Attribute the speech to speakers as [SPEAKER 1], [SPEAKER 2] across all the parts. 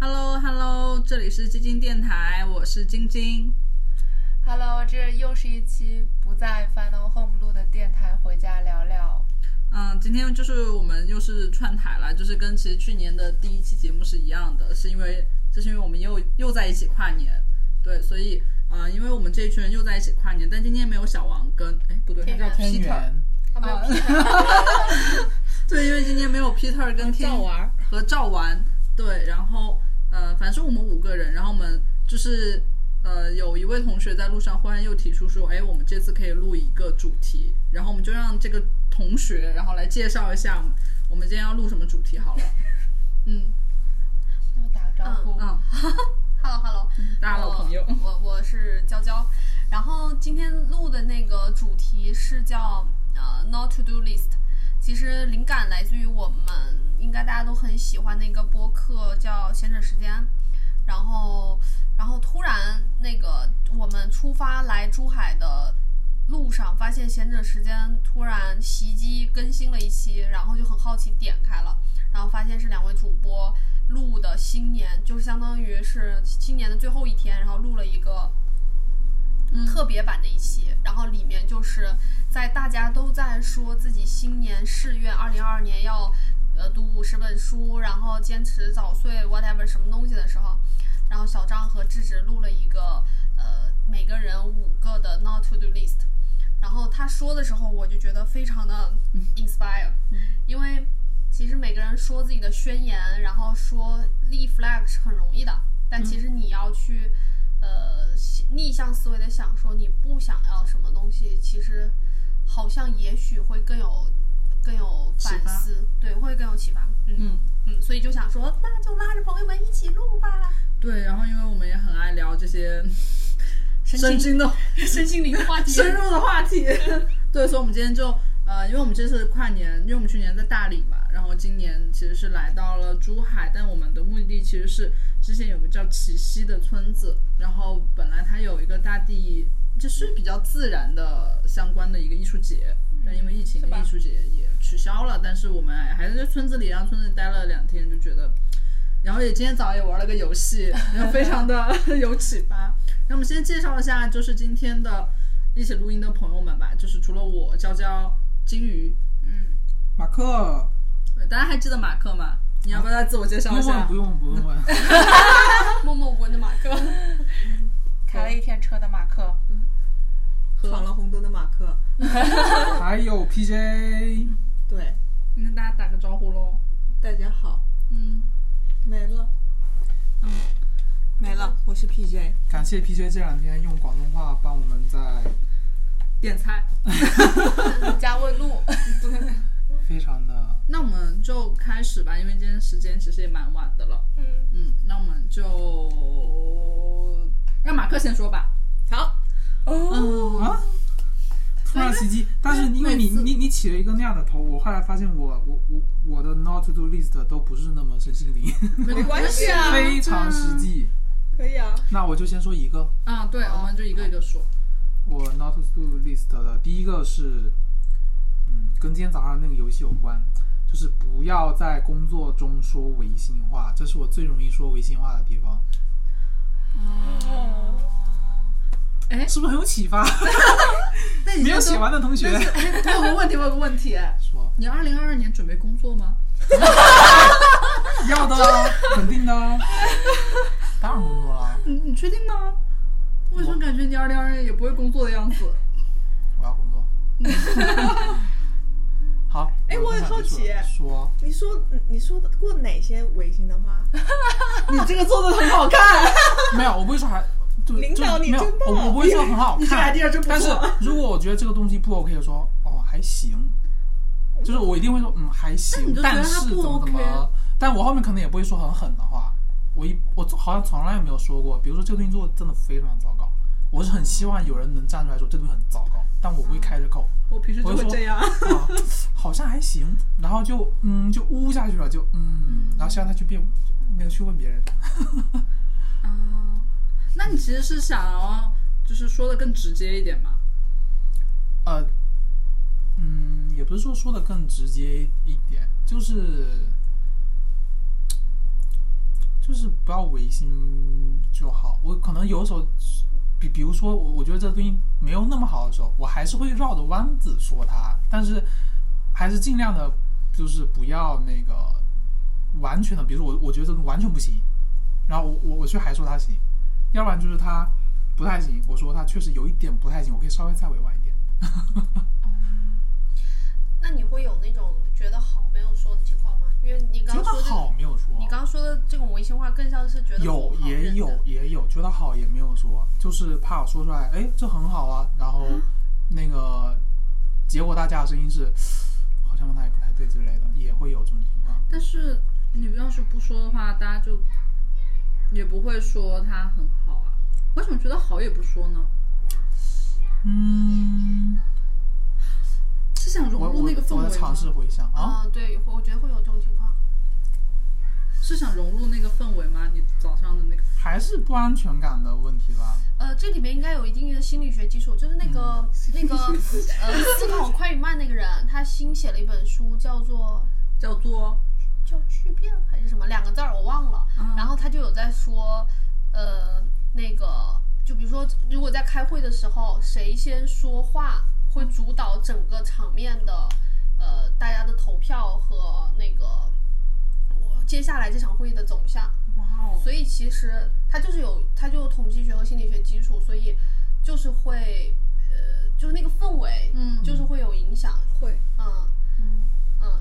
[SPEAKER 1] Hello Hello，这里是基金电台，我是晶晶。
[SPEAKER 2] Hello，这又是一期不在 Final Home 录的电台，回家聊聊。
[SPEAKER 1] 嗯，今天就是我们又是串台了，就是跟其实去年的第一期节目是一样的，是因为就是因为我们又又在一起跨年，对，所以呃，因为我们这一群人又在一起跨年，但今天没有小王跟哎不对，他
[SPEAKER 2] 天
[SPEAKER 1] 叫
[SPEAKER 2] 然
[SPEAKER 1] Peter，
[SPEAKER 2] 啊，没有屁
[SPEAKER 1] 对，因为今天没有 Peter 跟天
[SPEAKER 3] 赵玩儿，
[SPEAKER 1] 和赵完，对，然后呃，反正是我们五个人，然后我们就是呃，有一位同学在路上忽然又提出说，哎，我们这次可以录一个主题，然后我们就让这个同学然后来介绍一下我们我们今天要录什么主题好了。嗯
[SPEAKER 2] 那我打个招呼。
[SPEAKER 1] 嗯，
[SPEAKER 4] Hello Hello，
[SPEAKER 1] 大家老朋友，
[SPEAKER 4] 哦我我是娇娇，然后今天录的那个主题是叫呃 Not to Do List，其实灵感来自于我们应该大家都很喜欢的一个播客叫闲着时间，然后然后突然那个我们出发来珠海的。路上发现闲着时间突然袭击更新了一期，然后就很好奇点开了，然后发现是两位主播录的新年，就是相当于是今年的最后一天，然后录了一个
[SPEAKER 2] 嗯
[SPEAKER 4] 嗯特别版的一期，然后里面就是在大家都在说自己新年誓愿，二零二二年要呃读五十本书，然后坚持早睡，whatever 什么东西的时候，然后小张和智智录了一个呃每个人五个的 not to do list，然后他说的时候我就觉得非常的
[SPEAKER 1] 嗯
[SPEAKER 4] inspire，、因为其实每个人说自己的宣言，然后说立 flag 是很容易的，但其实你要去。呃逆向思维的想说你不想要什么东西，其实好像也许会更有更有
[SPEAKER 1] 启
[SPEAKER 4] 反
[SPEAKER 1] 发
[SPEAKER 4] 思，对，会更有启发。嗯
[SPEAKER 1] 嗯。
[SPEAKER 4] 嗯，所以就想说，那就拉着朋友们一起录吧，
[SPEAKER 1] 对，然后因为我们也很爱聊这些 身心的
[SPEAKER 4] 身心灵话题。
[SPEAKER 1] 深入的话题。对，所以我们今天就呃，因为我们这次跨年，因为我们去年在大理嘛，然后今年其实是来到了珠海，但我们的目的地其实是之前有个叫奇溪的村子，然后本来它有一个大地，就是比较自然的相关的一个艺术节，但因为疫情，
[SPEAKER 3] 吧
[SPEAKER 1] 艺术节也取消了，但是我们还在这村子里，然后村子里待了两天，就觉得。然后也今天早上也玩了个游戏，然后非常的有启发。那我们先介绍一下，就是今天的一起录音的朋友们吧，就是除了我、娇娇、金鱼，
[SPEAKER 3] 马克，
[SPEAKER 1] 对大家还记得马克吗？你要不要再自我介
[SPEAKER 3] 不
[SPEAKER 1] 绍一
[SPEAKER 3] 用
[SPEAKER 1] 下？
[SPEAKER 3] 问，不用，不用问。
[SPEAKER 4] 默默无闻的马哥，
[SPEAKER 2] 开了一天车的马克，
[SPEAKER 5] 闯了红灯的马克，
[SPEAKER 3] 还有 PJ，
[SPEAKER 5] 对，
[SPEAKER 1] 你跟大家打个招呼喽。
[SPEAKER 5] 大家好，
[SPEAKER 1] 嗯，
[SPEAKER 5] 没了，嗯没了，我是 PJ，
[SPEAKER 3] 感谢 PJ 这两天用广东话帮我们在
[SPEAKER 1] 点菜。
[SPEAKER 4] 嗯
[SPEAKER 2] 加问路，
[SPEAKER 3] 非常的
[SPEAKER 1] 那我们就开始吧，因为今天时间其实也蛮晚的了。
[SPEAKER 4] 嗯，
[SPEAKER 1] 嗯，那我们就让马克先说吧。
[SPEAKER 5] 好，
[SPEAKER 1] 嗯，
[SPEAKER 3] 啊，突然袭击。但是因为你
[SPEAKER 1] 每次
[SPEAKER 3] 你你起了一个那样的头，我后来发现我我我我的 not to do list 都不是那么身心灵，
[SPEAKER 1] 没
[SPEAKER 5] 关系 啊
[SPEAKER 3] 非常实。际。
[SPEAKER 5] 可以啊，
[SPEAKER 3] 那我就先说一个，
[SPEAKER 1] 啊，对，我们就一个一个说。
[SPEAKER 3] 我 not to do list 的第一个是，嗯，跟今天早上那个游戏有关，就是不要在工作中说违心话，这是我最容易说违心话的地方，
[SPEAKER 5] 哦
[SPEAKER 3] 是不是很有启发？
[SPEAKER 1] 那你
[SPEAKER 3] 没有写
[SPEAKER 1] 写
[SPEAKER 3] 完的同学
[SPEAKER 1] 我有个问题，我有个问题，
[SPEAKER 3] 说
[SPEAKER 1] 你二零二二年准备工作吗？
[SPEAKER 3] 要的哦，肯定的 哦，当然工作了，啊
[SPEAKER 1] 你你确定吗？为什么感觉你二零二二也不会工作的样子？
[SPEAKER 3] 我要工作。 好，
[SPEAKER 5] 哎嗯我很好奇
[SPEAKER 3] 说
[SPEAKER 5] 你说你说过哪些违心的话？
[SPEAKER 1] 你这个做的很好看，
[SPEAKER 3] 没有，我不会说还。就
[SPEAKER 5] 领导
[SPEAKER 3] 就
[SPEAKER 5] 你
[SPEAKER 3] 没有
[SPEAKER 5] 真棒
[SPEAKER 3] 我我不会说很 好
[SPEAKER 1] 你这
[SPEAKER 3] 看，
[SPEAKER 1] idea 真不错
[SPEAKER 3] 但是如果我觉得这个东西不 OK，我说哦还行，就是我一定会说嗯还
[SPEAKER 1] 那你
[SPEAKER 3] 行
[SPEAKER 1] 就，觉得
[SPEAKER 3] 但
[SPEAKER 1] 它
[SPEAKER 3] 是怎
[SPEAKER 1] 不
[SPEAKER 3] 么怎
[SPEAKER 1] OK
[SPEAKER 3] 么，但我后面可能也不会说很狠的话，我一我好像从来没有说过，比如说这个东西做的真的非常糟糕，我是很希望有人能站出来说这东西很糟糕，但我不会开着 口，
[SPEAKER 1] 我平时就会这样。
[SPEAKER 3] 啊，好像还行，然后就嗯就污下去了，就嗯，然后希望他去辩那个去问别人，
[SPEAKER 1] 啊，那你其实是想要就是说的更直接一点嘛？
[SPEAKER 3] 呃，嗯，也不是说说的更直接一点，就是就就是不要违心就好。我可能有时候，比比如说我我觉得这个东西没有那么好的时候，我还是会绕着弯子说它，但是还是尽量的，就是不要那个完全的，比如说我我觉得这完全不行，然后我我我去还说它行，要不然就是它不太行，我说它确实有一点不太行，我可以稍微再委婉一点。
[SPEAKER 4] 那你会有那种觉得好没有说的情况吗？因为你刚
[SPEAKER 3] 觉得
[SPEAKER 4] 刚说
[SPEAKER 3] 好
[SPEAKER 4] 的，
[SPEAKER 3] 没有说，啊
[SPEAKER 4] 你刚刚说的这种违心话，更像是觉得
[SPEAKER 3] 有
[SPEAKER 4] 不好
[SPEAKER 3] 也
[SPEAKER 4] 认
[SPEAKER 3] 有
[SPEAKER 4] 的
[SPEAKER 3] 也有，觉得好也没有说，就是怕我说出来，哎，这很好啊，然后那个结果大家的声音是，好像哪里不太对之类的，也会有这种情况。
[SPEAKER 1] 但是你要是不说的话，大家就也不会说他很好啊。为什么觉得好也不说呢？
[SPEAKER 3] 嗯，
[SPEAKER 1] 是想
[SPEAKER 3] 我
[SPEAKER 1] 融入
[SPEAKER 3] 我
[SPEAKER 1] 那个氛
[SPEAKER 3] 我
[SPEAKER 1] 围
[SPEAKER 3] 在
[SPEAKER 1] 吗？
[SPEAKER 3] 尝试回想啊，
[SPEAKER 4] 啊，对，我觉得会有这种情况。
[SPEAKER 1] 是想融入那个氛围吗？你早上的那个
[SPEAKER 3] 还是不安全感的问题吧。
[SPEAKER 4] 呃，这里面应该有一定的心理学基础，就是那个、那个呃，思考快与慢那个人，他新写了一本书，叫做
[SPEAKER 1] 叫做
[SPEAKER 4] 叫巨变还是什么两个字儿，我忘了。然后他就有在说，呃，那个就比如说，如果在开会的时候，谁先说话会主导整个场面的，呃，大家的投票和那个我接下来这场会议的走向。
[SPEAKER 1] 哇哦，
[SPEAKER 4] 所以其实它就是有，它就有统计学和心理学基础，所以就是会，呃，就是那个氛围，
[SPEAKER 1] 嗯
[SPEAKER 4] 就是会有影响，
[SPEAKER 5] 会，
[SPEAKER 4] 嗯
[SPEAKER 1] 嗯
[SPEAKER 4] 嗯，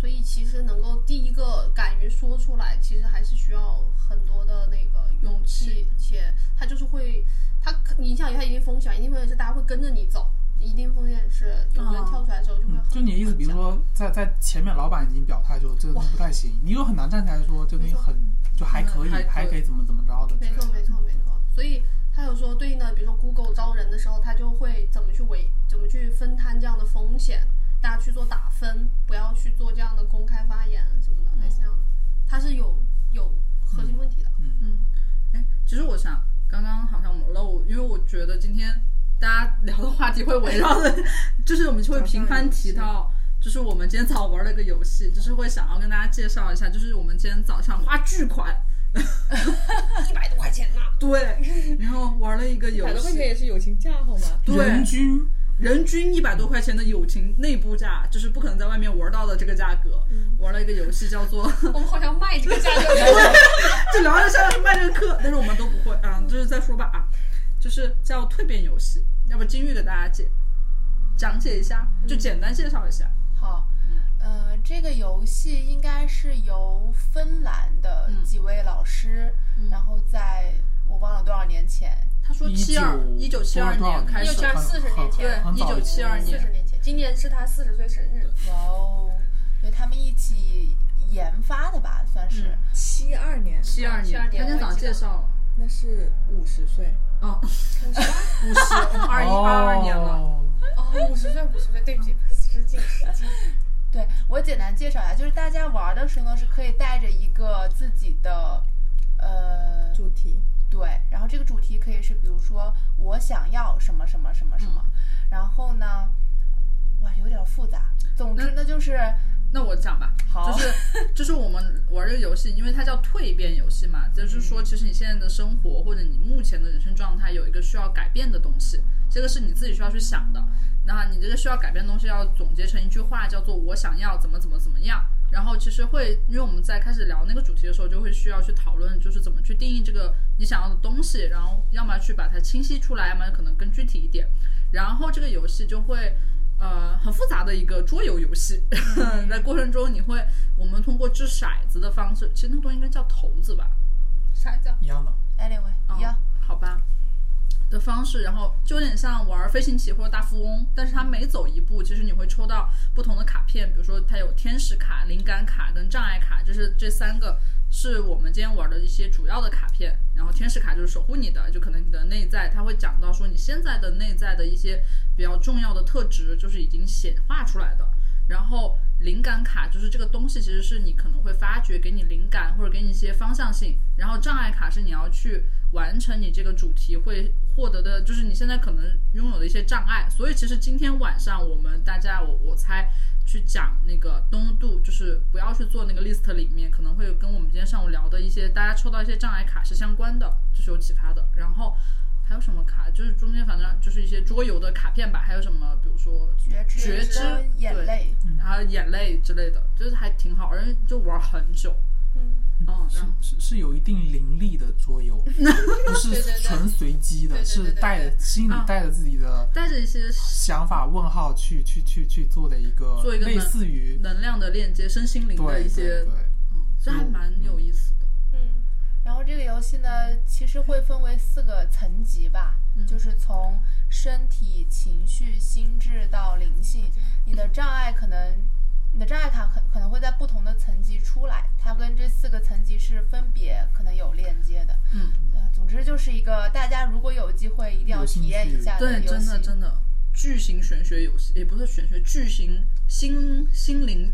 [SPEAKER 4] 所以其实能够第一个敢于说出来，其实还是需要很多的那个勇气，且它就是会，它可你想有它一定风险，一定风险是大家会跟着你走，一定风险是有人
[SPEAKER 1] 啊
[SPEAKER 4] 跳出来之后就会很，
[SPEAKER 3] 嗯就你的意思，
[SPEAKER 4] 很
[SPEAKER 3] 比如
[SPEAKER 4] 吓
[SPEAKER 3] 说在在前面老板已经表态说这个东西不太行，你又很难站起来说这个东西
[SPEAKER 4] 没错
[SPEAKER 3] 很就还可以，
[SPEAKER 1] 嗯还可以
[SPEAKER 3] 还可以怎么怎么着的之类
[SPEAKER 4] 没
[SPEAKER 3] 的。
[SPEAKER 4] 错，没错，没错。所以他有说对应的，比如说 Google 招人的时候，他就会怎么去维，怎么去分摊这样的风险，大家去做打分，不要去做这样的公开发言什么的，类似这样的，它是有有核心问题的。
[SPEAKER 1] 嗯，哎，其实我想刚刚好像我们漏，因为我觉得今天大家聊的话题会围绕着， 就是我们就会频繁提到。就是我们今天早玩了个游戏，就是会想要跟大家介绍一下，就是我们今天早上花巨款，
[SPEAKER 4] 一百多块钱呢、
[SPEAKER 1] 对，然后玩了一个游
[SPEAKER 5] 百多块钱
[SPEAKER 1] 戏，
[SPEAKER 5] 也是友情价好吗？
[SPEAKER 1] 对，
[SPEAKER 3] 人均
[SPEAKER 1] 人均一百多块钱的友情内部价，就是不可能在外面玩到的这个价格。玩了一个游戏叫做
[SPEAKER 4] 我们好像卖这个价格
[SPEAKER 1] 就聊着像是卖这个课，但是我们都不会啊，就是再说吧啊，就是叫蜕变游戏，要不金玉给大家解讲解一下，就简单介绍一下。
[SPEAKER 2] 好，呃，这个游戏应该是由芬兰的
[SPEAKER 4] 嗯
[SPEAKER 2] 几位老师，然后在我忘了多少年前，
[SPEAKER 1] 他说七二一九七二年开始
[SPEAKER 4] 1972，
[SPEAKER 3] 很
[SPEAKER 4] 40年
[SPEAKER 3] 很
[SPEAKER 4] 前
[SPEAKER 3] 很
[SPEAKER 1] 对
[SPEAKER 3] 早以前
[SPEAKER 1] 1972
[SPEAKER 4] 四
[SPEAKER 1] 年
[SPEAKER 4] 十年前，今年是他四十岁生日，
[SPEAKER 2] 哇哦，对他们一起研发的吧，算是。
[SPEAKER 1] 嗯
[SPEAKER 5] 七二年，
[SPEAKER 1] 七二
[SPEAKER 4] 72
[SPEAKER 1] 年，
[SPEAKER 4] 年
[SPEAKER 1] 他跟早上介绍了，
[SPEAKER 5] 那是五十岁，
[SPEAKER 1] 嗯，五十二一二二年了，
[SPEAKER 3] 哦
[SPEAKER 4] 哦，五十岁，五十岁，对不起，失敬失敬。
[SPEAKER 2] 对我简单介绍一下，就是大家玩的时候呢，是可以带着一个自己的，呃，
[SPEAKER 5] 主题
[SPEAKER 2] 对，然后这个主题可以是，比如说我想要什么什么什么什
[SPEAKER 1] 嗯
[SPEAKER 2] 么，然后呢，哇，有点复杂。总之呢，就是
[SPEAKER 1] 那我讲吧，
[SPEAKER 2] 好
[SPEAKER 1] 就是就是我们玩这个游戏，因为它叫蜕变游戏嘛，就是说其实你现在的生活或者你目前的人生状态有一个需要改变的东西，这个是你自己需要去想的。那你这个需要改变的东西要总结成一句话，叫做“我想要怎么怎么怎么样”。然后其实会，因为我们在开始聊那个主题的时候，就会需要去讨论，就是怎么去定义这个你想要的东西，然后要么去把它清晰出来，要么可能更具体一点。然后这个游戏就会呃很复杂的一个桌游游戏， 在过程中你会我们通过掷骰子的方式，其实那个东西应该叫骰子吧？嗯
[SPEAKER 4] 啥叫？
[SPEAKER 3] 一样的。
[SPEAKER 2] anyway 一样，
[SPEAKER 1] 好吧。的方式，然后就有点像玩飞行棋或者大富翁，但是它每走一步，其实你会抽到不同的卡片，比如说它有天使卡、灵感卡跟障碍卡，就是这三个是我们今天玩的一些主要的卡片。然后天使卡就是守护你的，就可能你的内在，它会讲到说你现在的内在的一些比较重要的特质，就是已经显化出来的。然后灵感卡就是这个东西，其实是你可能会发掘给你灵感或者给你一些方向性。然后障碍卡是你要去完成你这个主题会获得的，就是你现在可能拥有的一些障碍。所以其实今天晚上我们大家，我我猜去讲那个东渡，就是不要去做那个 list 里面，可能会跟我们今天上午聊的一些大家抽到一些障碍卡是相关的，就是有启发的。然后还有什么卡？就是中间反正就是一些桌游的卡片吧，还有什么比如说
[SPEAKER 2] 觉知、
[SPEAKER 1] 哦觉知
[SPEAKER 2] 跟眼
[SPEAKER 1] 对
[SPEAKER 2] 泪，
[SPEAKER 1] 还有眼泪之类的，就是还挺好，而且就玩很久。
[SPEAKER 5] 嗯，
[SPEAKER 1] 嗯，
[SPEAKER 3] 是
[SPEAKER 1] 然后
[SPEAKER 3] 是是有一定灵力的桌游，不是
[SPEAKER 2] 对对对
[SPEAKER 3] 纯随机的，
[SPEAKER 2] 对对对
[SPEAKER 3] 是
[SPEAKER 2] 对
[SPEAKER 3] 带着心里
[SPEAKER 1] 啊
[SPEAKER 3] 带着自己的
[SPEAKER 1] 带着一些
[SPEAKER 3] 想法问号去去去去做的一个
[SPEAKER 1] 做一个
[SPEAKER 3] 类
[SPEAKER 1] 能
[SPEAKER 3] 似于
[SPEAKER 1] 能量的链接、身心灵的
[SPEAKER 3] 对
[SPEAKER 1] 一些
[SPEAKER 3] 对，对，
[SPEAKER 1] 嗯，这还蛮有意思的。
[SPEAKER 5] 嗯，
[SPEAKER 2] 然后这个游戏
[SPEAKER 1] 嗯
[SPEAKER 2] 呢，其实会分为四个层级吧，就是从身体、情绪、心智到灵性。
[SPEAKER 1] 嗯
[SPEAKER 2] 你的障碍可能，你的障碍卡可可能会在不同的层级出来，它跟这四个层级是分别可能有链接的。
[SPEAKER 1] 嗯，
[SPEAKER 2] 呃，总之就是一个大家如果有机会一定要
[SPEAKER 3] 有兴
[SPEAKER 2] 体验一
[SPEAKER 3] 趣
[SPEAKER 2] 下
[SPEAKER 1] 对，
[SPEAKER 2] 游戏。
[SPEAKER 1] 真的真的，巨型玄学游戏也不是玄学，巨型心心灵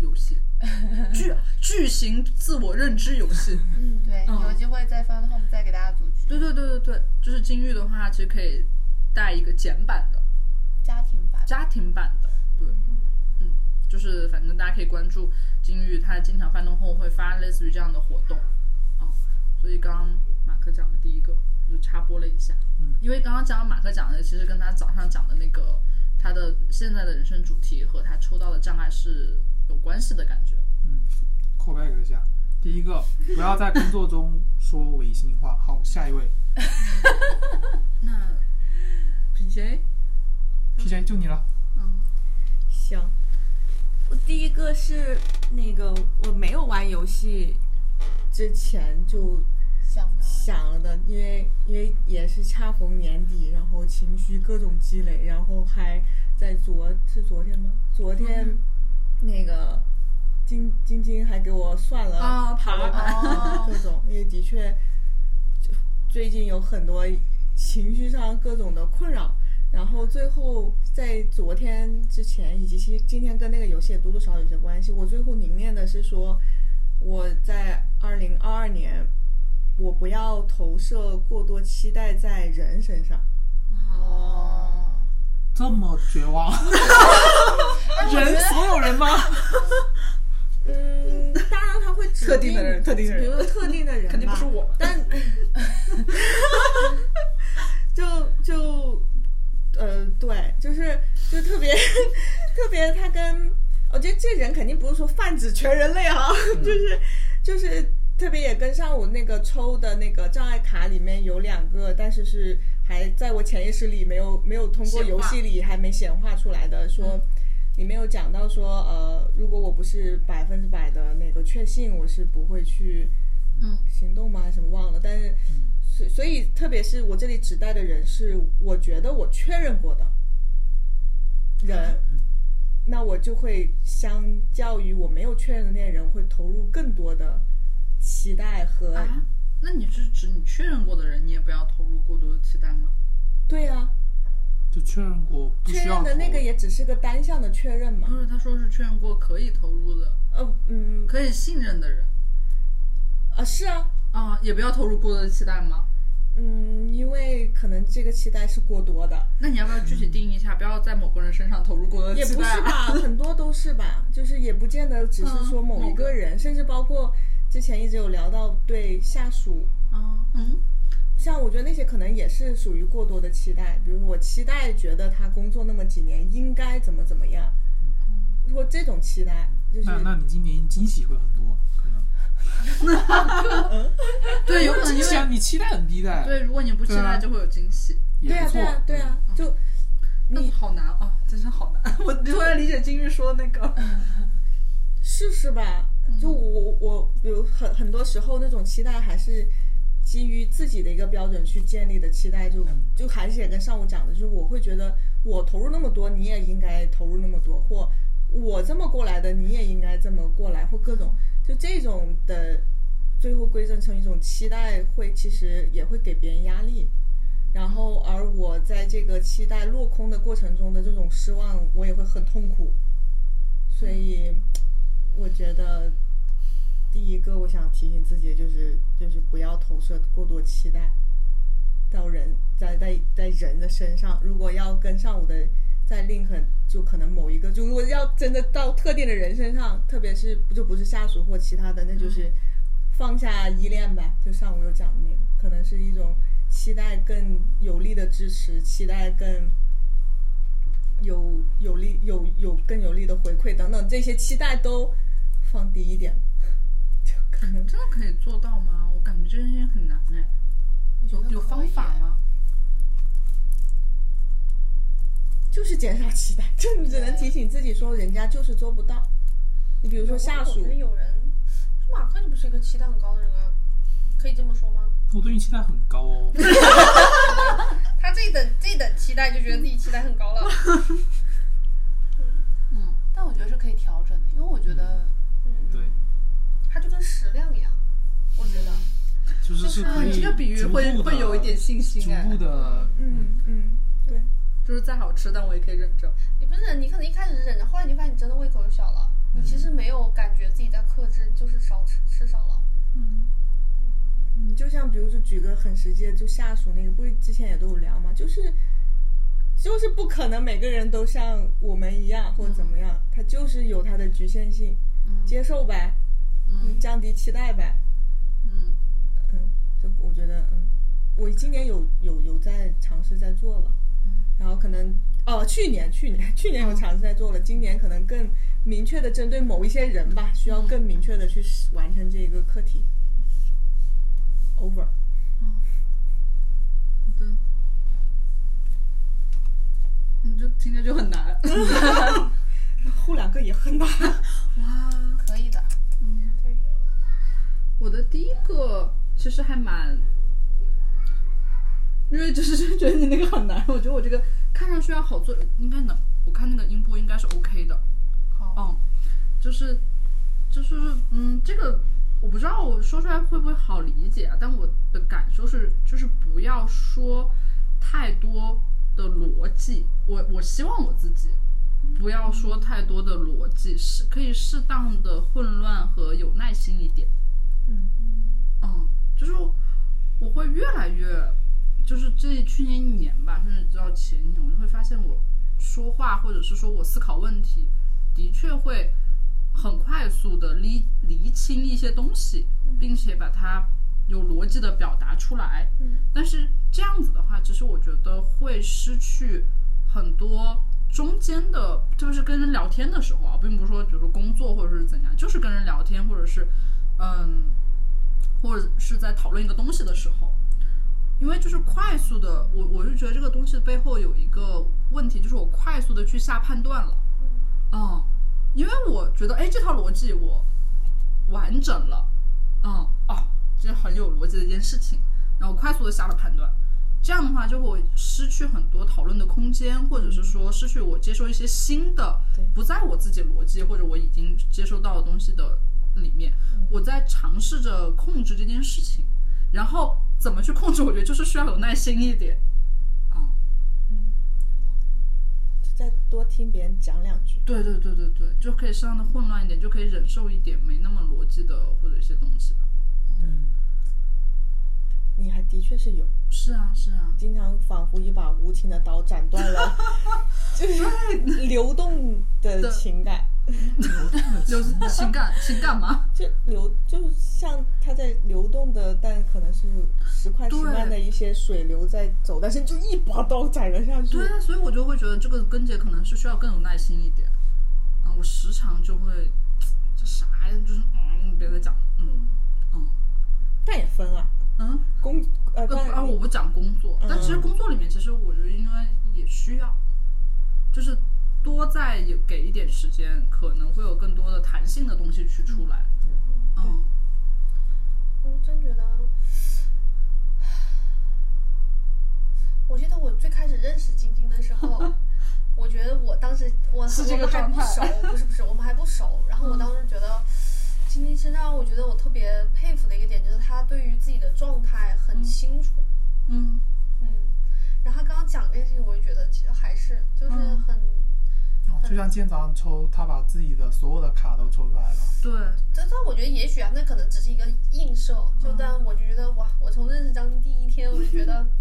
[SPEAKER 1] 游戏， 巨巨型自我认知游戏。
[SPEAKER 2] 对，
[SPEAKER 1] 嗯
[SPEAKER 2] 有机会在 Fun Home 再给大家组织。
[SPEAKER 1] 对对对对对，就是金玉的话，其实可以带一个简版的
[SPEAKER 2] 家庭版。
[SPEAKER 1] 家庭版的，对，嗯，就是反正大家可以关注金玉，他经常翻动后会发类似于这样的活动。哦，所以刚刚马克讲的第一个，我就插播了一下，
[SPEAKER 3] 嗯，
[SPEAKER 1] 因为刚刚讲马克讲的，其实跟他早上讲的那个他的现在的人生主题和他抽到的障碍是有关系的感觉。
[SPEAKER 3] 扩 back 一下。第一个，不要在工作中说违心话。好，下一位
[SPEAKER 1] 那 PJ，
[SPEAKER 3] ，PJ 就你了。
[SPEAKER 1] 嗯，
[SPEAKER 5] 行。我第一个是那个我没有玩游戏之前就
[SPEAKER 2] 想到
[SPEAKER 5] 想了的，因为因为也是恰逢年底，然后情绪各种积累，然后还在昨是昨天吗？昨天、那个晶晶晶还给我算了
[SPEAKER 1] 啊塔罗牌
[SPEAKER 5] 啊各种，因为的确就最近有很多情绪上各种的困扰。然后最后在昨天之前，以及今今天跟那个游戏也多多少少有些关系。我最后凝练的是说，我在二零二二年，我不要投射过多期待在人身上。
[SPEAKER 2] 哦，
[SPEAKER 3] 这么绝望，人所有人吗？
[SPEAKER 5] 嗯，当然他会指
[SPEAKER 1] 特定的人特定的人
[SPEAKER 5] 比如说特定的人吧，
[SPEAKER 1] 肯定不是我，
[SPEAKER 5] 但就就呃，对，就是就特别 特别，他跟我觉得这人肯定不是说泛指全人类啊， 就是就是特别也跟上我那个抽的那个障碍卡里面有两个，但是是还在我潜意识里没有没有通过
[SPEAKER 1] 显
[SPEAKER 5] 游
[SPEAKER 1] 化嗯
[SPEAKER 5] 戏里还没显化出来的说。里面有讲到说，呃，如果我不是百分之百的那个确信，我是不会去
[SPEAKER 1] 嗯
[SPEAKER 5] 行动吗？还是什么忘了？但是，所所以，特别是我这里指代的人是我觉得我确认过的人，那我就会相较于我没有确认的那些人，会投入更多的期待和、
[SPEAKER 1] 啊，那你是指你确认过的人，你也不要投入过多的期待吗？
[SPEAKER 5] 对啊，
[SPEAKER 3] 就确认过，不
[SPEAKER 5] 确
[SPEAKER 3] 需要
[SPEAKER 5] 认的那个
[SPEAKER 3] 投
[SPEAKER 5] 也只是个单向的确认嘛
[SPEAKER 1] 不。是，他说是确认过可以投入的、
[SPEAKER 5] 呃，嗯，
[SPEAKER 1] 可以信任的人
[SPEAKER 5] 啊，是啊，
[SPEAKER 1] 啊，也不要投入过多的期待吗？
[SPEAKER 5] 嗯，因为可能这个期待是过多的。
[SPEAKER 1] 那你要不要
[SPEAKER 3] 嗯
[SPEAKER 1] 具体定义一下？不要在某个人身上投入过多
[SPEAKER 3] 呃
[SPEAKER 1] 的
[SPEAKER 5] 也
[SPEAKER 1] 期
[SPEAKER 5] 不
[SPEAKER 1] 待、
[SPEAKER 5] 是
[SPEAKER 1] 啊。
[SPEAKER 5] 吧，很多都是吧，就是也不见得只是说
[SPEAKER 1] 嗯
[SPEAKER 5] 某
[SPEAKER 1] 某
[SPEAKER 5] 一个
[SPEAKER 1] 个
[SPEAKER 5] 人，甚至包括之前一直有聊到对下属，
[SPEAKER 1] 嗯嗯
[SPEAKER 5] 像我觉得那些可能也是属于过多的期待，比如说我期待觉得他工作那么几年应该怎么怎么样，如果这种期待就是
[SPEAKER 3] 啊那那你今年惊喜会很多，可能。
[SPEAKER 1] 对，有可能因
[SPEAKER 3] 惊 喜啊，
[SPEAKER 1] 为
[SPEAKER 3] 你期待很低的，
[SPEAKER 1] 对，如果你不期
[SPEAKER 3] 对啊
[SPEAKER 1] 待，就会有惊喜。
[SPEAKER 5] 对
[SPEAKER 3] 也
[SPEAKER 5] 啊
[SPEAKER 3] 不错。
[SPEAKER 5] 对
[SPEAKER 3] 嗯
[SPEAKER 5] 啊对啊，就
[SPEAKER 1] 那
[SPEAKER 5] 你
[SPEAKER 1] 好难啊、真是好难。 我嗯突然理解金玉说的那个，
[SPEAKER 5] 试试吧。就我我，比如很很多时候那种期待还是基于自己的一个标准去建立的期待，就就还是也跟上午讲的，就是我会觉得我投入那么多，你也应该投入那么多，或我这么过来的，你也应该这么过来，或各种就这种的，最后归正成一种期待会，其实也会给别人压力。然后，而我在这个期待落空的过程中的这种失望，我也会很痛苦。所以，我觉得第一个我想提醒自己的就是就是不要投射过多期待到人在在在人的身上。如果要跟上午的在 link 就可能某一个，就如果要真的到特定的人身上，特别是就不是下属或其他的，那就是放下依恋吧。就上午有讲的那个，可能是一种期待更有力的支持，期待更有有力有有更有力的回馈等等，这些期待都放低一点，就可能
[SPEAKER 1] 真的可以做到吗？我感觉这件事情很难哎，
[SPEAKER 2] 觉
[SPEAKER 1] 有
[SPEAKER 2] 得
[SPEAKER 1] 有
[SPEAKER 2] 可
[SPEAKER 1] 方
[SPEAKER 2] 以
[SPEAKER 1] 法吗？
[SPEAKER 5] 就是减少期待，就你只能提醒自己说，人家就是做不到。你比如说下
[SPEAKER 4] 我
[SPEAKER 5] 属
[SPEAKER 4] 觉得，有人，马克就不是一个期待很高的人啊，可以这么说吗？
[SPEAKER 3] 我对你期待很高哦。
[SPEAKER 4] 他这一等这一等期待就觉得自己期待很高了。
[SPEAKER 2] 但我觉得是可以调整的，因为我觉得
[SPEAKER 4] 嗯，
[SPEAKER 3] 对，
[SPEAKER 4] 他就跟食量一样，我觉得。
[SPEAKER 2] 嗯
[SPEAKER 3] 就是是可
[SPEAKER 1] 你
[SPEAKER 3] 以
[SPEAKER 1] 啊这个比喻会
[SPEAKER 3] 逐步地
[SPEAKER 1] 会有一点信
[SPEAKER 3] 逐
[SPEAKER 1] 心哎，
[SPEAKER 3] 步的，
[SPEAKER 5] 嗯嗯，对，
[SPEAKER 1] 就是再好吃，但我也可以忍着。
[SPEAKER 4] 你不是你可能一开始忍着，后来你就发现你真的胃口就小了，你其实没有感觉自己在克制，就是少吃吃少了。
[SPEAKER 5] 嗯，就像比如说举个很实际的，就下属那个，不是之前也都有聊嘛，就是就是不可能每个人都像我们一样或者
[SPEAKER 4] 嗯
[SPEAKER 5] 怎么样，他就是有他的局限性，接受呗，嗯，降低期待呗，
[SPEAKER 1] 嗯，
[SPEAKER 5] 嗯，就我觉得，嗯，我今年有有有在尝试在做了，然后可能哦，去年去年去年有尝试在做了，今年可能更明确的针对某一些人吧，需要更明确的去完成这一个课题。Over，
[SPEAKER 1] 好的。你嗯就听着就很难。
[SPEAKER 5] 后两个也很难。
[SPEAKER 1] 哇，
[SPEAKER 2] 可以的。
[SPEAKER 1] 我的第一个其实还蛮，因为就是觉得你那个很难，我觉得我这个看上去要好做，应该能，我看那个音波应该是 OK 的。
[SPEAKER 2] 好，
[SPEAKER 1] 嗯，就是就是嗯，这个我不知道我说出来会不会好理解啊，但我的感受是，就是不要说太多的逻辑。我我希望我自己不要说太多的逻辑，是可以适当的混乱和有耐心一点。
[SPEAKER 5] 嗯
[SPEAKER 1] 嗯，就是我会越来越，就是这去年一年吧，甚至到前年，我就会发现我说话或者是说我思考问题，的确会很快速的理理清一些东西，并且把它有逻辑的表达出来。
[SPEAKER 5] 嗯
[SPEAKER 1] 但是这样子的话，其实我觉得会失去很多中间的，就是跟人聊天的时候啊，并不是说比如说工作或者是怎样，就是跟人聊天或者是嗯，或者是在讨论一个东西的时候，因为就是快速的，我我就觉得这个东西背后有一个问题，就是我快速的去下判断了，嗯，因为我觉得哎这套逻辑我完整了，嗯哦，这很有逻辑的一件事情，然后我快速的下了判断，这样的话就会失去很多讨论的空间，或者是说失去我接受一些新的
[SPEAKER 5] 对，
[SPEAKER 1] 不在我自己逻辑或者我已经接收到的东西的里面，我在尝试着控制这件事情，然后怎么去控制，我觉得就是需要有耐心一点，啊，
[SPEAKER 5] 再多听别人讲两句。
[SPEAKER 1] 对对对对对，就可以适当的混乱一点，就可以忍受一点没那么逻辑的或者一些东西吧。
[SPEAKER 3] 嗯，
[SPEAKER 5] 你还的确是有，
[SPEAKER 1] 是啊是啊，
[SPEAKER 5] 经常仿佛一把无情的刀斩断了， 就是流动的
[SPEAKER 1] 对
[SPEAKER 5] 情感，
[SPEAKER 1] 流情感情感嘛，
[SPEAKER 5] 就流就像它在流动的，但可能是时快时慢的
[SPEAKER 1] 对
[SPEAKER 5] 一些水流在走，但是就一把刀斩了下去
[SPEAKER 1] 对。啊，所以我就会觉得这个根结可能是需要更有耐心一点。啊，我时常就会这啥呀，就是嗯，别再讲了，嗯嗯
[SPEAKER 5] 但也分啊，
[SPEAKER 1] 嗯。
[SPEAKER 5] 工呃，
[SPEAKER 1] 呃，
[SPEAKER 5] 但
[SPEAKER 1] 不啊，我不讲工作，但其实
[SPEAKER 5] 嗯
[SPEAKER 1] 工作里面，其实我觉得应该也需要，就是多再也给一点时间，可能会有更多的弹性的东西取出来。嗯，
[SPEAKER 4] 我就真觉得， 我记得我最开始认识晶晶的时候，我觉得我当时我
[SPEAKER 1] 是这个
[SPEAKER 4] 我们还
[SPEAKER 1] 状
[SPEAKER 4] 不
[SPEAKER 1] 态
[SPEAKER 4] 熟，不是不是，我们还不熟。然后我当时觉得，晶晶身上我觉得我特别佩服的一个点就是她对于自己的状态很清楚，
[SPEAKER 1] 嗯
[SPEAKER 4] 嗯。然后她刚刚讲这件事情，我就觉得其实还是就是
[SPEAKER 1] 嗯
[SPEAKER 4] 很、
[SPEAKER 3] 哦就像今天早上抽，他把自己的所有的卡都抽 出来了。
[SPEAKER 1] 对，
[SPEAKER 4] 但但我觉得也许啊，那可能只是一个映射，就但我就觉得哇，我从认识 张晶第一天我就觉得
[SPEAKER 1] 嗯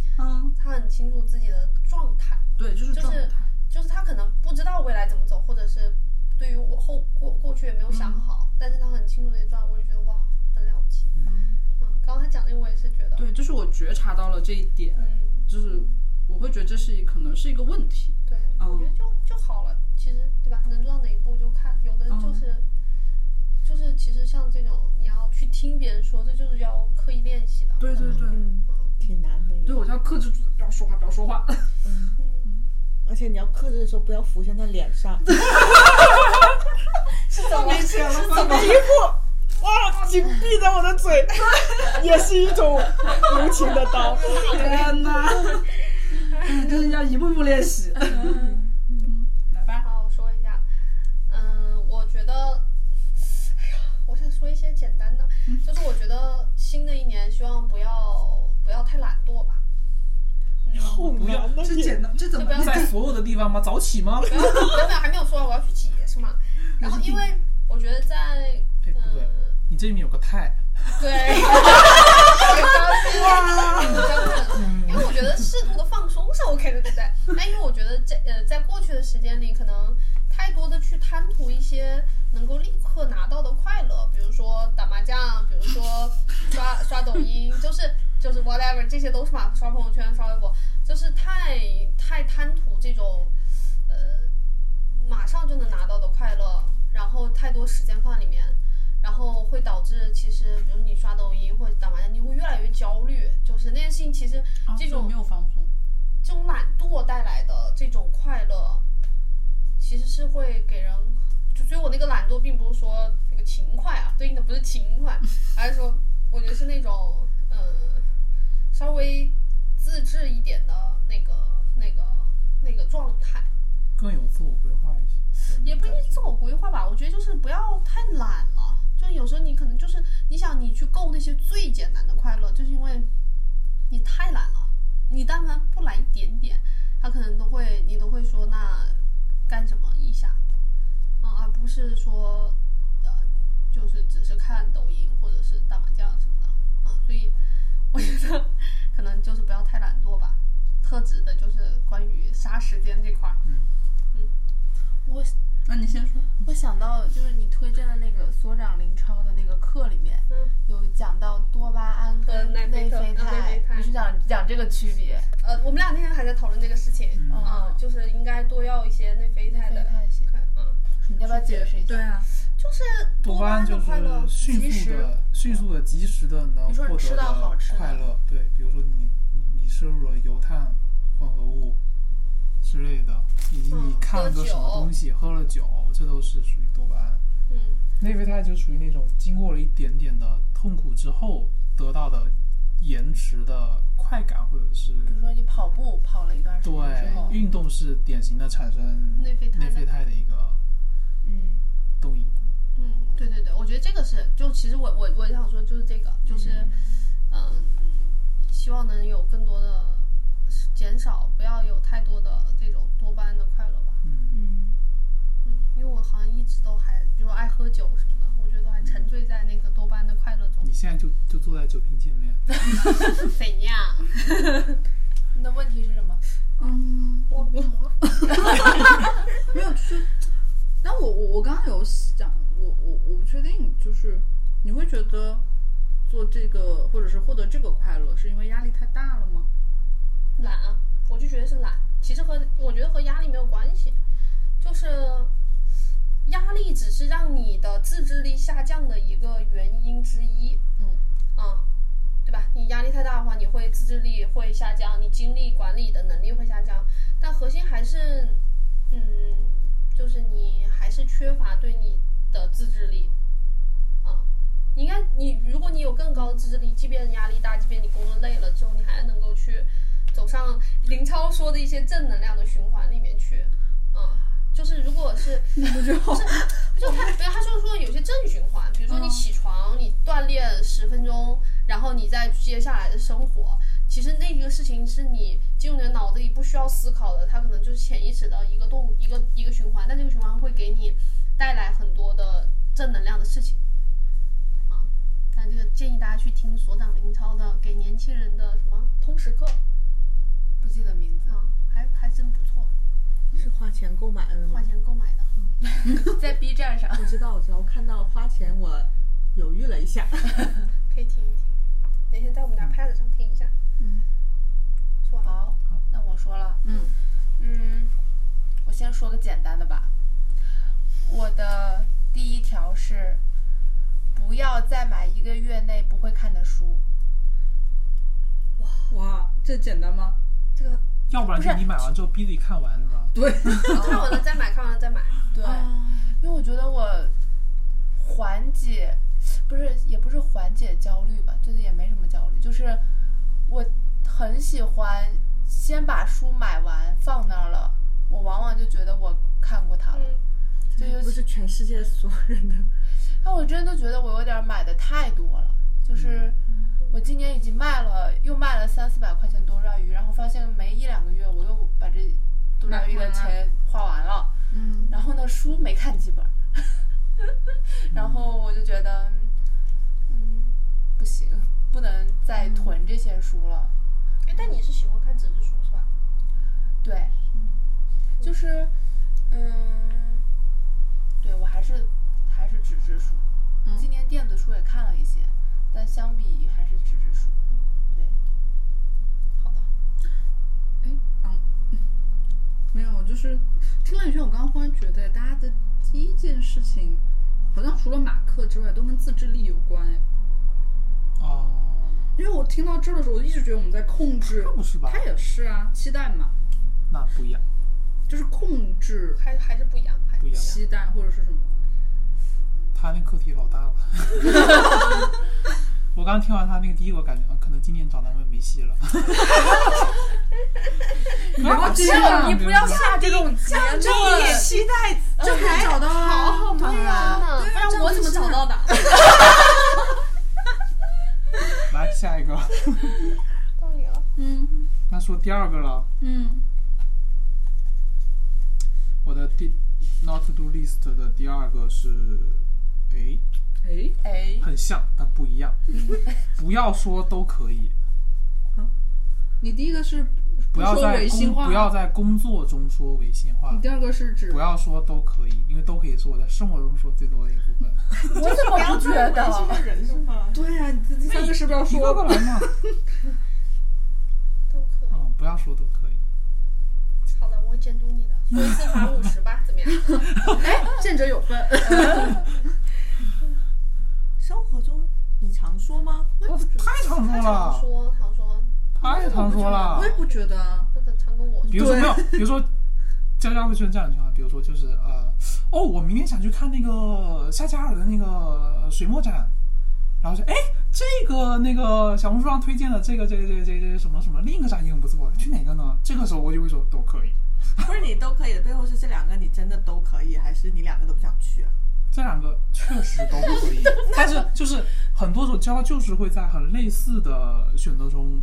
[SPEAKER 1] 嗯，
[SPEAKER 4] 她很清楚自己的状态。
[SPEAKER 1] 对，就是
[SPEAKER 4] 就是
[SPEAKER 1] 状态，
[SPEAKER 4] 就是他可能不知道未来怎么走，或者是对于我后过过去也没有
[SPEAKER 1] 嗯
[SPEAKER 4] 想好，但是他很清楚的一段，我就觉得哇，很了不起。嗯，刚刚他讲那个我也是觉得，
[SPEAKER 1] 对，就是我觉察到了这一点，
[SPEAKER 4] 嗯，
[SPEAKER 1] 就是我会觉得这是一可能是一个问题。
[SPEAKER 4] 对，我觉得就就好了，其实对吧？能做到哪一步就看，有的人就是、就是其实像这种你要去听别人说，这就是要刻意练习的。
[SPEAKER 1] 对对对，
[SPEAKER 5] 嗯，挺难的。
[SPEAKER 1] 对我就要克制住，不要说话，不要说话。
[SPEAKER 4] 嗯，
[SPEAKER 5] 而且你要克制的时候，不要浮现在脸上。
[SPEAKER 4] 是怎么是怎么？
[SPEAKER 5] 每一步，哇，紧闭着我的嘴，也是一种无情的刀。
[SPEAKER 1] 天哪！ 嗯，就是要一步步练习。 嗯，来吧。
[SPEAKER 4] 好，我说一下，嗯，我觉得，哎呀，我想说一些简单的，就是我觉得新的一年希望不要不要太懒惰吧，嗯
[SPEAKER 5] 好
[SPEAKER 3] 不要
[SPEAKER 5] 难的
[SPEAKER 1] 这
[SPEAKER 5] 脸
[SPEAKER 1] 简。单，这怎么
[SPEAKER 4] 这不要
[SPEAKER 3] 在所有的地方吗？早起 吗？
[SPEAKER 4] 不要不要，还没有说完，我要去挤是吗？然后因为我觉得在嗯
[SPEAKER 3] 哎，不对，你这里面有个太，
[SPEAKER 4] 对， 因为我觉得适度的放松是 OK 的，对不对？那因为我觉得在呃，在过去的时间里，可能太多的去贪图一些能够立刻拿到的快乐，比如说打麻将，比如说刷刷抖音，就是就是 whatever，这些都是嘛，刷朋友圈、刷微博，就是太太贪图这种呃马上就能拿到的快乐，然后太多时间放在里面，然后会导致其实，比如你刷抖音或者打麻将，你会越来越焦虑。就是那件事情，其实这种、
[SPEAKER 1] 没有放松。
[SPEAKER 4] 这种懒惰带来的这种快乐，其实是会给人。就所以我那个懒惰，并不是说那个勤快啊，对应的不是勤快，而是说我觉得是那种嗯、呃稍微自制一点的那个那个那个状态。
[SPEAKER 3] 更有自我规划一些。
[SPEAKER 4] 也不一定是自我规划吧，我觉得就是不要太懒了。就有时候你可能就是你想你去够那些最简单的快乐，就是因为你太懒了。你但凡不懒一点点，他可能都会你都会说那干什么一下，嗯，而不是说呃就是只是看抖音或者是打麻将什么的，嗯，所以我觉得可能就是不要太懒惰吧。特指的就是关于杀时间这块儿，
[SPEAKER 2] 我
[SPEAKER 1] 那你先说。
[SPEAKER 2] 我想到就是你推荐的那个所长林超的那个课里面，
[SPEAKER 4] 嗯
[SPEAKER 2] 有讲到多巴胺跟
[SPEAKER 4] 和
[SPEAKER 2] 内
[SPEAKER 4] 内啡
[SPEAKER 2] 啡
[SPEAKER 4] 肽嗯内啡肽
[SPEAKER 2] 肽，你是讲讲这个区别？
[SPEAKER 4] 呃，我们俩那天还在讨论这个事情，嗯，
[SPEAKER 2] 嗯
[SPEAKER 4] 就是应该多要一些内啡
[SPEAKER 2] 内
[SPEAKER 4] 肽
[SPEAKER 2] 啡
[SPEAKER 4] 的，
[SPEAKER 2] 肽型，
[SPEAKER 4] 看，嗯，
[SPEAKER 2] 你要不要解释一下？
[SPEAKER 1] 对啊，
[SPEAKER 4] 就是
[SPEAKER 3] 多巴胺
[SPEAKER 4] 胺
[SPEAKER 3] 就
[SPEAKER 4] 的快乐
[SPEAKER 3] 是，迅速的、迅速的、及时的能
[SPEAKER 2] 你说
[SPEAKER 3] 获
[SPEAKER 2] 你
[SPEAKER 3] 得
[SPEAKER 2] 吃到好
[SPEAKER 3] 的
[SPEAKER 2] 吃的
[SPEAKER 3] 快乐。对，比如说你你你摄入了油碳混合物之类的，以及你
[SPEAKER 4] 嗯
[SPEAKER 3] 看了
[SPEAKER 4] 喝
[SPEAKER 3] 个什么
[SPEAKER 4] 酒
[SPEAKER 3] 东西，喝了酒，这都是属于多巴胺。
[SPEAKER 4] 嗯
[SPEAKER 3] 内啡肽就属于那种经过了一点点的痛苦之后得到的延迟的快感，或者是
[SPEAKER 2] 比如说你跑步跑了一段时间之后
[SPEAKER 3] 对，运动是典型的产生
[SPEAKER 4] 内啡肽的
[SPEAKER 3] 内啡肽的一个
[SPEAKER 2] 嗯，
[SPEAKER 3] 动因。
[SPEAKER 4] 嗯，对对对，我觉得这个是，就其实我我我想说就是这个，就是，嗯嗯，希望能有更多的减少，不要有太多的这种多巴胺的快乐吧，
[SPEAKER 3] 嗯，
[SPEAKER 4] 嗯，因为我好像一直都还，比如说爱喝酒什么的，我觉得还沉醉在那个多巴胺的快乐中
[SPEAKER 3] 嗯你， 现在就就坐在酒瓶前面。
[SPEAKER 4] 怎样？
[SPEAKER 2] 你的问题是什么？
[SPEAKER 1] 嗯，
[SPEAKER 4] 我
[SPEAKER 1] 没有，就是，但我我我刚刚有想，我我我不确定，就是你会觉得做这个或者是获得这个快乐，是因为压力太大了吗？
[SPEAKER 4] 懒啊，我就觉得是懒。其实和我觉得和压力没有关系，就是压力只是让你的自制力下降的一个原因之一。
[SPEAKER 1] 嗯
[SPEAKER 4] 啊，对吧？你压力太大的话，你会自制力会下降，你精力管理的能力会下降。但核心还是，嗯，就是你还是缺乏对你的自制力。啊，你应该你如果你有更高的自制力，即便压力大，即便你工作累了之后，你还能够去走上林超说的一些正能量的循环里面去。啊，就是如果是
[SPEAKER 1] 我觉得好
[SPEAKER 4] 就他，对，他就是说有些正循环，比如说你起床，你锻炼十分钟，然后你再接下来的生活，其实那个事情是你进入你的脑子里不需要思考的，它可能就是潜意识的一个动一个一个循环，但这个循环会给你带来很多的正能量的事情。啊，但这个建议大家去听所长林超的给年轻人的什么通识课
[SPEAKER 2] 不记得名字。
[SPEAKER 4] 啊，还还真不错。
[SPEAKER 5] 是花钱购买的吗
[SPEAKER 4] 花？钱购买的。
[SPEAKER 2] 在 B 站上，
[SPEAKER 5] 我知道，我知道，我看到花钱我犹豫了一下。
[SPEAKER 4] 可以听一听，哪天在我们家 Pad 上听一下。
[SPEAKER 1] 嗯，
[SPEAKER 4] 说完了。
[SPEAKER 2] 好，那我说了，
[SPEAKER 1] 嗯
[SPEAKER 2] 嗯，我先说个简单的吧。我的第一条是，不要再买一个月内不会看的书。
[SPEAKER 1] 哇，这简单吗？
[SPEAKER 4] 这个
[SPEAKER 3] 要不然就是你买完之后逼自己看完是吧？
[SPEAKER 1] 对，
[SPEAKER 4] 看完了再买，看完了再买。
[SPEAKER 2] 对，
[SPEAKER 5] 啊
[SPEAKER 2] 因为我觉得我缓解，不是也不是缓解焦虑吧，最近也没什么焦虑，就是我很喜欢先把书买完放那儿了，我往往就觉得我看过它了，
[SPEAKER 4] 嗯，
[SPEAKER 2] 就尤
[SPEAKER 5] 不
[SPEAKER 2] 其
[SPEAKER 5] 是全世界所有 人的，
[SPEAKER 2] 但我真的觉得我有点买的太多了，就是
[SPEAKER 5] 嗯
[SPEAKER 2] 我今年已经卖了，又卖了三四百块钱多抓鱼，然后发现没一两个月，我又把这多抓鱼的钱花完了。
[SPEAKER 1] 嗯，
[SPEAKER 2] 然后呢，书没看几本儿， 然后我就觉得，嗯，不行，不能再囤这些书了。
[SPEAKER 4] 哎，但你是喜欢看纸质书是吧？
[SPEAKER 2] 对，就是，嗯，对我还是还是纸质书。今年电子书也看了一些，但相比还是纸质书。对，
[SPEAKER 4] 好的，
[SPEAKER 1] 哎，嗯，没有，就是听了一圈，我刚刚忽然觉得，大家的第一件事情，好像除了马克之外，都跟自制力有关哎。
[SPEAKER 3] 哦，
[SPEAKER 1] 因为我听到这儿的时候，我一直觉得我们在控制
[SPEAKER 3] 那，不是吧？
[SPEAKER 1] 他也是啊，期待嘛，
[SPEAKER 3] 那不一样，
[SPEAKER 1] 就是控制
[SPEAKER 4] 还还是不一样，还是
[SPEAKER 3] 不一样
[SPEAKER 1] 期待或者是什么。
[SPEAKER 3] 他那课题老大了。我刚听完他那个第一个，我感觉啊，可能今年找男朋友没戏了。
[SPEAKER 1] 不要啊这
[SPEAKER 2] 样
[SPEAKER 1] 样，
[SPEAKER 2] 你不要下这种结论。
[SPEAKER 5] 期待
[SPEAKER 1] 这还找到好
[SPEAKER 2] 对呀、
[SPEAKER 6] 不然我怎么找到的？
[SPEAKER 3] 来下一个，
[SPEAKER 4] 道理了。
[SPEAKER 1] 嗯
[SPEAKER 3] 那说第二个了。
[SPEAKER 1] 嗯
[SPEAKER 3] 我的第 not to do list 的第二个是，诶，
[SPEAKER 1] 哎，
[SPEAKER 2] 哎，
[SPEAKER 3] 很像但不一样。不要说都可以，
[SPEAKER 1] 你第一个是
[SPEAKER 3] 不要
[SPEAKER 1] 说
[SPEAKER 3] 在
[SPEAKER 1] 违心
[SPEAKER 3] 工
[SPEAKER 1] 话，
[SPEAKER 3] 不要在工作中说违心话
[SPEAKER 1] 你，第二个是指
[SPEAKER 3] 不要说都可以，因为都可以是我在生活中说最多的一部分。
[SPEAKER 2] 我怎么不觉
[SPEAKER 5] 是
[SPEAKER 2] 得？
[SPEAKER 5] 个人是吗？
[SPEAKER 1] 对呀、你第第三个是不是要
[SPEAKER 3] 一个个
[SPEAKER 1] 说？
[SPEAKER 3] 来嘛，
[SPEAKER 4] 都可以。
[SPEAKER 3] 嗯，不要说都可以。
[SPEAKER 4] 好的，我会监督你的。说一次罚五十吧，怎么样？
[SPEAKER 1] 哎，见者有 份。
[SPEAKER 5] 生活中你常说吗？
[SPEAKER 3] 我太常说
[SPEAKER 4] 他常
[SPEAKER 3] 了，
[SPEAKER 4] 说，常说，
[SPEAKER 3] 太常说了
[SPEAKER 1] 我。也不觉得啊。
[SPEAKER 4] 那个常跟我
[SPEAKER 3] 比
[SPEAKER 4] 说。
[SPEAKER 3] 如说没有，比如说娇娇会出现这样的情况，比如说就是呃，哦，我明天想去看那个夏加尔的那个水墨展，然后说哎，这个那个小红书上推荐的这个这个这个这个这个什么什么另一个展也很不错，去哪个呢？这个时候我就会说都可以，
[SPEAKER 5] 不是你都可以的，背后是这两个你真的都可以，还是你两个都不想去、啊？
[SPEAKER 3] 这两个确实都可 以，但是就是很多时候娇娇就是会在很类似的选择中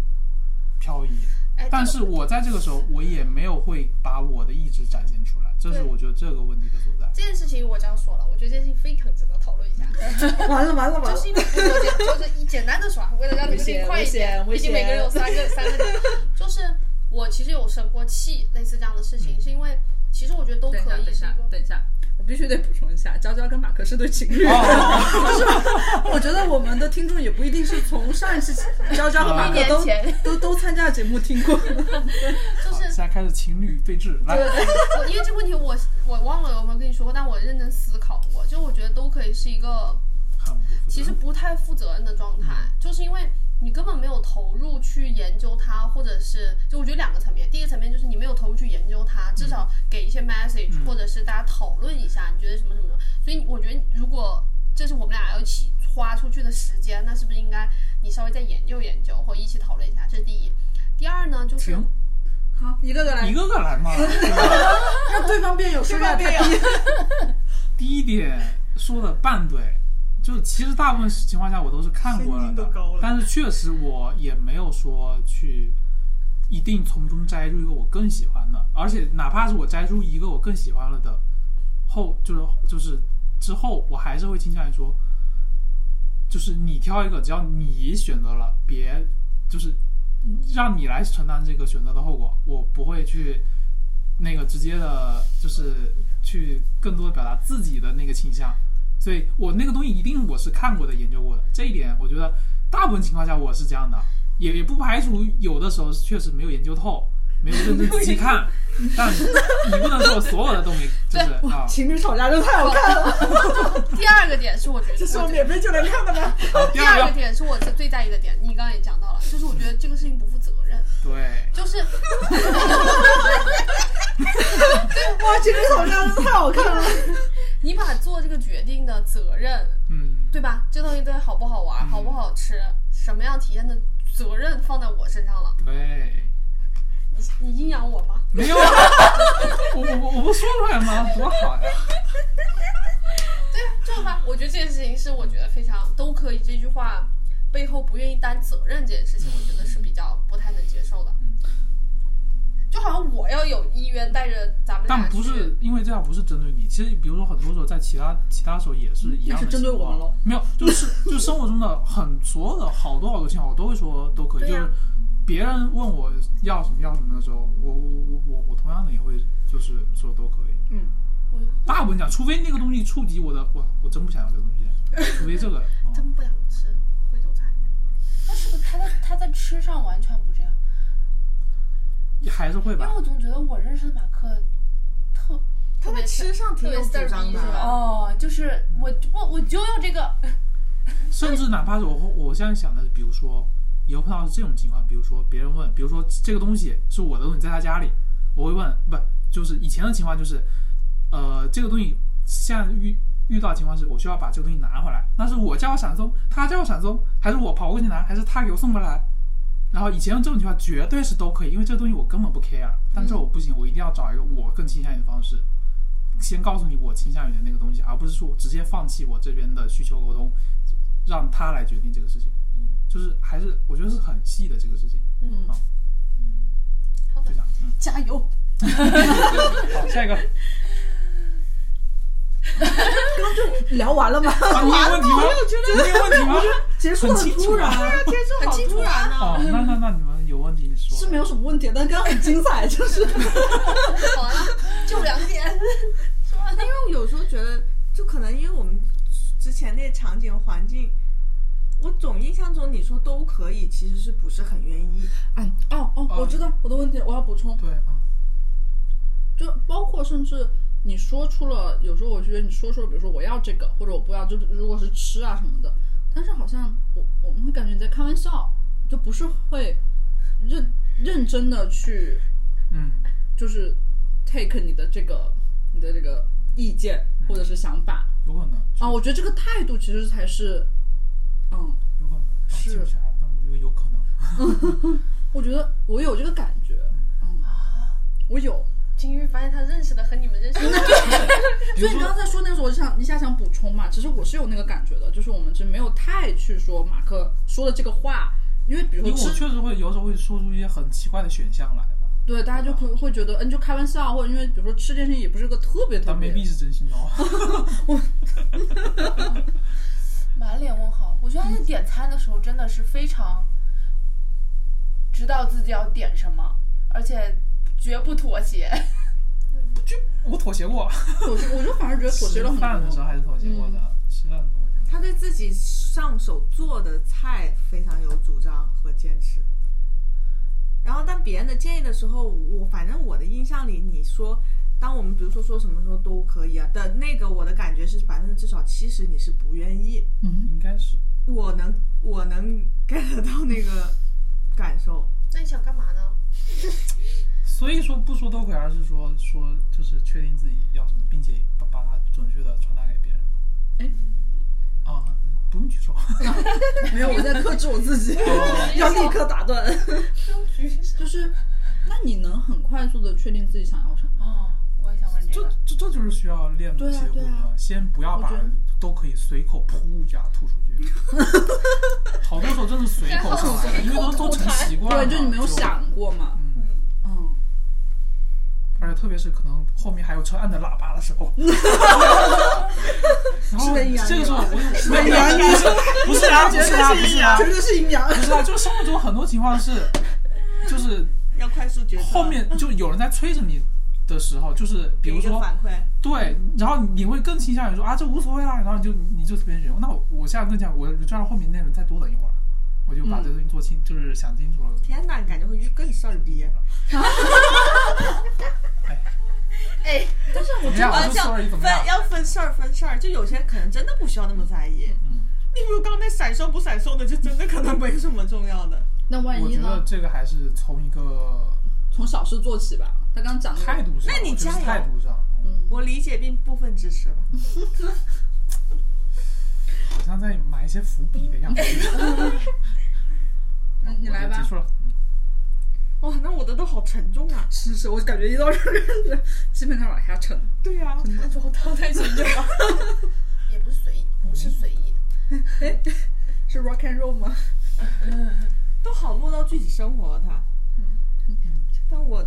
[SPEAKER 3] 漂移。
[SPEAKER 4] 哎，
[SPEAKER 3] 但
[SPEAKER 4] 这
[SPEAKER 3] 是
[SPEAKER 4] 个
[SPEAKER 3] 我在这个时候，我也没有会把我的意志展现出来，这是
[SPEAKER 4] 对
[SPEAKER 3] 我觉得这个问题的所在。
[SPEAKER 4] 这件事情我就要说了，我觉得这件事情非常值得讨论一下，
[SPEAKER 5] 完了完了
[SPEAKER 4] 就
[SPEAKER 5] 完了
[SPEAKER 4] 是！ 因为不了解，就是一简单的耍，为了让这个事情快一点，
[SPEAKER 5] 危
[SPEAKER 4] 毕竟
[SPEAKER 5] 险危险
[SPEAKER 4] 每个人有三个三个点，就是我其实有生过气，类似这样的事
[SPEAKER 5] 嗯
[SPEAKER 4] 情，是因为其实我觉得都
[SPEAKER 1] 等一下，
[SPEAKER 4] 可
[SPEAKER 1] 等
[SPEAKER 4] 以，
[SPEAKER 1] 一
[SPEAKER 4] 是
[SPEAKER 1] 下
[SPEAKER 4] 一，个
[SPEAKER 1] 等一下，我必须得补充一下，娇娇跟马克是对情侣。 我觉得我们的听众也不一定是从上一期娇娇和马克
[SPEAKER 2] 一年 前
[SPEAKER 1] 都都都参加节目听过。
[SPEAKER 4] 就
[SPEAKER 3] 好，
[SPEAKER 4] 是
[SPEAKER 3] 现在开始情侣对峙，来，
[SPEAKER 4] 我因为这个问题我我忘了有没有跟你说过，但我认真思考过，就我觉得都可以是一个
[SPEAKER 3] 很不负责
[SPEAKER 4] 其实不太负责任的状态，
[SPEAKER 6] 嗯
[SPEAKER 4] 就是因为你根本没有投入去研究它，或者是就我觉得两个层面，第一个层面就是你没有投入去研究它，
[SPEAKER 6] 嗯
[SPEAKER 4] 至少给一些 message、
[SPEAKER 3] 嗯
[SPEAKER 4] 或者是大家讨论一下，你觉得什么什么什么。所以我觉得如果这是我们俩要一起花出去的时间，那是不是应该你稍微再研究研究，或一起讨论一下？这是第一。第二呢，就是
[SPEAKER 3] 停，
[SPEAKER 1] 好，一个个来
[SPEAKER 3] 一，个个来 嘛。对吧
[SPEAKER 1] 让对方变有说法。太低
[SPEAKER 3] 第一点说的半对，就是其实大部分情况下我都是看过了
[SPEAKER 5] 声音都
[SPEAKER 3] 的，
[SPEAKER 5] 高了
[SPEAKER 3] 但是确实我也没有说去一定从中摘出一个我更喜欢的，而且哪怕是我摘出一个我更喜欢了的后，就是就是之后，我还是会倾向于说，就是你挑一个，只要你选择了，别就是让你来承担这个选择的后果，我不会去那个直接的，就是去更多的表达自己的那个倾向。所以我那个东西一定我是看过的、研究过的，这一点我觉得大部分情况下我是这样的，也也不排除有的时候是确实没有研究透，没有认真仔细 看，但你不能说我所有的都没，就是啊，
[SPEAKER 5] 情侣吵架就太好看了，
[SPEAKER 6] 第二个点是我觉得
[SPEAKER 5] 这是
[SPEAKER 6] 我
[SPEAKER 5] 我免费就能看的吗？
[SPEAKER 3] 好
[SPEAKER 6] 第
[SPEAKER 3] 第
[SPEAKER 6] 二个
[SPEAKER 3] 二个，
[SPEAKER 6] 点是我最在意的点，你刚刚也讲到了，就是我觉得这个事情不负责任，
[SPEAKER 3] 对。
[SPEAKER 6] 就是
[SPEAKER 5] 哇，情侣吵 架真的太好看了。
[SPEAKER 6] 你把做这个决定的责任，
[SPEAKER 3] 嗯，
[SPEAKER 6] 对吧？这东西到底好不好玩，好不好吃，什么样体验的责任放在我身上了，
[SPEAKER 3] 对，
[SPEAKER 6] 你你阴阳我 吗？
[SPEAKER 3] 没有啊，我我我我不说出来吗？多好呀！
[SPEAKER 6] 就是吧，我觉得这件事情是我觉得非常都可以，这句话背后不愿意担责任这件事情，我觉得是比较不太能接受的
[SPEAKER 3] 嗯。
[SPEAKER 6] 就好像我要有意愿带着咱们俩
[SPEAKER 3] 但不
[SPEAKER 6] 去
[SPEAKER 3] 是因为这样，不是针对你。其实，比如说很多时候在其他其他时候也是一样的情况。
[SPEAKER 5] 那是针对我们咯
[SPEAKER 3] 没有，就是 就生活中的很所有的好多好多情况，我都会说都可以。
[SPEAKER 6] 对
[SPEAKER 3] 就
[SPEAKER 6] 呀
[SPEAKER 3] 是别人问我要什么要什么的时候，我我我我我同样的也会就是说都可以。
[SPEAKER 5] 嗯，
[SPEAKER 3] 大部分讲，除非那个东西触及我的，我我真不想要这个东西，除非这个。嗯
[SPEAKER 6] 真不想吃贵州菜。
[SPEAKER 2] 但是他在他在吃上完全不这样，
[SPEAKER 3] 还是会
[SPEAKER 2] 因
[SPEAKER 3] 吧
[SPEAKER 2] 为，我总觉得我认识的马克特
[SPEAKER 5] 他们吃上挺有主张的啊，
[SPEAKER 2] 哦，就是我我我就要这个，
[SPEAKER 3] 甚至哪怕是我我现在想的，比如说以后碰到这种情况，比如说别人问，比如说这个东西是我的东西，在他家里，我会问，不就是以前的情况就是，呃，这个东西现在遇遇到情况是我需要把这个东西拿回来，那是我叫我闪送，他叫我闪送，还是我跑过去拿，还是他给我送回来？然后以前的这种情况绝对是都可以，因为这个东西我根本不 care，但这我不行，我一定要找一个我更倾向于的方式。先告诉你我倾向于的那个东西，而不是说我直接放弃我这边的需求沟通，让他来决定这个事情。就是还是我觉得是很细的这个事情。
[SPEAKER 1] 嗯
[SPEAKER 3] 啊，
[SPEAKER 6] 好
[SPEAKER 3] 就这样。嗯，
[SPEAKER 6] 加油！
[SPEAKER 3] 好，下一个，
[SPEAKER 5] 刚刚就聊完了吗？
[SPEAKER 3] 啊，你有问题吗？你有问题吗？
[SPEAKER 5] 结束得很突然，
[SPEAKER 3] 很
[SPEAKER 6] 很清
[SPEAKER 5] 啊
[SPEAKER 6] 楚然呢。
[SPEAKER 3] 啊哦，那那那你们有问题你说。
[SPEAKER 5] 是没有什么问题，但刚刚很精彩，就是
[SPEAKER 6] 好了，就两点。
[SPEAKER 5] 因为
[SPEAKER 4] 有时候觉得
[SPEAKER 5] 就可能因为我们之前那些场景环境，我总印象中你说都可以，其实是不是很愿意？嗯，哦哦，我知道我的问题，我要补充，
[SPEAKER 3] 对啊，
[SPEAKER 1] 就包括甚至你说出了，有时候我觉得你说出了，比如说我要这个或者我不要，就如果是吃啊什么的，但是好像我我们会感觉你在开玩笑，就不是会认认真的去
[SPEAKER 3] 嗯
[SPEAKER 1] 就是 take 你的这个你的这个意见或者是想法
[SPEAKER 3] 有可能
[SPEAKER 1] 啊、我觉得这个态度其实才是，嗯，
[SPEAKER 3] 有可能啊
[SPEAKER 1] 是
[SPEAKER 3] 记不起来，但我觉得有可能。
[SPEAKER 1] 我觉得我有这个感觉，嗯，我有。
[SPEAKER 6] 金玉发现他认识的和你们认识的，
[SPEAKER 3] 比
[SPEAKER 1] 所
[SPEAKER 3] 如
[SPEAKER 1] 以你刚
[SPEAKER 3] 说，
[SPEAKER 1] 才说那时候，我就想一下想补充嘛，其实我是有那个感觉的，就是我们其实没有太去说马克说的这个话，因为比
[SPEAKER 3] 因为
[SPEAKER 1] 如说
[SPEAKER 3] 我
[SPEAKER 1] 吃，
[SPEAKER 3] 确实会有时候会说出一些很奇怪的选项来吧，
[SPEAKER 1] 对大家就会会觉得，嗯，就开玩笑，或者因为比如说吃这件事情也不是个特别特
[SPEAKER 3] 但
[SPEAKER 1] 别
[SPEAKER 3] 没必是真心的哦。
[SPEAKER 2] 满脸问号。我觉得他在点餐的时候真的是非常知道自己要点什么，而且绝不妥 协。
[SPEAKER 3] 我妥协过，
[SPEAKER 1] 妥协，我就反而觉得妥协了
[SPEAKER 3] 吃饭
[SPEAKER 1] 很
[SPEAKER 3] 的时
[SPEAKER 1] 多。
[SPEAKER 3] 候还是妥协过的，吃饭的时候我觉得
[SPEAKER 5] 他对自己上手做的菜非常有主张和坚持。然后，当别人的建议的时候，我反正我的印象里，你说，当我们比如说说什么时候都可以啊的那个，我的感觉是百分之至少七十你是不愿意，
[SPEAKER 1] 嗯
[SPEAKER 3] 应该是。
[SPEAKER 5] 我能我能 get 到那个感受。
[SPEAKER 6] 那你想干嘛呢？
[SPEAKER 3] 所以说不说都可以，而是说说就是确定自己要什么，并且把把它准确的传达给别人。
[SPEAKER 1] 哎，
[SPEAKER 3] 啊、不用举手。
[SPEAKER 5] 没有，我在克制我自己，
[SPEAKER 3] 哦
[SPEAKER 5] 要立刻打断。
[SPEAKER 1] 就是，那你能很快速的确定自己想要什么？
[SPEAKER 2] 哦，我也想问这
[SPEAKER 3] 这
[SPEAKER 2] 个。
[SPEAKER 3] 这这就是需要练
[SPEAKER 1] 啊对
[SPEAKER 3] 的
[SPEAKER 1] 啊
[SPEAKER 3] 结果
[SPEAKER 1] 对啊
[SPEAKER 3] 先不要
[SPEAKER 1] 我
[SPEAKER 3] 把
[SPEAKER 1] 觉得
[SPEAKER 3] 都可以随口噗一下吐出去。 好多时候真是随口上来的，因为都都成习惯了。
[SPEAKER 1] 对，就你没有想过嘛？
[SPEAKER 3] 嗯，
[SPEAKER 1] 嗯，
[SPEAKER 3] 而且特别是可能后面还有车按着喇叭的时 候，然后
[SPEAKER 5] 的阴阳
[SPEAKER 3] 这个时候我
[SPEAKER 1] 啊
[SPEAKER 5] 是
[SPEAKER 3] 我
[SPEAKER 5] 的阴阳
[SPEAKER 3] 不是不是啊，不是啊，不是啊，
[SPEAKER 5] 绝对是阴阳，
[SPEAKER 3] 不是啊，就生活中很多情况是，就是
[SPEAKER 5] 要快速决断。
[SPEAKER 3] 后面就有人在催着你的时候，就是比
[SPEAKER 5] 给
[SPEAKER 3] 如
[SPEAKER 5] 一个
[SPEAKER 3] 说
[SPEAKER 5] 反馈，
[SPEAKER 3] 对，然后你会更倾向于说啊这无所谓啦，然后你就你就随便选。那我我现在更讲，我就让后面那人再多等一会儿，我就把
[SPEAKER 1] 嗯
[SPEAKER 3] 这东西做清，就是想清楚了。
[SPEAKER 5] 天哪，你感觉会更事儿逼。
[SPEAKER 4] 哎，
[SPEAKER 5] 但是我
[SPEAKER 3] 怎么
[SPEAKER 5] 真
[SPEAKER 3] 啊样？我
[SPEAKER 5] 的
[SPEAKER 3] 说
[SPEAKER 5] 想
[SPEAKER 3] sorry 怎么
[SPEAKER 5] 分
[SPEAKER 3] 样？
[SPEAKER 5] 要分事儿分事儿，就有些人可能真的不需要那么在意。
[SPEAKER 3] 嗯，
[SPEAKER 5] 例如刚才闪送不闪送的，就真的可能没什么重要的。
[SPEAKER 1] 那万
[SPEAKER 3] 我
[SPEAKER 1] 一
[SPEAKER 3] 觉得
[SPEAKER 1] 呢？
[SPEAKER 3] 这个还是从一个
[SPEAKER 1] 从小事做起吧。他刚刚讲的
[SPEAKER 3] 态度上，
[SPEAKER 5] 那你
[SPEAKER 3] 我觉得
[SPEAKER 5] 加
[SPEAKER 3] 是
[SPEAKER 5] 油
[SPEAKER 3] 态度上，嗯
[SPEAKER 5] 我理解并部分支持吧。
[SPEAKER 3] 好像在埋一些伏笔的样子。
[SPEAKER 5] 嗯
[SPEAKER 1] 那你来吧
[SPEAKER 3] 我就结束了。嗯
[SPEAKER 5] 哇，那我的都好沉重啊。
[SPEAKER 1] 是是，我感觉一到这儿，基本上往下沉。
[SPEAKER 5] 对呀、啊，
[SPEAKER 4] 也不是随意，不是随意，
[SPEAKER 1] 是 rock and roll 吗？
[SPEAKER 5] 都好落到具体生活了它。但我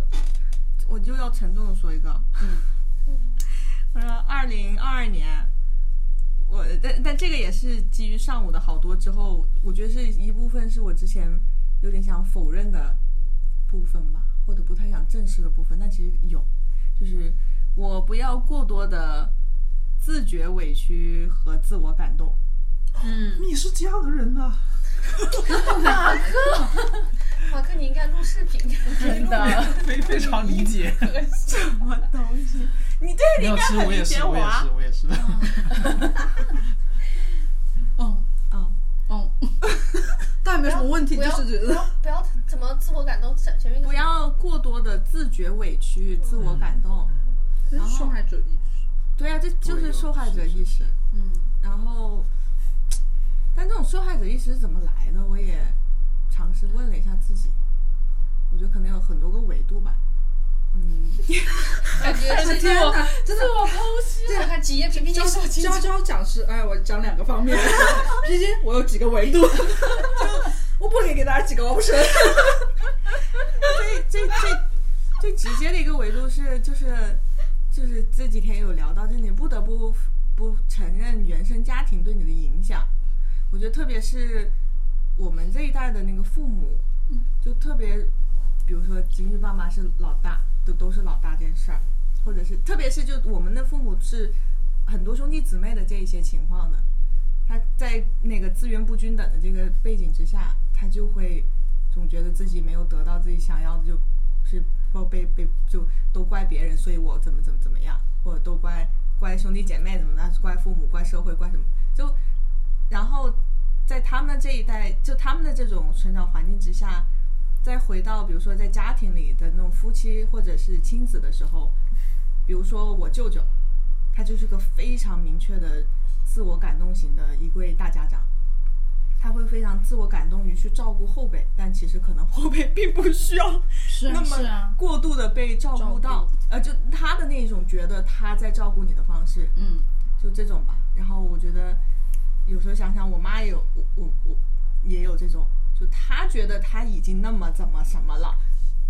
[SPEAKER 5] 我就要沉重的说一个，嗯，我说二零二二年，我但但这个也是基于上午的好多之后，我觉得是一部分是我之前有点想否认的部分吧，或者不太想正视的部分，但其实有，就是我不要过多的自觉委屈和自我感动。
[SPEAKER 1] 嗯，
[SPEAKER 3] 你是这样的人呢、
[SPEAKER 4] 马克，啊你应该录视频，
[SPEAKER 2] 真的，
[SPEAKER 3] 非非常理解。
[SPEAKER 5] 什么东西？你对
[SPEAKER 3] 没
[SPEAKER 5] 你应
[SPEAKER 3] 有，
[SPEAKER 5] 该
[SPEAKER 3] 其实
[SPEAKER 5] 很
[SPEAKER 3] 我也
[SPEAKER 5] 理解
[SPEAKER 3] 是，我也
[SPEAKER 5] 啊
[SPEAKER 3] 是，。我也是。
[SPEAKER 1] 哦
[SPEAKER 5] 嗯，
[SPEAKER 1] 哦，倒也 没什么问题，
[SPEAKER 4] 不
[SPEAKER 1] 就
[SPEAKER 4] 要
[SPEAKER 1] 是觉
[SPEAKER 4] 不
[SPEAKER 1] 得
[SPEAKER 4] 要不要怎么自我感动，前前面
[SPEAKER 5] 不要过多的自觉委屈、自我感动。
[SPEAKER 1] 这 是受害者意识。
[SPEAKER 5] 对啊，这就是受害者意识。
[SPEAKER 1] 嗯，
[SPEAKER 5] 然后，但这种受害者意识是怎么来的？我也尝试问了一下自己，我觉得可能有很多个维度吧。嗯，
[SPEAKER 4] 感觉
[SPEAKER 1] 我的天哪，真的
[SPEAKER 4] 这还啊几页 PPT
[SPEAKER 1] 教
[SPEAKER 4] 说清
[SPEAKER 1] 教
[SPEAKER 4] 楚，
[SPEAKER 1] 教讲师，哎，我讲两个方 面，毕竟我有几个 维度，就我不理给大家几个，我不说。
[SPEAKER 5] 最最最最直接的一个维度是，就是就是这几天有聊到，就是你不得不不承认原生家庭对你的影响。我觉得特别是我们这一代的那个父母，就特别，比如说今日爸妈是老大，都都是老大这件事儿，或者是特别是就我们的父母是很多兄弟姊妹的这一些情况的，他在那个资源不均等的这个背景之下，他就会总觉得自己没有得到自己想要的，就是说被被就都怪别人，所以我怎么怎么怎么样，或者都怪怪兄弟姐妹怎么样，怪父母、怪社会、怪什么，就然后在他们这一代，就他们的这种成长环境之下，再回到比如说在家庭里的那种夫妻或者是亲子的时候，比如说我舅舅，他就是个非常明确的自我感动型的一位大家长，他会非常自我感动于去照顾后辈，但其实可能后辈并不需要
[SPEAKER 1] 是
[SPEAKER 5] 那
[SPEAKER 1] 是
[SPEAKER 5] 么
[SPEAKER 1] 啊，
[SPEAKER 5] 过度的被照顾到，呃，就他的那一种觉得他在照顾你的方式，
[SPEAKER 1] 嗯，
[SPEAKER 5] 就这种吧。然后我觉得有时候想想，我妈也有，我我我也有这种，就她觉得她已经那么怎么什么了，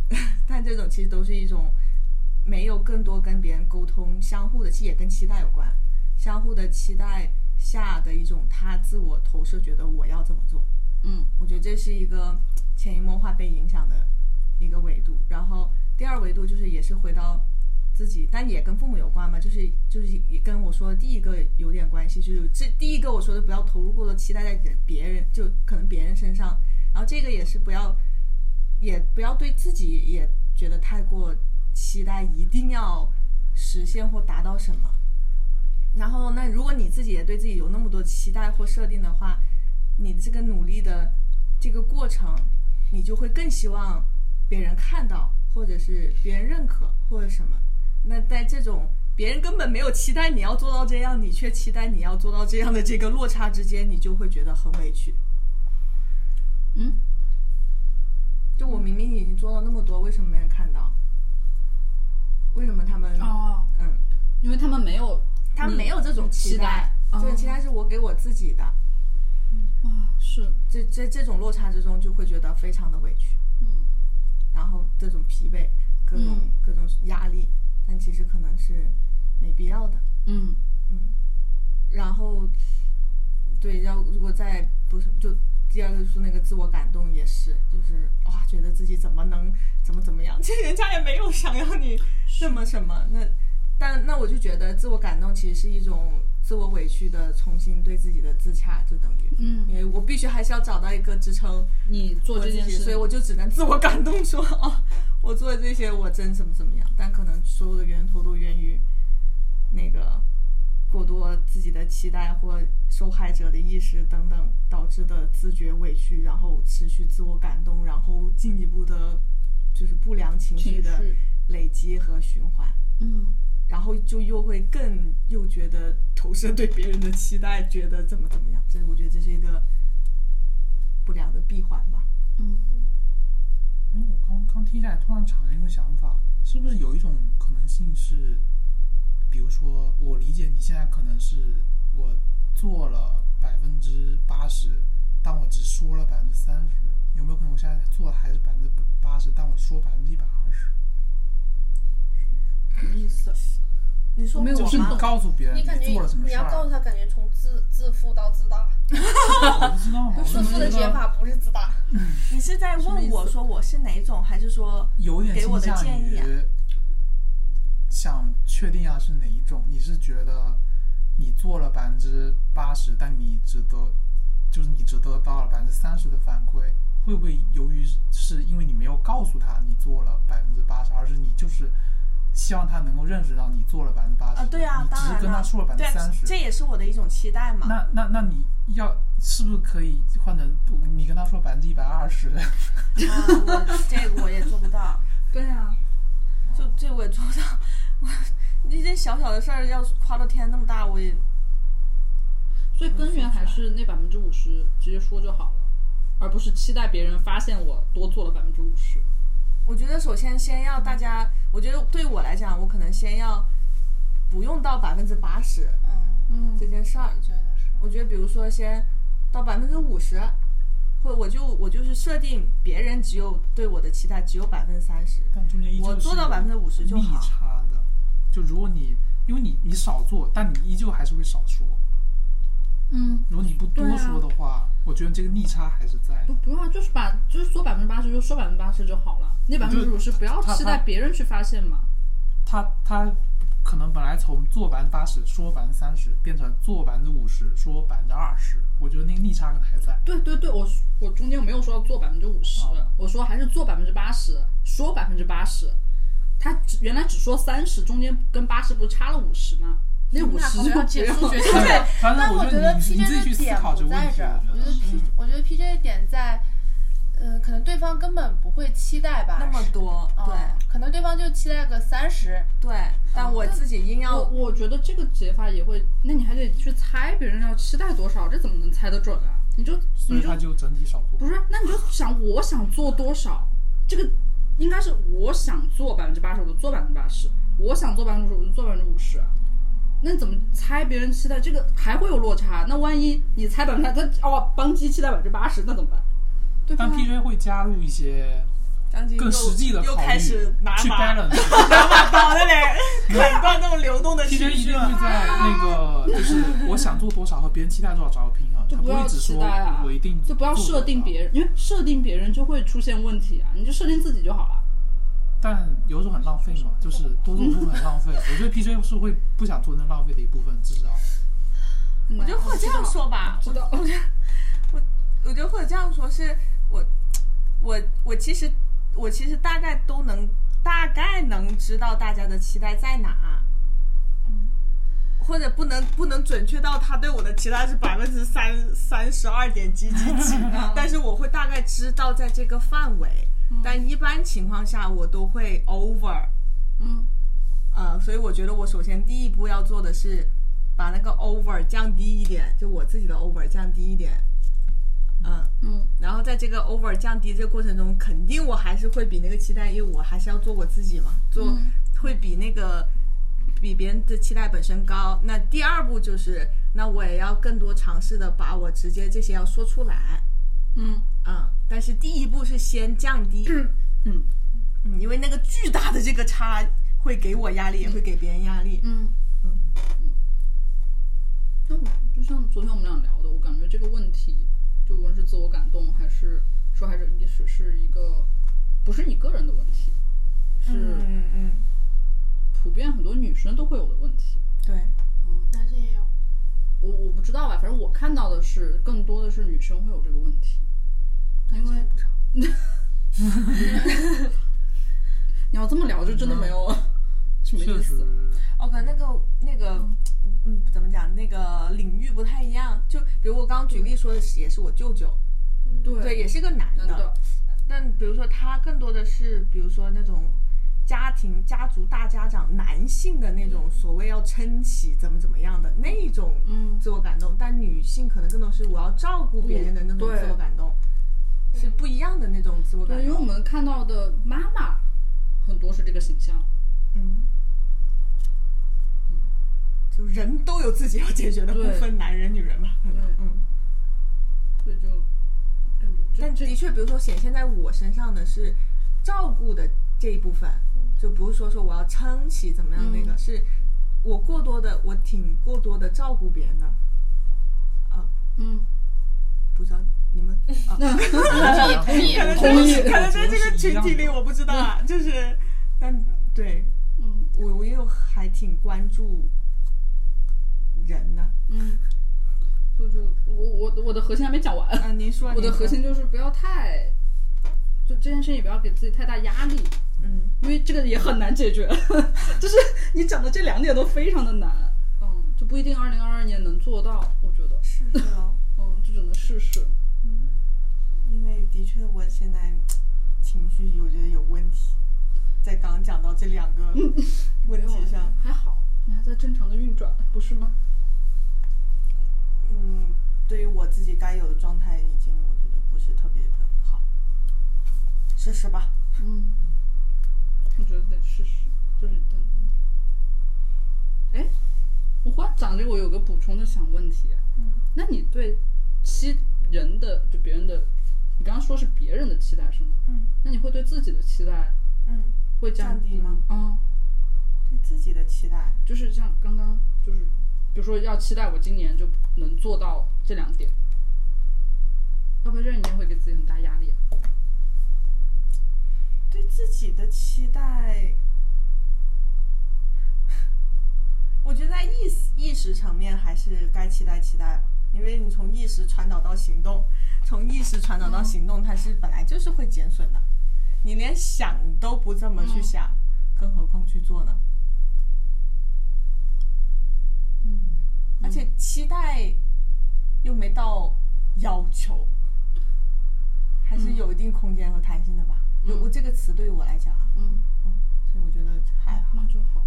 [SPEAKER 5] 但这种其实都是一种没有更多跟别人沟通，相互的，其实也跟期待有关，相互的期待下的一种她自我投射，觉得我要这么做。
[SPEAKER 1] 嗯，
[SPEAKER 5] 我觉得这是一个潜移默化被影响的一个维度。然后第二维度就是也是回到自己，但也跟父母有关嘛，就是就是也跟我说的第一个有点关系，就是这第一个我说的不要投入过多期待在人别人，就可能别人身上，然后这个也是不要也不要对自己也觉得太过期待，一定要实现或达到什么。然后，那如果你自己也对自己有那么多期待或设定的话，你这个努力的这个过程，你就会更希望别人看到，或者是别人认可，或者什么。那在这种别人根本没有期待你要做到这样，你却期待你要做到这样的这个落差之间，你就会觉得很委屈。
[SPEAKER 1] 嗯，
[SPEAKER 5] 就我明明已经做到那么多，为什么没人看到？为什么他们？
[SPEAKER 1] 哦，
[SPEAKER 5] 嗯，
[SPEAKER 1] 因为他们没有，
[SPEAKER 5] 他们没有这种期
[SPEAKER 1] 期
[SPEAKER 5] 待
[SPEAKER 1] 待，
[SPEAKER 5] 这种
[SPEAKER 1] 哦
[SPEAKER 5] 期待是我给我自己的。
[SPEAKER 1] 哇，是，
[SPEAKER 5] 这这这种落差之中，就会觉得非常的委屈，
[SPEAKER 1] 嗯，
[SPEAKER 5] 然后这种疲惫，各种、
[SPEAKER 1] 嗯
[SPEAKER 5] 各种压力，但其实可能是没必要的，
[SPEAKER 1] 嗯，
[SPEAKER 5] 嗯。然后，对，要如果再不是就第二个就是那个自我感动，也是，就是哇，觉得自己怎么能怎么怎么样，其实人家也没有想要你什么什么。那但那我就觉得自我感动其实是一种自我委屈的重新对自己的自洽，就等于，
[SPEAKER 1] 嗯，
[SPEAKER 5] 因为我必须还是要找到一个支撑
[SPEAKER 1] 你做
[SPEAKER 5] 我
[SPEAKER 1] 这
[SPEAKER 5] 自
[SPEAKER 1] 件
[SPEAKER 5] 己，
[SPEAKER 1] 事，
[SPEAKER 5] 所以我就只能自我感动说哦，我做的这些我真怎么怎么样，但可能所有的源头都源于那个过多自己的期待或受害者的意识等等导致的自觉委屈，然后持续自我感动，然后进一步的就是不良情绪
[SPEAKER 1] 情
[SPEAKER 5] 的
[SPEAKER 1] 绪
[SPEAKER 5] 累积和循环。
[SPEAKER 1] 嗯，
[SPEAKER 5] 然后就又会更又觉得投射对别人的期待，觉得怎么怎么样，这我觉得这是一个不良的闭环吧。
[SPEAKER 3] 嗯，我刚刚听下来，突然产生一个想法，是不是有一种可能性是，比如说，我理解你现在可能是我做了百分之八十，但我只说了百分之三十，有没有可能我现在做的还是百分之八十，但我说百分之一百二十？
[SPEAKER 1] 什么意思？
[SPEAKER 5] 你说
[SPEAKER 1] 没有
[SPEAKER 5] 我
[SPEAKER 3] 就是你
[SPEAKER 5] 吗？
[SPEAKER 3] 告诉别人
[SPEAKER 4] 你感觉
[SPEAKER 3] 做了什么
[SPEAKER 4] 你
[SPEAKER 3] 事
[SPEAKER 4] 要
[SPEAKER 3] 儿
[SPEAKER 4] 告
[SPEAKER 3] 啊
[SPEAKER 4] 诉，他，感觉从自自负到自大，
[SPEAKER 3] 我不知道嘛，我
[SPEAKER 4] 自
[SPEAKER 3] 就
[SPEAKER 4] 负
[SPEAKER 3] 觉
[SPEAKER 4] 的解
[SPEAKER 3] 得
[SPEAKER 4] 法不是自大。
[SPEAKER 5] 你是在问我说我是哪种，还是说
[SPEAKER 3] 有点
[SPEAKER 5] 给我
[SPEAKER 3] 倾
[SPEAKER 5] 的
[SPEAKER 3] 向
[SPEAKER 5] 建议啊
[SPEAKER 3] 于想确定一下是哪一种。你是觉得你做了百分之八十，但你只得就是你只得到了百分之三十的反馈，会不会由于是因为你没有告诉他你做了百分之八十，而是你就是希望他能够认识到你做了百分之八十
[SPEAKER 5] 啊？对啊，
[SPEAKER 3] 你
[SPEAKER 5] 当
[SPEAKER 3] 只是
[SPEAKER 5] 然
[SPEAKER 3] 跟他
[SPEAKER 5] 了
[SPEAKER 3] 说了百，分
[SPEAKER 5] 对
[SPEAKER 3] 之
[SPEAKER 5] 啊
[SPEAKER 3] 三，十，
[SPEAKER 5] 这也是我的一种期待嘛。
[SPEAKER 3] 那那那你要是不是可以换成你跟他说百分之一百二十？
[SPEAKER 5] 啊，我这个我也做不到。对啊，就这我也做不到。 我一件小小的事儿要夸到天那么大，我也
[SPEAKER 1] 所以根源还是那百分之五十，直接说就好了，而不是期待别人发现我多做了百分之五十。
[SPEAKER 5] 我觉得首先先要大家，我觉得对我来讲，我可能先要不用到百分之八十
[SPEAKER 2] 嗯，
[SPEAKER 1] 嗯
[SPEAKER 5] 这件事儿
[SPEAKER 2] 我。也觉得是。
[SPEAKER 5] 我觉得比如说先到百分之五十，或我就我就是设定别人只有对我的期待只有百分之三十，
[SPEAKER 3] 但中间依旧
[SPEAKER 5] 我做到50%就好
[SPEAKER 3] 逆差的，就如果你因为你你少做，但你依旧还是会少说。
[SPEAKER 1] 嗯，
[SPEAKER 3] 如果你不多
[SPEAKER 1] 对啊
[SPEAKER 3] 说的话，我觉得这个逆差还是在
[SPEAKER 1] 不
[SPEAKER 3] 的。
[SPEAKER 1] 不用啊，就是把就是说百分之八十就说百分之八十就好了，那百分之五十不要期待别人去发现嘛。
[SPEAKER 3] 他他可能本来从做百分之八十说百分之三十，变成做百分之五十说百分之二十，我觉得那个逆差可能还在。
[SPEAKER 1] 对对对，我我中间我没有说要做百分之五十
[SPEAKER 3] 哦，
[SPEAKER 1] 我说还是做百分之八十，说百分之八十。他只原来只说三十，中间跟八十不是差了五十吗？那五十就
[SPEAKER 6] 好像解 数学
[SPEAKER 1] 不要
[SPEAKER 6] 对
[SPEAKER 3] 反
[SPEAKER 2] 但
[SPEAKER 3] 正
[SPEAKER 2] 我
[SPEAKER 3] 觉
[SPEAKER 2] 觉得
[SPEAKER 3] 你
[SPEAKER 2] PJ
[SPEAKER 3] 你自己
[SPEAKER 2] 的
[SPEAKER 3] 去思
[SPEAKER 2] 点
[SPEAKER 3] 考这
[SPEAKER 2] 不
[SPEAKER 3] 个
[SPEAKER 2] 在
[SPEAKER 3] 问题，
[SPEAKER 2] 这儿，我
[SPEAKER 3] 我
[SPEAKER 2] 觉得
[SPEAKER 3] 觉得嗯
[SPEAKER 2] P，我觉得 PJ 的点在，嗯，可能对方根本不会期待吧，
[SPEAKER 5] 那么多，
[SPEAKER 2] 嗯
[SPEAKER 5] 对、
[SPEAKER 2] 可能对方就期待个三十，
[SPEAKER 5] 对，但我自己硬
[SPEAKER 1] 我
[SPEAKER 5] 要
[SPEAKER 1] 我觉得这个解法也会，那你还得去猜别人要期待多少，这怎么能猜得准啊？你就
[SPEAKER 3] 所
[SPEAKER 1] 你
[SPEAKER 3] 以
[SPEAKER 1] 就
[SPEAKER 3] 他就整体少做
[SPEAKER 1] 不。是，啊那你就想我想做多少，这个应该是我想做百分之八十，我就做百分之八十；我想做百分之五十，我就做百分之五十。那你怎么猜别人期待？这个还会有落差。那万一你猜百分之他哦，邦基期待百分之八十，那怎么办？对吧
[SPEAKER 3] 但？PJ 会加入一些
[SPEAKER 5] 张晶
[SPEAKER 3] 更实际的
[SPEAKER 5] 又
[SPEAKER 3] 考虑，
[SPEAKER 5] 开始拿
[SPEAKER 3] 去
[SPEAKER 5] 把
[SPEAKER 3] balance。
[SPEAKER 5] 拿把刀的嘞， 砍断那种流 动的
[SPEAKER 3] P
[SPEAKER 5] 情
[SPEAKER 3] J 一
[SPEAKER 5] 绪
[SPEAKER 3] 定会
[SPEAKER 5] 了。
[SPEAKER 3] 在那个，就是我想做多少和别人期待多少找到平衡，
[SPEAKER 1] 就
[SPEAKER 3] 他
[SPEAKER 1] 不要
[SPEAKER 3] 会只
[SPEAKER 1] 期
[SPEAKER 3] 说
[SPEAKER 1] 待啊，
[SPEAKER 3] 我一定
[SPEAKER 1] 就不要
[SPEAKER 3] 做多
[SPEAKER 1] 设定
[SPEAKER 3] 少
[SPEAKER 1] 别人，因为设定别人就会出现问题啊，你就设定自己就好了。
[SPEAKER 3] 但有时候很浪费嘛，就是多做多很浪费。我觉得 P J 是会不想做那浪费的一部分，至少
[SPEAKER 1] 我
[SPEAKER 5] 我觉得或者这样说吧，
[SPEAKER 1] 知道，
[SPEAKER 5] 我觉得或者这样说是我，我我其实我其实大概都能大概能知道大家的期待在哪，或者不能不能准确到他对我的期待是百分之三三十二点几几几，嗯但是我会大概知道在这个范围，但一般情况下我都会 over，
[SPEAKER 1] 嗯，
[SPEAKER 5] 呃，所以我觉得我首先第一步要做的是把那个 over 降低一点，就我自己的 over 降低一点。嗯
[SPEAKER 1] 嗯，
[SPEAKER 5] 然后在这个 over 降低这个过程中，肯定我还是会比那个期待，因为我还是要做我自己嘛，做、会比那个比别人的期待本身高。那第二步就是，那我也要更多尝试的把我直接这些要说出来。
[SPEAKER 1] 嗯
[SPEAKER 5] 嗯，但是第一步是先降低，
[SPEAKER 1] 嗯
[SPEAKER 5] 嗯，因为那个巨大的这个差会给我压力，也会给别人压力。
[SPEAKER 1] 嗯，那我就像昨天我们俩聊的，我感觉这个问题就无论是自我感动，还是受害者意识，是一个不是你个人的问题，是
[SPEAKER 5] 嗯嗯，
[SPEAKER 1] 普遍很多女生都会有的问题。
[SPEAKER 5] 对，
[SPEAKER 4] 男生也有，
[SPEAKER 1] 我我不知道吧，反正我看到的是更多的是女生会有这个问题。
[SPEAKER 4] 因为不少。
[SPEAKER 1] 你要这么聊，就真的没有、什么
[SPEAKER 3] 嗯确
[SPEAKER 1] 意
[SPEAKER 3] 实
[SPEAKER 1] 思。，
[SPEAKER 5] 哦，可能那个那个，嗯，怎么讲？那个领域不太一样。就比如我刚刚举例说的是，也是我舅舅，
[SPEAKER 1] 对
[SPEAKER 5] 对，也是个男的。
[SPEAKER 1] 男的，
[SPEAKER 5] 但比如说他更多的是，比如说那种家庭家族大家长男性的那种所谓要撑起怎么怎么样的那一种
[SPEAKER 1] 嗯
[SPEAKER 5] 自我感动，但女性可能更多是我要照顾别人的那种
[SPEAKER 1] 对
[SPEAKER 5] 自我感动，是不一样的那种自我感
[SPEAKER 1] 对，因
[SPEAKER 5] 动。
[SPEAKER 1] 为我们看到的妈妈很多是这个形象。
[SPEAKER 5] 嗯，就人都有自己要解决的，不
[SPEAKER 1] 对
[SPEAKER 5] 分 男人女人吧。可能
[SPEAKER 1] 对
[SPEAKER 5] 嗯，
[SPEAKER 1] 所以就感觉这
[SPEAKER 5] 但
[SPEAKER 1] 这
[SPEAKER 5] 的确，比如说显现在我身上的是照顾的这一部分，就不是说说我要撑起怎么样那个，
[SPEAKER 1] 嗯
[SPEAKER 5] 是我过多的，我挺过多的照顾别人的。啊，
[SPEAKER 1] 嗯，
[SPEAKER 5] 不知道你 们啊，
[SPEAKER 6] 同意
[SPEAKER 5] 可能
[SPEAKER 1] 同意
[SPEAKER 5] 在可能
[SPEAKER 3] 我
[SPEAKER 5] 在这
[SPEAKER 3] 觉得
[SPEAKER 5] 个
[SPEAKER 3] 是一
[SPEAKER 5] 群
[SPEAKER 3] 样
[SPEAKER 5] 体里
[SPEAKER 3] 的
[SPEAKER 5] 我不知道 啊，就是但对，
[SPEAKER 1] 嗯
[SPEAKER 5] 我我又还挺关注人的。
[SPEAKER 1] 嗯，就就我我我的核心还没讲完。
[SPEAKER 5] 啊，您说
[SPEAKER 1] 我的
[SPEAKER 5] 您说
[SPEAKER 1] 核心就是不要太，就这件事情也不要给自己太大压力，
[SPEAKER 5] 嗯，
[SPEAKER 1] 因为这个也很难解决。 就是你讲的这两点都非常的难，嗯，就不一定二零二二年能做到，我觉得，
[SPEAKER 5] 是的哦，
[SPEAKER 1] 嗯，就只能试试。
[SPEAKER 5] 因为的确我现在情绪我觉得有问题，在刚讲到这两 个问题上，
[SPEAKER 1] 啊还好，你还在正常的运转，不是吗？
[SPEAKER 5] 嗯，对于我自己该有的状态已经我觉得不是特别的好，试试吧。
[SPEAKER 1] 嗯，我觉得得试试，就是等。哎，我忽然讲这个，我有个补充的想问题。嗯，那你对期人的就别人的，你刚刚说是别人的期待是吗？
[SPEAKER 5] 嗯，
[SPEAKER 1] 那你会对自己的期待
[SPEAKER 5] 嗯，
[SPEAKER 1] 会降
[SPEAKER 5] 降低吗？
[SPEAKER 1] 嗯，
[SPEAKER 5] 对自己的期待，
[SPEAKER 1] 就是像刚刚就是，比如说要期待我今年就能做到这两点，要不然这一年会给自己很大压力。啊
[SPEAKER 5] 对自己的期待， 我觉得在意识意识层面还是该期待期待吧，因为你从意识传导到行动，从意识传导到行动，它是本来就是会减损的，你连想都不这么去想，更何况去做呢？
[SPEAKER 1] 嗯，
[SPEAKER 5] 而且期待又没到要求，还是有一定空间和弹性的吧。有、我这个词对于我来讲啊，
[SPEAKER 1] 嗯，
[SPEAKER 5] 所以我觉得还好。
[SPEAKER 1] 那就好。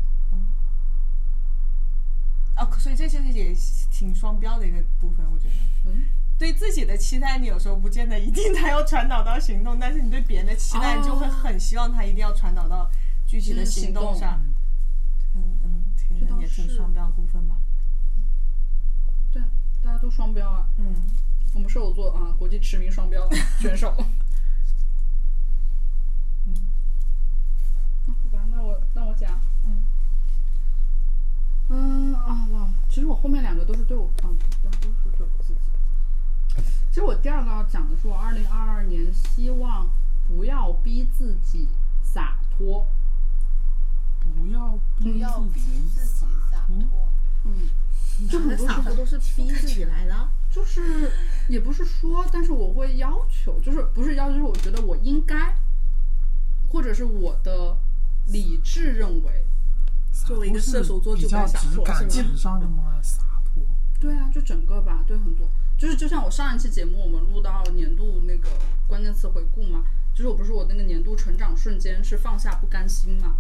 [SPEAKER 5] 啊，可所以这其实也挺双标的一个部分，我觉得。
[SPEAKER 1] 嗯。
[SPEAKER 5] 对自己的期待，你有时候不见得一定他要传导到行动，但是你对别人的期待，
[SPEAKER 1] 哦
[SPEAKER 5] 你就会很希望他一定要传导到具体
[SPEAKER 1] 就
[SPEAKER 5] 的
[SPEAKER 1] 是
[SPEAKER 5] 行
[SPEAKER 1] 行
[SPEAKER 5] 动
[SPEAKER 1] 动
[SPEAKER 5] 上。嗯嗯，可
[SPEAKER 1] 这
[SPEAKER 5] 能
[SPEAKER 1] 倒
[SPEAKER 5] 也挺
[SPEAKER 1] 是
[SPEAKER 5] 双标的部分吧。
[SPEAKER 1] 对，大家都双标啊。
[SPEAKER 5] 嗯，
[SPEAKER 1] 我们射手座啊，国际驰名双 标选手。
[SPEAKER 5] 嗯
[SPEAKER 1] 那嗯好吧，那我那我讲，
[SPEAKER 5] 嗯
[SPEAKER 1] 嗯啊哇，其实我后面两个都是对我，嗯，但都是对我自己。其实我第二个要讲的是，我二零二二年希望不要逼自己洒脱。
[SPEAKER 3] 不要
[SPEAKER 2] 不要逼自己洒脱。
[SPEAKER 1] 嗯，就很多时候
[SPEAKER 5] 都是逼自己来的。
[SPEAKER 1] 就是也不是说，但是我会要求，就是不是要求，就是我觉得我应该，或者是我的理智认为，
[SPEAKER 5] 作为一个射手座
[SPEAKER 3] 比
[SPEAKER 5] 就该
[SPEAKER 3] 较
[SPEAKER 5] 洒
[SPEAKER 3] 只
[SPEAKER 5] 脱是
[SPEAKER 3] 感
[SPEAKER 5] 吗
[SPEAKER 3] 情上的吗？洒脱，
[SPEAKER 1] 对啊，就整个吧，对很多，就是就像我上一期节目我们录到年度那个关键词回顾嘛，就是我不是我那个年度成长瞬间是放下不甘心嘛，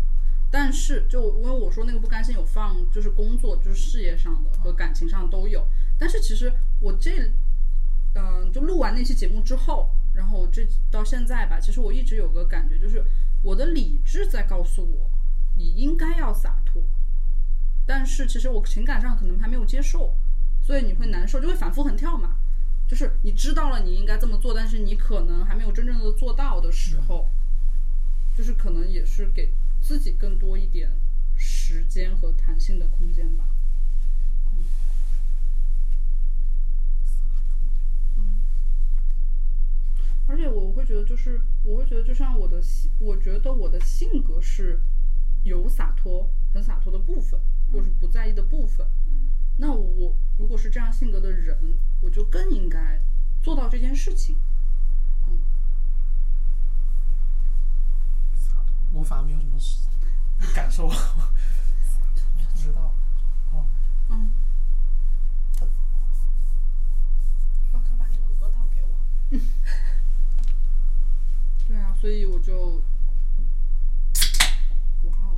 [SPEAKER 1] 但是就我因为我说那个不甘心有放就是工作就是事业上的和感情上都有，但是其实我这嗯、就录完那期节目之后，然后这到现在吧，其实我一直有个感觉就是我的理智在告诉我你应该要洒脱，但是其实我情感上可能还没有接受。所以你会难受，就会反复横跳嘛。就是你知道了你应该这么做，但是你可能还没有真正的做到的时候，就是可能也是给自己更多一点时间和弹性的空间吧。嗯，嗯而且我会觉得，就是我会觉得，就像我的性，我觉得我的性格是有洒脱、很洒脱的部分，或是不在意的部分。那我如果是这样性格的人，我就更应该做到这件事情。嗯，
[SPEAKER 3] 洒脱，我反而没有什么感受，不知道。哦，
[SPEAKER 1] 嗯，
[SPEAKER 4] 马克把那个额头给我。
[SPEAKER 1] 对啊，所以我就，哇哦，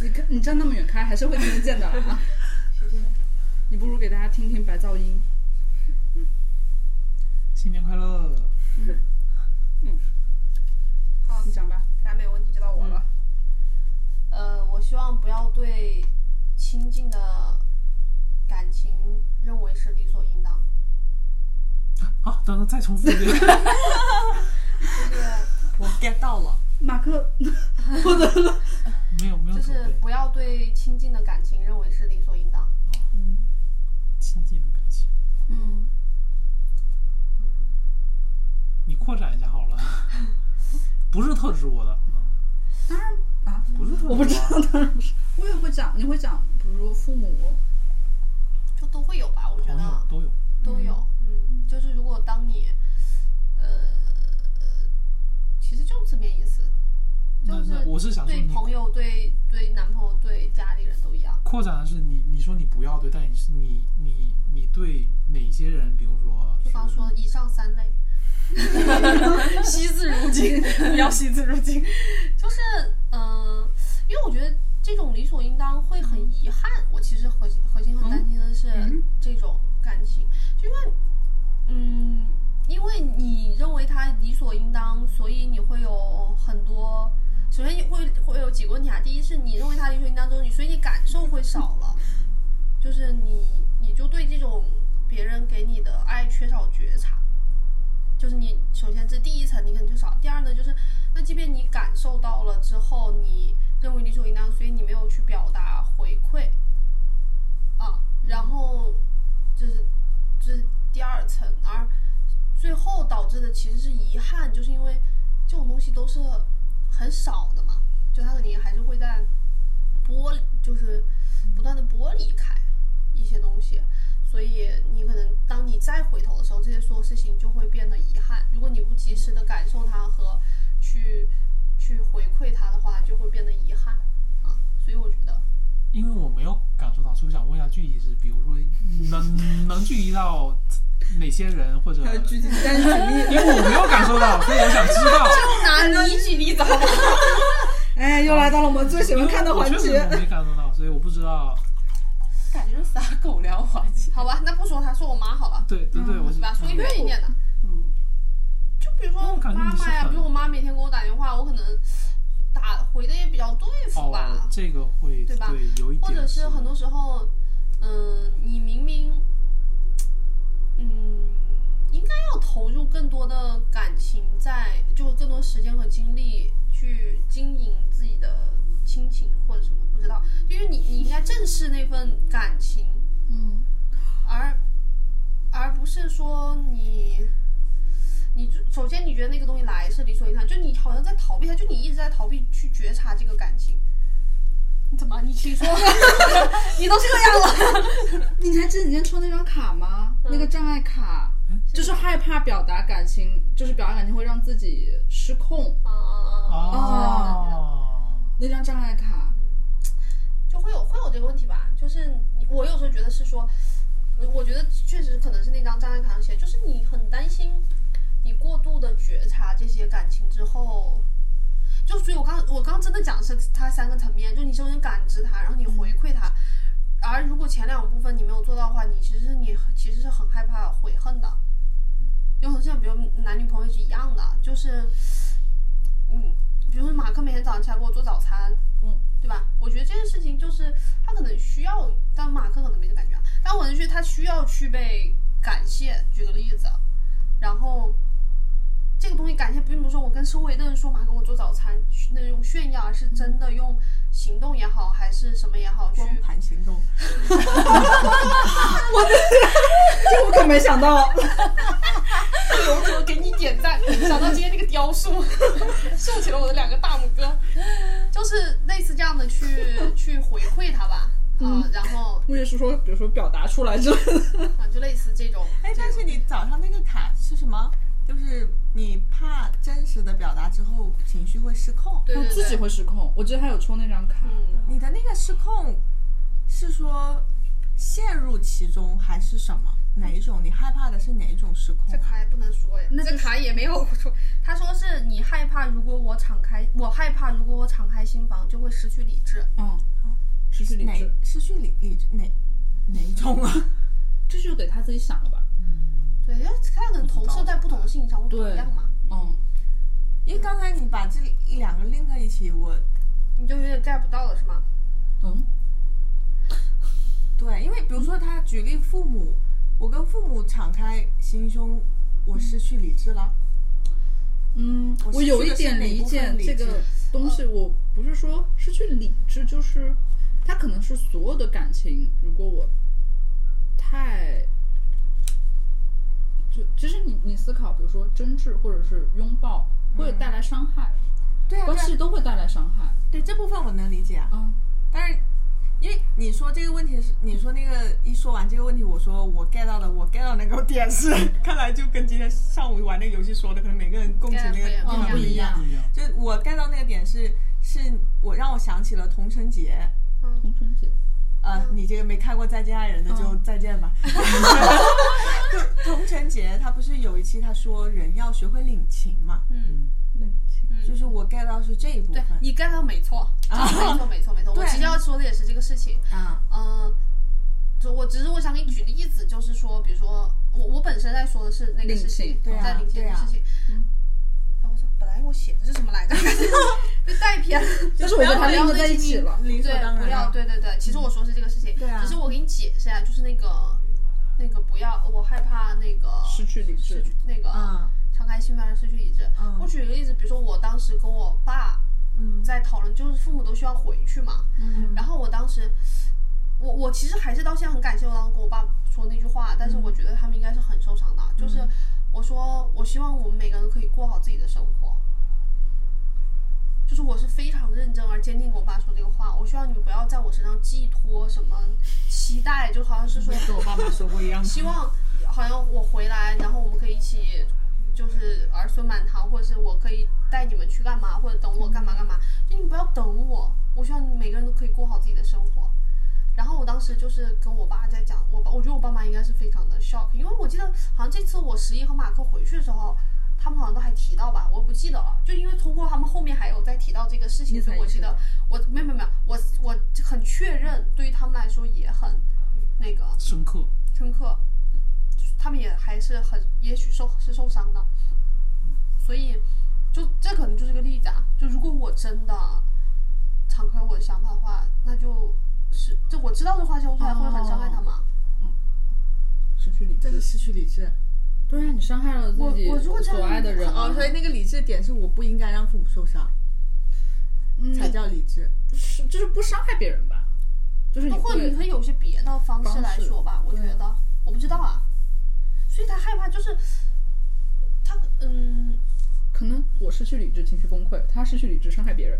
[SPEAKER 1] 你看你站那么远开，还是会听得见的 啊。你不如给大家听听白噪音。
[SPEAKER 3] 新年快乐！
[SPEAKER 4] 好，
[SPEAKER 1] 你讲吧。
[SPEAKER 4] 大家没有问题就到我了。呃，我希望不要对亲近的感情认为是理所应当，
[SPEAKER 3] 啊，等等，再重复一遍。
[SPEAKER 4] 就是
[SPEAKER 5] 我 get 到了，
[SPEAKER 1] 马克，
[SPEAKER 3] 没有没有准
[SPEAKER 4] 就是
[SPEAKER 3] 备，
[SPEAKER 4] 不要对亲近的感情认为是理所应当。
[SPEAKER 5] 嗯，
[SPEAKER 3] 亲近的感情，
[SPEAKER 1] 嗯，
[SPEAKER 3] 你扩展一下好了。 不是特指我的，嗯
[SPEAKER 1] 当然啊，
[SPEAKER 3] 不是特指
[SPEAKER 1] 我不知
[SPEAKER 3] 的
[SPEAKER 1] 道，当然不是。我也会讲，你会讲，比如父母，
[SPEAKER 4] 就都会有吧，我觉
[SPEAKER 3] 朋友
[SPEAKER 4] 得
[SPEAKER 3] 都有。
[SPEAKER 4] 都有。嗯，就是如果当你，呃，其实就是字面意思，
[SPEAKER 3] 那
[SPEAKER 4] 就是
[SPEAKER 3] 那我是想说
[SPEAKER 4] 对
[SPEAKER 3] 你
[SPEAKER 4] 朋友、对对男朋友、对家里人都一样。
[SPEAKER 3] 扩展的是你，你说你不要对，但你是你你你对哪些人，比如说
[SPEAKER 4] 就刚
[SPEAKER 3] 是
[SPEAKER 4] 说以上 三类，
[SPEAKER 6] 惜字如金，不要惜字如金。
[SPEAKER 4] 就是嗯、呃因为我觉得这种理所应当会很遗憾。我其实核心核心很担心的是
[SPEAKER 6] 嗯
[SPEAKER 4] 这种感情，就因为嗯，因为你认为它理所应当，所以你会有很多。首先会会有几个问题啊，第一是你认为它理所应当之后，你所以你感受会少了，就是你你就对这种别人给你的爱缺少觉察，就是你首先这第一层你可能就少，第二呢就是那即便你感受到了之后，你认为理所应当，所以你没有去表达回馈，啊，然后就是这、是第二层，而最后导致的其实是遗憾，就是因为这种东西都是很少的嘛，就它肯定还是会在剥离，就是不断的剥离开一些东西，所以你可能当你再回头的时候，这些所有事情就会变得遗憾。如果你不及时的感受它和去去回馈它的话，就会变得遗憾啊。所以我觉得，
[SPEAKER 3] 因为我没有感受到，所以我想问一下具体是，比如说能能具体到哪些人，或者
[SPEAKER 5] 还有
[SPEAKER 3] 因
[SPEAKER 5] 举起单举例，
[SPEAKER 3] 为我没有感受到，所以我想知道。
[SPEAKER 4] 拿你举例子好不好？
[SPEAKER 5] 哎，又来到了我们最喜
[SPEAKER 3] 因为
[SPEAKER 5] 欢看的
[SPEAKER 3] 哦我
[SPEAKER 5] 环
[SPEAKER 3] 确实
[SPEAKER 5] 节，
[SPEAKER 3] 没感受到，所以我不知道。
[SPEAKER 2] 感觉是撒狗粮环节。
[SPEAKER 4] 好吧，那不说他，说我妈好了，
[SPEAKER 3] 对对对，我
[SPEAKER 4] 嗯是吧？说远一点的，
[SPEAKER 1] 嗯，
[SPEAKER 4] 就比如说
[SPEAKER 3] 我感觉
[SPEAKER 4] 妈
[SPEAKER 3] 你是
[SPEAKER 4] 妈呀，
[SPEAKER 3] 很
[SPEAKER 4] 比如我妈每天给我打电话，我可能打回的也比较对付吧。
[SPEAKER 3] 哦，这个会
[SPEAKER 4] 对吧
[SPEAKER 3] 有一点，
[SPEAKER 4] 或者是很多时候，嗯、你明明，嗯，应该要投入更多的感情在，就是更多时间和精力去经营自己的亲情或者什么，不知道，就是你你应该正视那份感情，
[SPEAKER 1] 嗯，
[SPEAKER 4] 而而不是说你。你首先，你觉得那个东西来是理所应当，就你好像在逃避它，就你一直在逃避去觉察这个感情。你怎么？你请说，
[SPEAKER 5] 嗯
[SPEAKER 4] 你都这样了。
[SPEAKER 1] 你还记得你今天抽那张卡吗？那个障碍卡，嗯就是害怕表达感情，就是表达感情会让自己失控。
[SPEAKER 4] 啊，
[SPEAKER 3] 哦，
[SPEAKER 1] 那张障碍卡，
[SPEAKER 4] 就会有会有这个问题吧？就是你我有时候觉得是说，我觉得确实可能是那张障碍卡上写，就是你很担心你过度的觉察这些感情之后。就所以我刚我刚真的讲的是它三个层面，就你首先感知它，然后你回馈它，而如果前两个部分你没有做到的话，你其实你其实是很害怕悔恨的，就很像比如男女朋友是一样的，就是，嗯，比如说马克每天早上起来给我做早餐，
[SPEAKER 1] 嗯，
[SPEAKER 4] 对吧？我觉得这件事情就是他可能需要，但马克可能没这感觉啊，但我能觉得他需要去被感谢。举个例子，然后这个东西感谢并不是说我跟周围的人说马克给我做早餐那种炫耀，而是真的用行动也好，还是什么也好去
[SPEAKER 5] 光盘行动，
[SPEAKER 1] 这我可没想到。
[SPEAKER 7] 不由得给你点赞。想到今天那个雕 塑，竖起了我的两个大拇哥，就是类似这样的去 去回馈他吧。啊、
[SPEAKER 4] 嗯
[SPEAKER 7] 然后
[SPEAKER 1] 我也是说，比如说表达出来之类的。
[SPEAKER 4] 啊，就类似这种。
[SPEAKER 5] 哎，但是你早上那个卡是什么？就是你怕真实的表达之后情绪会失控。
[SPEAKER 4] 对
[SPEAKER 1] 我
[SPEAKER 4] 对对，
[SPEAKER 1] 自己会失控。我记得他有抽那张卡，
[SPEAKER 4] 嗯，
[SPEAKER 5] 你的那个失控是说陷入其中还是什么？哪一种？你害怕的是哪一种失控
[SPEAKER 4] 这？卡也不能说呀，
[SPEAKER 1] 那就
[SPEAKER 4] 这
[SPEAKER 1] 是
[SPEAKER 4] 卡也没有说。他说是你害怕，如果我敞开，我害怕如果我敞开心房就会失去理智。
[SPEAKER 1] 嗯，失去理
[SPEAKER 5] 哪
[SPEAKER 1] 智，
[SPEAKER 5] 失去理理智哪哪一种啊？
[SPEAKER 1] 这就得他自己想了吧。
[SPEAKER 4] 对，因为他可能投射在不同的事情上会不一样嘛，
[SPEAKER 1] 嗯，
[SPEAKER 5] 因为刚才你把这两个 link 在一起，我
[SPEAKER 4] 你就有点 get 不到了，是吗？
[SPEAKER 1] 嗯，
[SPEAKER 5] 对，因为比如说他举例父母，我跟父母敞开心胸，我失去理智了。
[SPEAKER 1] 嗯，
[SPEAKER 5] 我
[SPEAKER 1] 我有一点理解这个
[SPEAKER 4] 嗯
[SPEAKER 1] 东西，我不是说失去理智，就是它可能是所有的感情，如果我太就其实你你思考，比如说争执或者是拥抱，会
[SPEAKER 4] 嗯
[SPEAKER 1] 带来伤害，
[SPEAKER 5] 对啊，
[SPEAKER 1] 关
[SPEAKER 5] 对啊
[SPEAKER 1] 系都会带来伤害。
[SPEAKER 5] 对这部分我能理解啊。
[SPEAKER 1] 嗯，
[SPEAKER 5] 但是因为你说这个问题是，你说那个一说完这个问题，我说我 get 到的，我 get 到那个点是，看来就跟今天上午玩那个游戏说的，可能每个人共情那个
[SPEAKER 4] get 啊不一样
[SPEAKER 1] 不一样
[SPEAKER 5] 地方
[SPEAKER 3] 不一样。
[SPEAKER 5] 就我 get 到那个点是，是我让我想起了童晨杰。
[SPEAKER 1] 童春节，
[SPEAKER 5] 呃，
[SPEAKER 4] 嗯
[SPEAKER 5] 你这个没看过《再见爱人》的就再 见吧。 就童晨杰他不是有一期他说人要学会领情嘛，
[SPEAKER 4] 嗯，
[SPEAKER 1] 冷清
[SPEAKER 5] 就是我 get 到是这一部
[SPEAKER 4] 对
[SPEAKER 5] 分
[SPEAKER 4] 嗯你 get 到没错，就是没错没错没 错。我
[SPEAKER 5] 对
[SPEAKER 4] 其实要说的也是这个事情。
[SPEAKER 5] 啊，
[SPEAKER 4] 嗯，就我只是我想给你举例子，就是说，比如说我我本身在说的是那个
[SPEAKER 1] 领
[SPEAKER 4] 事情
[SPEAKER 1] 情，
[SPEAKER 5] 对啊
[SPEAKER 4] 在领先
[SPEAKER 5] 对
[SPEAKER 4] 的
[SPEAKER 5] 啊
[SPEAKER 4] 事情。
[SPEAKER 1] 嗯
[SPEAKER 4] 哎，我说本来我写的是什么来着， 被带偏了。
[SPEAKER 1] 但是我觉得它
[SPEAKER 4] 不要
[SPEAKER 1] 连在一起了。
[SPEAKER 5] 理所当
[SPEAKER 4] 对，不
[SPEAKER 5] 然。
[SPEAKER 4] 要，对对对，其实我说是这个事情，
[SPEAKER 5] 对啊
[SPEAKER 4] 只是我给你解释啊，就是那个那个不要，我害怕那个
[SPEAKER 1] 失去理
[SPEAKER 4] 失
[SPEAKER 1] 智，
[SPEAKER 4] 去那个
[SPEAKER 5] 嗯
[SPEAKER 4] 敞开心房失去理智。
[SPEAKER 5] 嗯
[SPEAKER 4] 我举个例子，比如说我当时跟我爸
[SPEAKER 5] 嗯
[SPEAKER 4] 在讨论，就是父母都希望回去嘛，
[SPEAKER 5] 嗯
[SPEAKER 4] 然后我当时，我我其实还是到现在很感谢我当时跟我爸说那句话，但是我觉得他们应该是很受伤的。
[SPEAKER 5] 嗯
[SPEAKER 4] 就是我说，我希望我们每个人可以过好自己的生活。就是我是非常认真而坚定跟我爸说这个话，我希望你们不要在我身上寄托什么期待，就好像是说
[SPEAKER 5] 跟我爸妈说过一样。
[SPEAKER 4] 希望好像我回来，然后我们可以一起，就是儿孙满堂，或者是我可以带你们去干嘛，或者等我干嘛干嘛。就你们不要等我，我希望你们每个人都可以过好自己的生活。然后我当时就是跟我爸在讲，我爸我觉得我爸妈应该是非常的 shock，因为我记得好像这次我十一和马克回去的时候，他们好像都还提到吧，我不记得了，就因为通过他们后面还有再提到这个事情，
[SPEAKER 1] 你才
[SPEAKER 4] 所以我记得我没有没有没有，我我很确认，对于他们来说也很那个
[SPEAKER 3] 深刻，
[SPEAKER 4] 深刻，他们也还是很，也许受是受伤的，所以就这可能就是个例子啊。就如果我真的敞开我的想法的话，那就是这我知道这话说出来会很伤害他
[SPEAKER 1] 哦
[SPEAKER 4] 们啊。
[SPEAKER 1] 失去理
[SPEAKER 5] 真的
[SPEAKER 1] 智，
[SPEAKER 5] 失去理智
[SPEAKER 1] 不啊然你伤害了自己
[SPEAKER 4] 我我如果这样
[SPEAKER 1] 所爱的人啊
[SPEAKER 5] 哦，所以那个理智点是我不应该让父母受伤，
[SPEAKER 1] 嗯
[SPEAKER 5] 才叫理智。
[SPEAKER 1] 是就是不伤害别人吧，就是你
[SPEAKER 4] 或者
[SPEAKER 1] 会
[SPEAKER 4] 你可以有些别的方式来说吧，我觉
[SPEAKER 5] 对
[SPEAKER 4] 得我不知道啊。所以他害怕就是他嗯，
[SPEAKER 1] 可能我失去理智，情绪崩溃；他失去理智，伤害别人。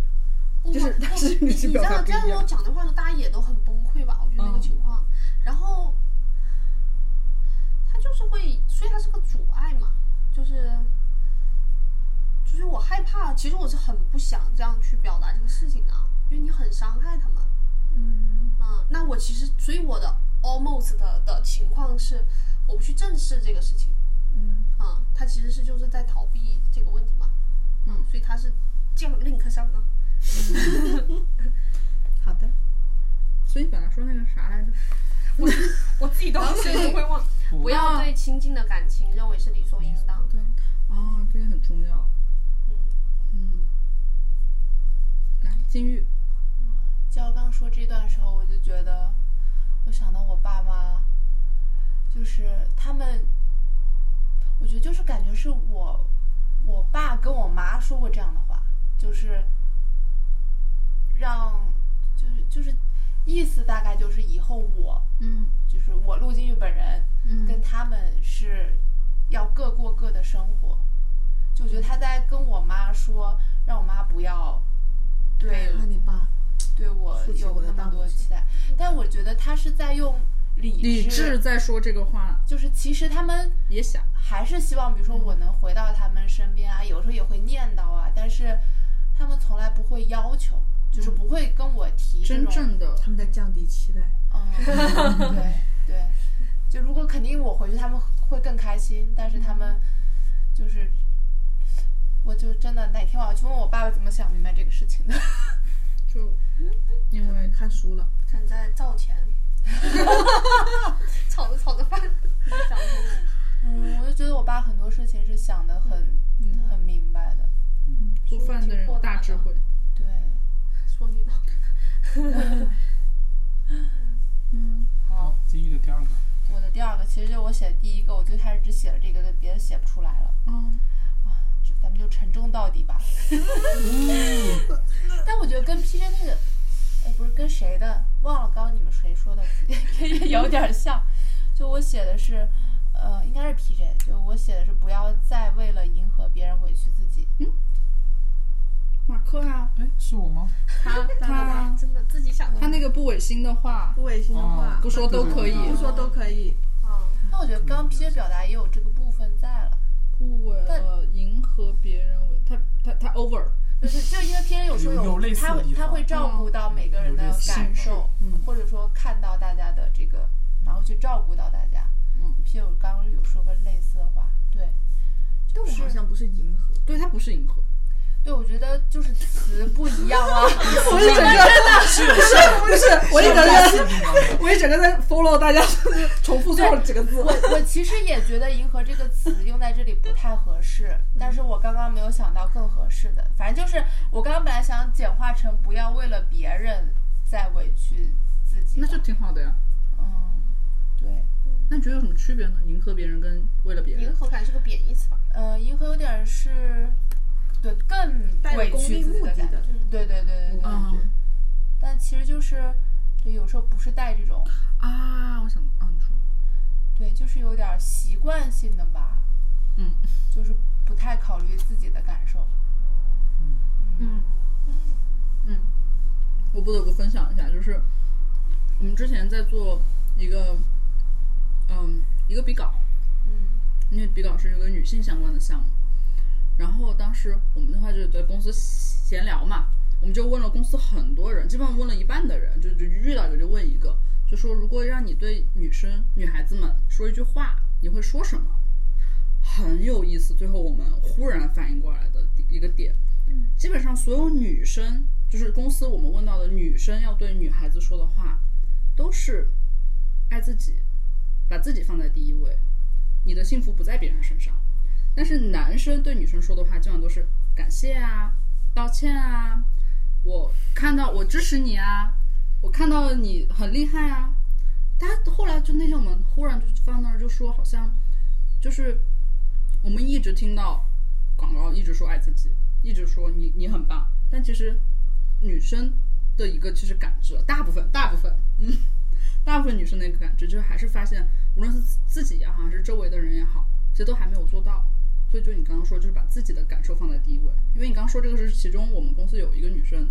[SPEAKER 4] 不
[SPEAKER 1] 就是
[SPEAKER 4] 不
[SPEAKER 1] 但是
[SPEAKER 4] 你
[SPEAKER 1] 你是
[SPEAKER 4] 你这
[SPEAKER 1] 表达
[SPEAKER 4] 样
[SPEAKER 1] 不
[SPEAKER 4] 这
[SPEAKER 1] 一
[SPEAKER 4] 样
[SPEAKER 1] 样
[SPEAKER 4] 跟我讲的话，大家也都很崩溃吧？我觉得那个
[SPEAKER 1] 嗯
[SPEAKER 4] 情况，然后他就是会，所以他是个阻碍嘛，就是就是我害怕，其实我是很不想这样去表达这个事情的，因为你很伤害他们。
[SPEAKER 5] 嗯，
[SPEAKER 4] 嗯，那我其实，所以我的 almost 的的情况是，我不去正视这个事情。
[SPEAKER 5] 嗯，
[SPEAKER 4] 啊、他其实是就是在逃避这个问题嘛。嗯，所以他是这样 link 上的。
[SPEAKER 5] 好的。
[SPEAKER 1] 所以本来说那个啥来着，
[SPEAKER 4] 我自己都
[SPEAKER 7] 所以会忘。
[SPEAKER 4] 不
[SPEAKER 6] 啊
[SPEAKER 4] 要对亲近的感情认为是理所应当的。
[SPEAKER 1] 哦，这个很重要。嗯，来，金玉，
[SPEAKER 2] 娇刚说这段时候，我就觉得，我想到我爸妈，就是他们，我觉得就是感觉是我，我爸跟我妈说过这样的话，就是让，就是就是意思大概就是以后我
[SPEAKER 1] 嗯
[SPEAKER 2] 就是我陆金玉本人
[SPEAKER 1] 嗯
[SPEAKER 2] 跟他们是要各过各的生活。就我觉得他在跟我妈说，让我妈不要对
[SPEAKER 5] 那你爸
[SPEAKER 2] 对我
[SPEAKER 5] 竖起
[SPEAKER 2] 有
[SPEAKER 5] 我的
[SPEAKER 2] 那
[SPEAKER 5] 大
[SPEAKER 2] 么
[SPEAKER 5] 拇
[SPEAKER 2] 多
[SPEAKER 5] 指
[SPEAKER 2] 期待，但我觉得他是在用理
[SPEAKER 1] 理智
[SPEAKER 2] 智
[SPEAKER 1] 在说这个话，
[SPEAKER 2] 就是其实他们
[SPEAKER 1] 也想
[SPEAKER 2] 还是希望，比如说我能回到他们身边啊，有时候也会念叨啊，但是他们从来不会要求，就是不会跟我提这
[SPEAKER 1] 真
[SPEAKER 2] 种
[SPEAKER 1] 正的
[SPEAKER 5] 他们在降低期待。
[SPEAKER 2] 嗯， 对对，就如果肯定我回去，他们会更开心，但是他们就是，我就真的哪天我要去问我爸爸怎么想明白这个事情的。
[SPEAKER 1] 就因为
[SPEAKER 5] 看书了，
[SPEAKER 6] 看在造钱， 炒着炒着饭， 想通了。
[SPEAKER 2] 嗯， 我就觉得我爸很多事情是想的很、很明白的。
[SPEAKER 1] 做饭的人有大智慧。
[SPEAKER 2] 对，
[SPEAKER 6] 说你呢？
[SPEAKER 1] 嗯，
[SPEAKER 2] 好，
[SPEAKER 3] 金玉的第二个，
[SPEAKER 2] 我的第二个其实就是我写的第一个，我最开始只写了这个，别的写不出来了。
[SPEAKER 1] 哦，
[SPEAKER 2] 咱们就沉重到底吧。但我觉得跟 PJ 那个，哎，不是跟谁的，忘了，刚刚你们谁说的，有点像。就我写的是，呃，应该是 PJ，就我写的是不要再为了迎合别人委屈自己。
[SPEAKER 1] 马克啊，
[SPEAKER 3] 哎，是我吗？
[SPEAKER 1] 他他
[SPEAKER 6] 真的自己想的。
[SPEAKER 1] 他那个不违心的话，
[SPEAKER 5] 不违心的话
[SPEAKER 3] 哦，
[SPEAKER 1] 不说都可以
[SPEAKER 3] 对对对
[SPEAKER 5] 不说都可以。
[SPEAKER 6] 嗯，
[SPEAKER 2] 但我觉得刚刚 PJ 表达也有这个部分在了，
[SPEAKER 1] 不为
[SPEAKER 2] 但
[SPEAKER 1] 了迎合别人为，他他他 over，
[SPEAKER 2] 就是就因为 PJ 有时候
[SPEAKER 3] 有有类似的
[SPEAKER 2] 他
[SPEAKER 3] 地
[SPEAKER 2] 会
[SPEAKER 3] 方
[SPEAKER 2] 他会照顾到每个人的
[SPEAKER 3] 有类似
[SPEAKER 2] 感受，
[SPEAKER 1] 嗯
[SPEAKER 2] 或者说看到大家的这个，然后去照顾到大家。
[SPEAKER 1] 嗯
[SPEAKER 2] ，PJ 有刚刚有说过类似的话，对。
[SPEAKER 5] 但我好像不是迎合，
[SPEAKER 1] 对他不是迎合，
[SPEAKER 2] 对，我觉得就是词不一样啊。
[SPEAKER 1] 我一整个
[SPEAKER 3] 是是，
[SPEAKER 1] 不是，我一整
[SPEAKER 3] 是
[SPEAKER 1] 个
[SPEAKER 3] 有类似的地方的
[SPEAKER 1] 我一整个在 follow 大家重复最后几个字，
[SPEAKER 2] 我我其实也觉得“迎合”这个词用在这里不太合适，但是我刚刚没有想到更合适的。反正就是我刚刚本来想简化成不要为了别人再委屈自己
[SPEAKER 1] 那
[SPEAKER 2] 吧。
[SPEAKER 1] 就挺好的呀。
[SPEAKER 2] 嗯，对，
[SPEAKER 1] 那你觉得有什么区别呢？迎合别人跟为了
[SPEAKER 4] 嗯
[SPEAKER 1] 别人
[SPEAKER 6] 迎，合感是个贬义词吧？
[SPEAKER 2] 呃，迎合有点是，对，更
[SPEAKER 5] 带有
[SPEAKER 2] 委
[SPEAKER 5] 功
[SPEAKER 2] 屈
[SPEAKER 5] 利
[SPEAKER 2] 自己
[SPEAKER 5] 目
[SPEAKER 2] 的
[SPEAKER 5] 的
[SPEAKER 2] 感觉
[SPEAKER 5] 的。
[SPEAKER 2] 对对对对对，
[SPEAKER 5] 感觉
[SPEAKER 1] 嗯
[SPEAKER 2] 但其实就是，对，有时候不是带这种，
[SPEAKER 1] 啊，我想啊，你说，
[SPEAKER 2] 对，就是有点习惯性的吧，
[SPEAKER 1] 嗯
[SPEAKER 2] 就是不太考虑自己的感受。
[SPEAKER 1] 嗯嗯，我不得不分享一下，就是我们之前在做一个嗯一个笔稿，
[SPEAKER 2] 嗯
[SPEAKER 1] 因为比稿是一个女性相关的项目。然后当时我们的话就是在公司闲聊嘛，我们就问了公司很多人，基本上问了一半的人，就就遇到一个就问一个，就说如果让你对女生、女孩子们说一句话，你会说什么？很有意思。最后我们忽然反应过来的一个点，基本上所有女生，就是公司我们问到的女生要对女孩子说的话，都是爱自己，把自己放在第一位。你的幸福不在别人身上。但是男生对女生说的话，基本上都是感谢啊、道歉啊，我看到我支持你啊，我看到你很厉害啊。大家后来就那天我们忽然就放那儿就说，好像就是我们一直听到广告一直说爱自己，一直说你你很棒，但其实女生的一个其实感知，大部分大部分嗯，大部分女生的一个感知就是还是发现，无论是自己也好，还是周围的人也好，其实都还没有做到。所以就你刚刚说，就是把自己的感受放在第一位，因为你刚刚说这个是其中我们公司有一个女生，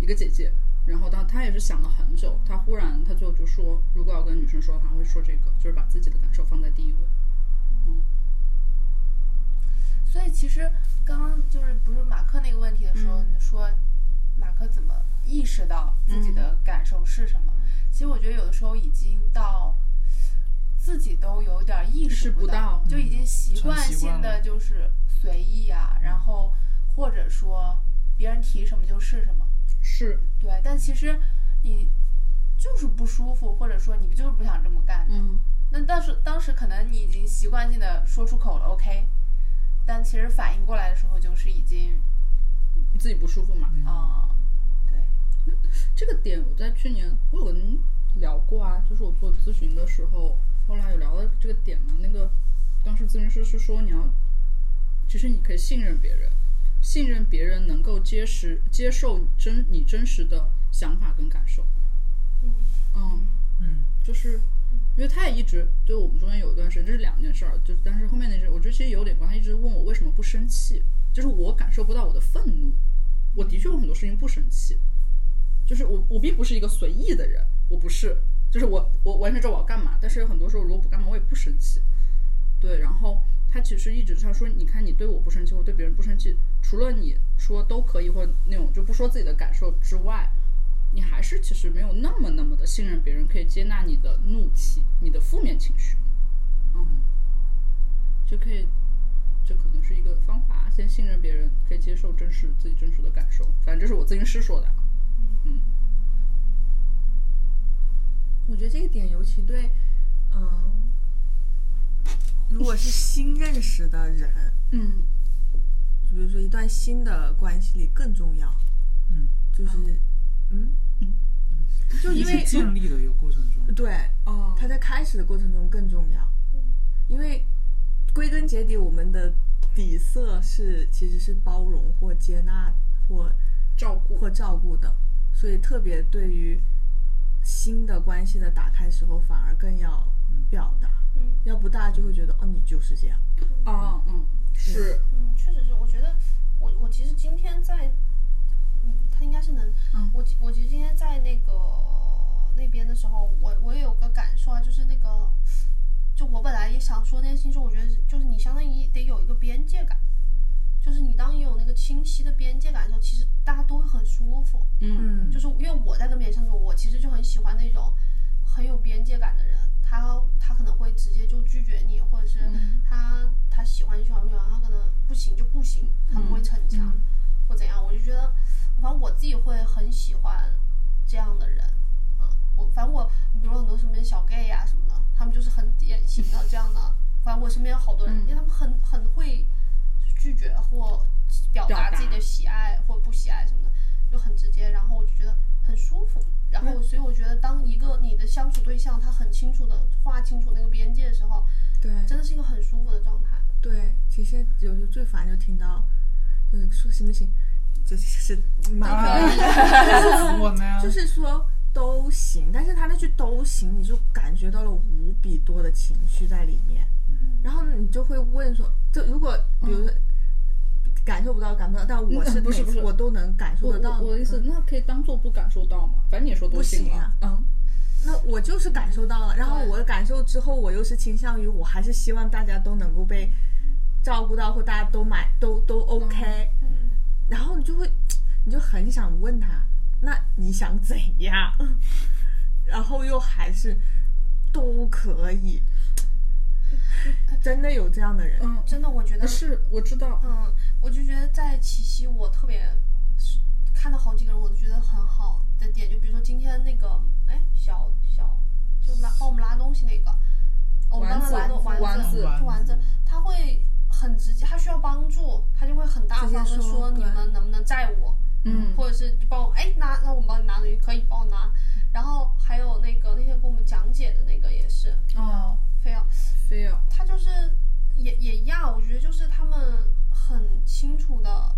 [SPEAKER 1] 一个姐姐，然后当她也是想了很久，她忽然她最后就说，如果要跟女生说的话，会说这个，就是把自己的感受放在第一位。
[SPEAKER 2] 所以其实刚刚就是不是马克那个问题的时候，你说马克怎么意识到自己的感受是什么？其实我觉得有的时候已经到自己都有点意
[SPEAKER 1] 识
[SPEAKER 2] 识
[SPEAKER 1] 不
[SPEAKER 2] 到，
[SPEAKER 1] 到
[SPEAKER 2] 就已经习
[SPEAKER 3] 成
[SPEAKER 2] 惯
[SPEAKER 3] 习惯
[SPEAKER 2] 性的
[SPEAKER 3] 了
[SPEAKER 2] 就是随意啊，然后或者说别人提什么就是什么。
[SPEAKER 1] 是，
[SPEAKER 2] 对，但其实你就是不舒服，或者说你就是不想这么干的。
[SPEAKER 1] 嗯，
[SPEAKER 2] 那当时当时可能你已经习惯性的说出口了，OK，但其实反应过来的时候，就是已经
[SPEAKER 1] 自己不舒服嘛。
[SPEAKER 2] 啊、对，
[SPEAKER 1] 这个点我在去年我有跟聊过啊，就是我做咨询的时候，后来有聊到这个点嘛。那个当时咨询师是说你要，其实你可以信任别人，信任别人能够接实接受真你真实的想法跟感受。嗯，
[SPEAKER 3] 嗯，
[SPEAKER 1] 就是因为他也一直就我们中间有一段时间，这是两件事儿，就是但是后面那阵，我觉得其实有点关系，他一直问我为什么不生气，就是我感受不到我的愤怒，我的确有很多事情不生气，就是我我并不是一个随意的人，我不是，就是我我完全知道我要干嘛，但是很多时候如果不干嘛，我也不生气，对，然后他其实一直他说，你看你对我不生气，我对别人不生气，除了你说都可以或那种就不说自己的感受之外，你还是其实没有那么那么的信任别人，可以接纳你的怒气、你的负面情绪，嗯，就可以，这可能是一个方法，先信任别人，可以接受真实自己真实的感受，反正这是我咨询师说的啊，嗯，
[SPEAKER 5] 我觉得这个点尤其对，嗯，如果是新认识的人，
[SPEAKER 1] 嗯，
[SPEAKER 5] 比如说一段新的关系里更重要，
[SPEAKER 3] 嗯，
[SPEAKER 5] 就是，嗯，就因为
[SPEAKER 3] 是建立的一个过程中，
[SPEAKER 5] 对，
[SPEAKER 1] 哦
[SPEAKER 5] 它在开始的过程中更重要，因为归根结底，我们的底色是其实是包容或接纳或
[SPEAKER 1] 照顾
[SPEAKER 5] 或照顾的，所以特别对于新的关系的打开时候，反而更要表达，
[SPEAKER 4] 嗯
[SPEAKER 5] 要不大家就会觉得哦，你就是这样，
[SPEAKER 1] 啊，嗯，是，
[SPEAKER 4] 嗯，确实是，我觉得我我其实今天在，嗯，他应该是能，
[SPEAKER 1] 嗯
[SPEAKER 4] 我其我其实今天在那个那边的时候，我我也有个感受啊，就是那个，就我本来也想说这件事情，说我觉得就是你相当于得有一个边界感，就是你当你有那个清晰的边界感的时候，其实大家都会很舒服，
[SPEAKER 1] 嗯
[SPEAKER 5] 嗯
[SPEAKER 4] 就是因为我在跟别人相处，我其实就很喜欢那种很有边界感的人。他他可能会直接就拒绝你，或者是他、他喜欢就喜欢不喜欢，他可能不行就不行，他不会逞强、或怎样。我就觉得，反正我自己会很喜欢这样的人。嗯，我反正我，比如很多身边小 gay 呀、什么的，他们就是很典型的这样的。反正我身边有好多人，因为他们很很会拒绝或表
[SPEAKER 1] 表
[SPEAKER 4] 达
[SPEAKER 1] 达
[SPEAKER 4] 自己的喜爱或不喜爱什么的，就很直接。然后我就觉得很舒服。然后，所以我觉得，当一个你的相处对象他很清楚的划清楚那个边界的时候，
[SPEAKER 5] 对
[SPEAKER 4] 真的是一个很舒服的状态。
[SPEAKER 5] 对，其实有时候最烦就听到，就是说行不行，就是
[SPEAKER 3] 啊
[SPEAKER 5] 麻烦。
[SPEAKER 3] 我呢，
[SPEAKER 5] 就是说都行，但是他那句都行，你就感觉到了无比多的情绪在里面，
[SPEAKER 1] 嗯
[SPEAKER 5] 然后你就会问说，就如果比如说、感受不到，感不到，但我是
[SPEAKER 1] 嗯不是
[SPEAKER 5] 每
[SPEAKER 1] 不是
[SPEAKER 5] 次我都能感受
[SPEAKER 1] 我
[SPEAKER 5] 得到
[SPEAKER 1] 我我的意思，
[SPEAKER 5] 嗯
[SPEAKER 1] 那可以当做不感受到嘛，反正你也说都
[SPEAKER 5] 不
[SPEAKER 1] 行
[SPEAKER 5] 行
[SPEAKER 1] 了
[SPEAKER 5] 啊，
[SPEAKER 1] 嗯，
[SPEAKER 5] 那我就是感受到了，然后
[SPEAKER 4] 对
[SPEAKER 5] 我的感受之后，我又是倾向于我还是希望大家都能够被照顾到，或大家都买都都 OK，、然后你就会你就很想问他，那你想怎样？ 然后又还是都可以， 真的有这样的人，
[SPEAKER 1] 嗯，
[SPEAKER 4] 真的，我觉得，
[SPEAKER 1] 是我知道，
[SPEAKER 4] 嗯，我就觉得在七夕，我特别是看到好几个人，我都觉得很好的点，就比如说今天那个，哎，小小就是拉帮我们拉东西那个，我们帮他拉
[SPEAKER 1] 丸子
[SPEAKER 4] 东
[SPEAKER 1] 丸
[SPEAKER 4] 丸
[SPEAKER 1] 子
[SPEAKER 4] 就丸子，他会很直接，他需要帮助，他就会很大方
[SPEAKER 5] 直
[SPEAKER 4] 的
[SPEAKER 5] 接说
[SPEAKER 4] 你
[SPEAKER 5] 对
[SPEAKER 4] 们能不能载我，
[SPEAKER 1] 嗯
[SPEAKER 4] 或者是就帮我哎拿，那我们帮你拿东西，可以帮我拿。然后还有那个那天给我们讲解的那个也是，
[SPEAKER 1] 哦，
[SPEAKER 4] 非要
[SPEAKER 1] 非要，
[SPEAKER 4] 他就是也也一样，我觉得就是他们很清楚的，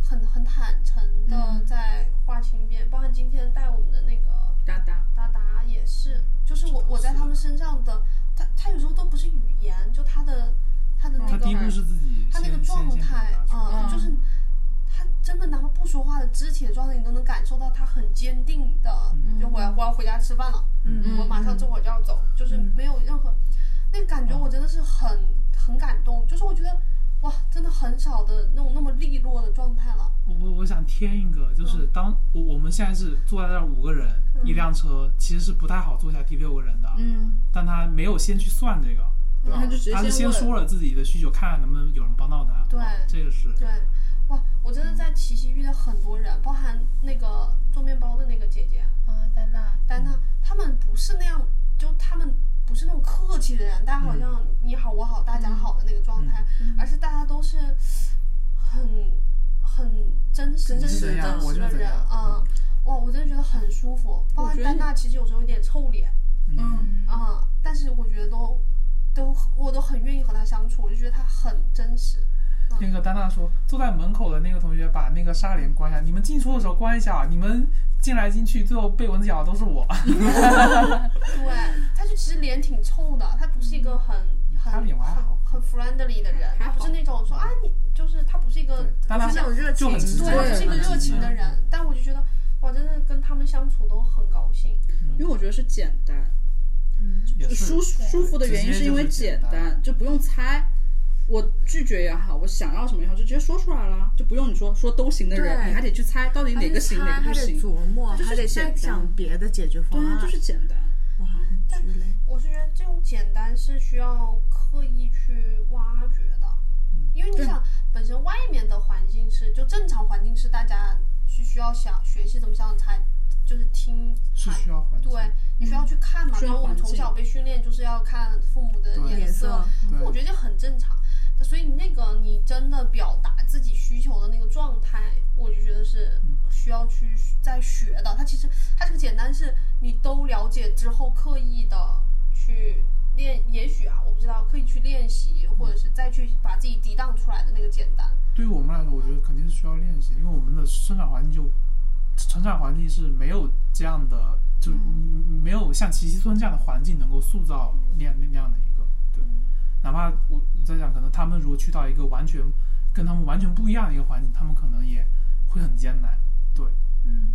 [SPEAKER 4] 很很坦诚的
[SPEAKER 1] 嗯
[SPEAKER 4] 在划清边，包含今天带我们的那个
[SPEAKER 1] 哒哒，
[SPEAKER 4] 达达也是，就是我我在他们身上的，他他有时候都不是语言，就他的他的那
[SPEAKER 3] 他
[SPEAKER 4] 个
[SPEAKER 3] 第一步是自己
[SPEAKER 4] 他那个
[SPEAKER 3] 先
[SPEAKER 4] 状
[SPEAKER 3] 先先表
[SPEAKER 4] 态
[SPEAKER 3] 达，出来
[SPEAKER 4] 嗯，就是他真的哪怕不说话的肢体的状态，你都能感受到他很坚定的，
[SPEAKER 3] 嗯
[SPEAKER 4] 就我要我要回家吃饭了，
[SPEAKER 5] 嗯
[SPEAKER 4] 我马上这会儿就要走，就是没有任何那个感觉，我真的是很很感动，就是我觉得哇，真的很少的那种那么利落的状态了，
[SPEAKER 3] 我我我想添一个，
[SPEAKER 4] 嗯
[SPEAKER 3] 就是当我我们现在是坐在这儿五个人，一辆车其实是不太好坐下第六个人的，
[SPEAKER 1] 嗯，
[SPEAKER 3] 但他没有先去算这个，
[SPEAKER 1] 对，他就直接
[SPEAKER 3] 他是先
[SPEAKER 1] 问嗯
[SPEAKER 3] 说了自己的需求，看看能不能有人帮到他。
[SPEAKER 4] 对
[SPEAKER 3] 啊这个是
[SPEAKER 4] 对，哇，我真的在奇袭遇到很多人，包含那个做面包的那个姐姐，
[SPEAKER 2] 啊，丹娜，
[SPEAKER 4] 但他他们不是那样，就他们不是那种客气的人，大家好像你好我好大家好的那个状态，而是大家都是很很真实、
[SPEAKER 5] 真
[SPEAKER 4] 真
[SPEAKER 5] 实
[SPEAKER 4] 实、
[SPEAKER 5] 的呀
[SPEAKER 4] 真
[SPEAKER 3] 我
[SPEAKER 4] 实
[SPEAKER 3] 就
[SPEAKER 4] 的
[SPEAKER 3] 怎
[SPEAKER 4] 人
[SPEAKER 3] 样
[SPEAKER 1] 嗯
[SPEAKER 4] 啊、哇，我真的觉得很舒服。包
[SPEAKER 1] 我觉
[SPEAKER 4] 含
[SPEAKER 1] 得
[SPEAKER 4] 丹娜其实有时候有点臭脸
[SPEAKER 1] 嗯，
[SPEAKER 4] 啊、但是我觉得都都我都很愿意和她相处，我就觉得她很真实。
[SPEAKER 3] 嗯那个丹娜说，坐在门口的那个同学把那个纱帘关一下，你们进出的时候关一下，你们进来进去最后被蚊子咬的都是我。
[SPEAKER 4] 对，他就其实脸挺臭的，他不是一个很
[SPEAKER 3] 嗯
[SPEAKER 4] 很
[SPEAKER 3] 他脸还好
[SPEAKER 4] 很很 friendly 的人，他不是那种说啊你就是他不是一个
[SPEAKER 3] 对，丹娜
[SPEAKER 5] 这种热
[SPEAKER 3] 就
[SPEAKER 5] 情
[SPEAKER 3] 很直接
[SPEAKER 4] 对，他不是一个
[SPEAKER 3] 很
[SPEAKER 4] 热情的人，但我就觉得哇，真的跟他们相处都很高兴。
[SPEAKER 1] 因为我觉得是简单，
[SPEAKER 3] 也是
[SPEAKER 1] 舒舒服的原因
[SPEAKER 3] 直接就是
[SPEAKER 1] 因为
[SPEAKER 3] 简
[SPEAKER 1] 简
[SPEAKER 3] 单
[SPEAKER 1] 单，就不用猜。我拒绝也好，我想要什么也好，就直接说出来了，就不用你说说都行的人，
[SPEAKER 8] 对
[SPEAKER 1] 你还得去猜到底哪个行哪个
[SPEAKER 8] 还
[SPEAKER 1] 不
[SPEAKER 8] 得
[SPEAKER 1] 行。
[SPEAKER 8] 琢磨，
[SPEAKER 1] 就是
[SPEAKER 8] 还得
[SPEAKER 1] 简
[SPEAKER 8] 再
[SPEAKER 1] 单
[SPEAKER 8] 想别的解决方
[SPEAKER 1] 对
[SPEAKER 8] 案，
[SPEAKER 1] 啊，就是简单。
[SPEAKER 8] 哇，很鸡肋。
[SPEAKER 4] 我是觉得这种简单是需要刻意去挖掘的，
[SPEAKER 3] 嗯
[SPEAKER 4] 因为你想，本身外面的环境是就正常环境是大家是需要想学习怎么想才就是听
[SPEAKER 3] 是需要环境，
[SPEAKER 4] 对，你需要去看嘛，
[SPEAKER 1] 需
[SPEAKER 4] 因
[SPEAKER 1] 要
[SPEAKER 4] 为我们
[SPEAKER 1] 啊环
[SPEAKER 4] 从
[SPEAKER 1] 境
[SPEAKER 4] 小被训练就是要看父母的
[SPEAKER 3] 对
[SPEAKER 4] 脸
[SPEAKER 8] 脸
[SPEAKER 4] 色
[SPEAKER 8] 色，
[SPEAKER 3] 对
[SPEAKER 4] 我觉得这很正常。所以那个你真的表达自己需求的那个状态，我就觉得是
[SPEAKER 1] 嗯
[SPEAKER 4] 需要去再学的。它其实它这个简单是你都了解之后刻意的去练，也许啊，我不知道，刻意去练习，或者是再去把自己涤荡出来的那个简单。
[SPEAKER 3] 对于我们来说，我觉得肯定是需要练习，因为我们的生长环境就成长环境是没有这样的，就
[SPEAKER 5] 嗯
[SPEAKER 3] 没有像奇奇村这样的环境能够塑造那样那样的一个。对，
[SPEAKER 5] 嗯
[SPEAKER 3] 哪怕我在讲，可能他们如果去到一个完全跟他们完全不一样的一个环境，他们可能也会很艰难。对，
[SPEAKER 2] 嗯，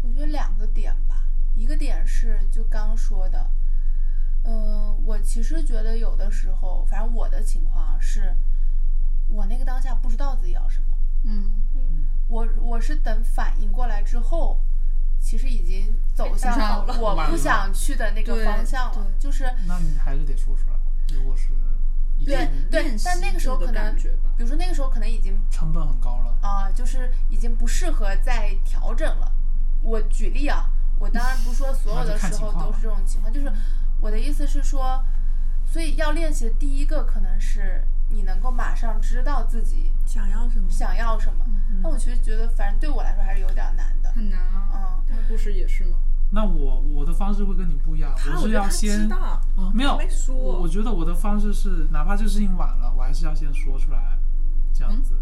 [SPEAKER 2] 我觉得两个点吧，一个点是就刚说的，嗯、我其实觉得有的时候，反正我的情况是，我那个当下不知道自己要什么，
[SPEAKER 1] 嗯，
[SPEAKER 2] 我我是等反应过来之后，其实已经走向
[SPEAKER 1] 上
[SPEAKER 2] 了我
[SPEAKER 3] 晚
[SPEAKER 2] 不
[SPEAKER 3] 了
[SPEAKER 2] 想去的那个
[SPEAKER 1] 对
[SPEAKER 2] 方向了，就是
[SPEAKER 3] 那你还是得说出来。如果是已经
[SPEAKER 2] 对对
[SPEAKER 1] 练，习
[SPEAKER 2] 但那个时候
[SPEAKER 1] 的
[SPEAKER 2] 可能，
[SPEAKER 1] 感觉吧
[SPEAKER 2] 比如说那个时候可能已经
[SPEAKER 3] 成本很高了，
[SPEAKER 2] 啊、就是已经不适合再调整了。我举例啊，我当然不是说所有
[SPEAKER 3] 那
[SPEAKER 2] 的
[SPEAKER 3] 就看
[SPEAKER 2] 时候
[SPEAKER 3] 情况
[SPEAKER 2] 都
[SPEAKER 3] 了
[SPEAKER 2] 是这种情况，就是我的意思是说，所以要练习的第一个可能是你能够马上知道自己
[SPEAKER 8] 想要什么？
[SPEAKER 2] 想要什么。
[SPEAKER 1] 嗯
[SPEAKER 2] 那我其实觉得，反正对我来说还是有点难的。
[SPEAKER 1] 很难啊。他不是也是吗？
[SPEAKER 3] 那我我的方式会跟你不一样，
[SPEAKER 5] 他
[SPEAKER 3] 我
[SPEAKER 5] 我
[SPEAKER 3] 是
[SPEAKER 5] 觉得
[SPEAKER 3] 要
[SPEAKER 5] 他知
[SPEAKER 3] 先
[SPEAKER 5] 道，
[SPEAKER 3] 没有
[SPEAKER 5] 没说
[SPEAKER 3] 我我觉得我的方式是，哪怕这事情晚了，我还是要先说出来，这样子。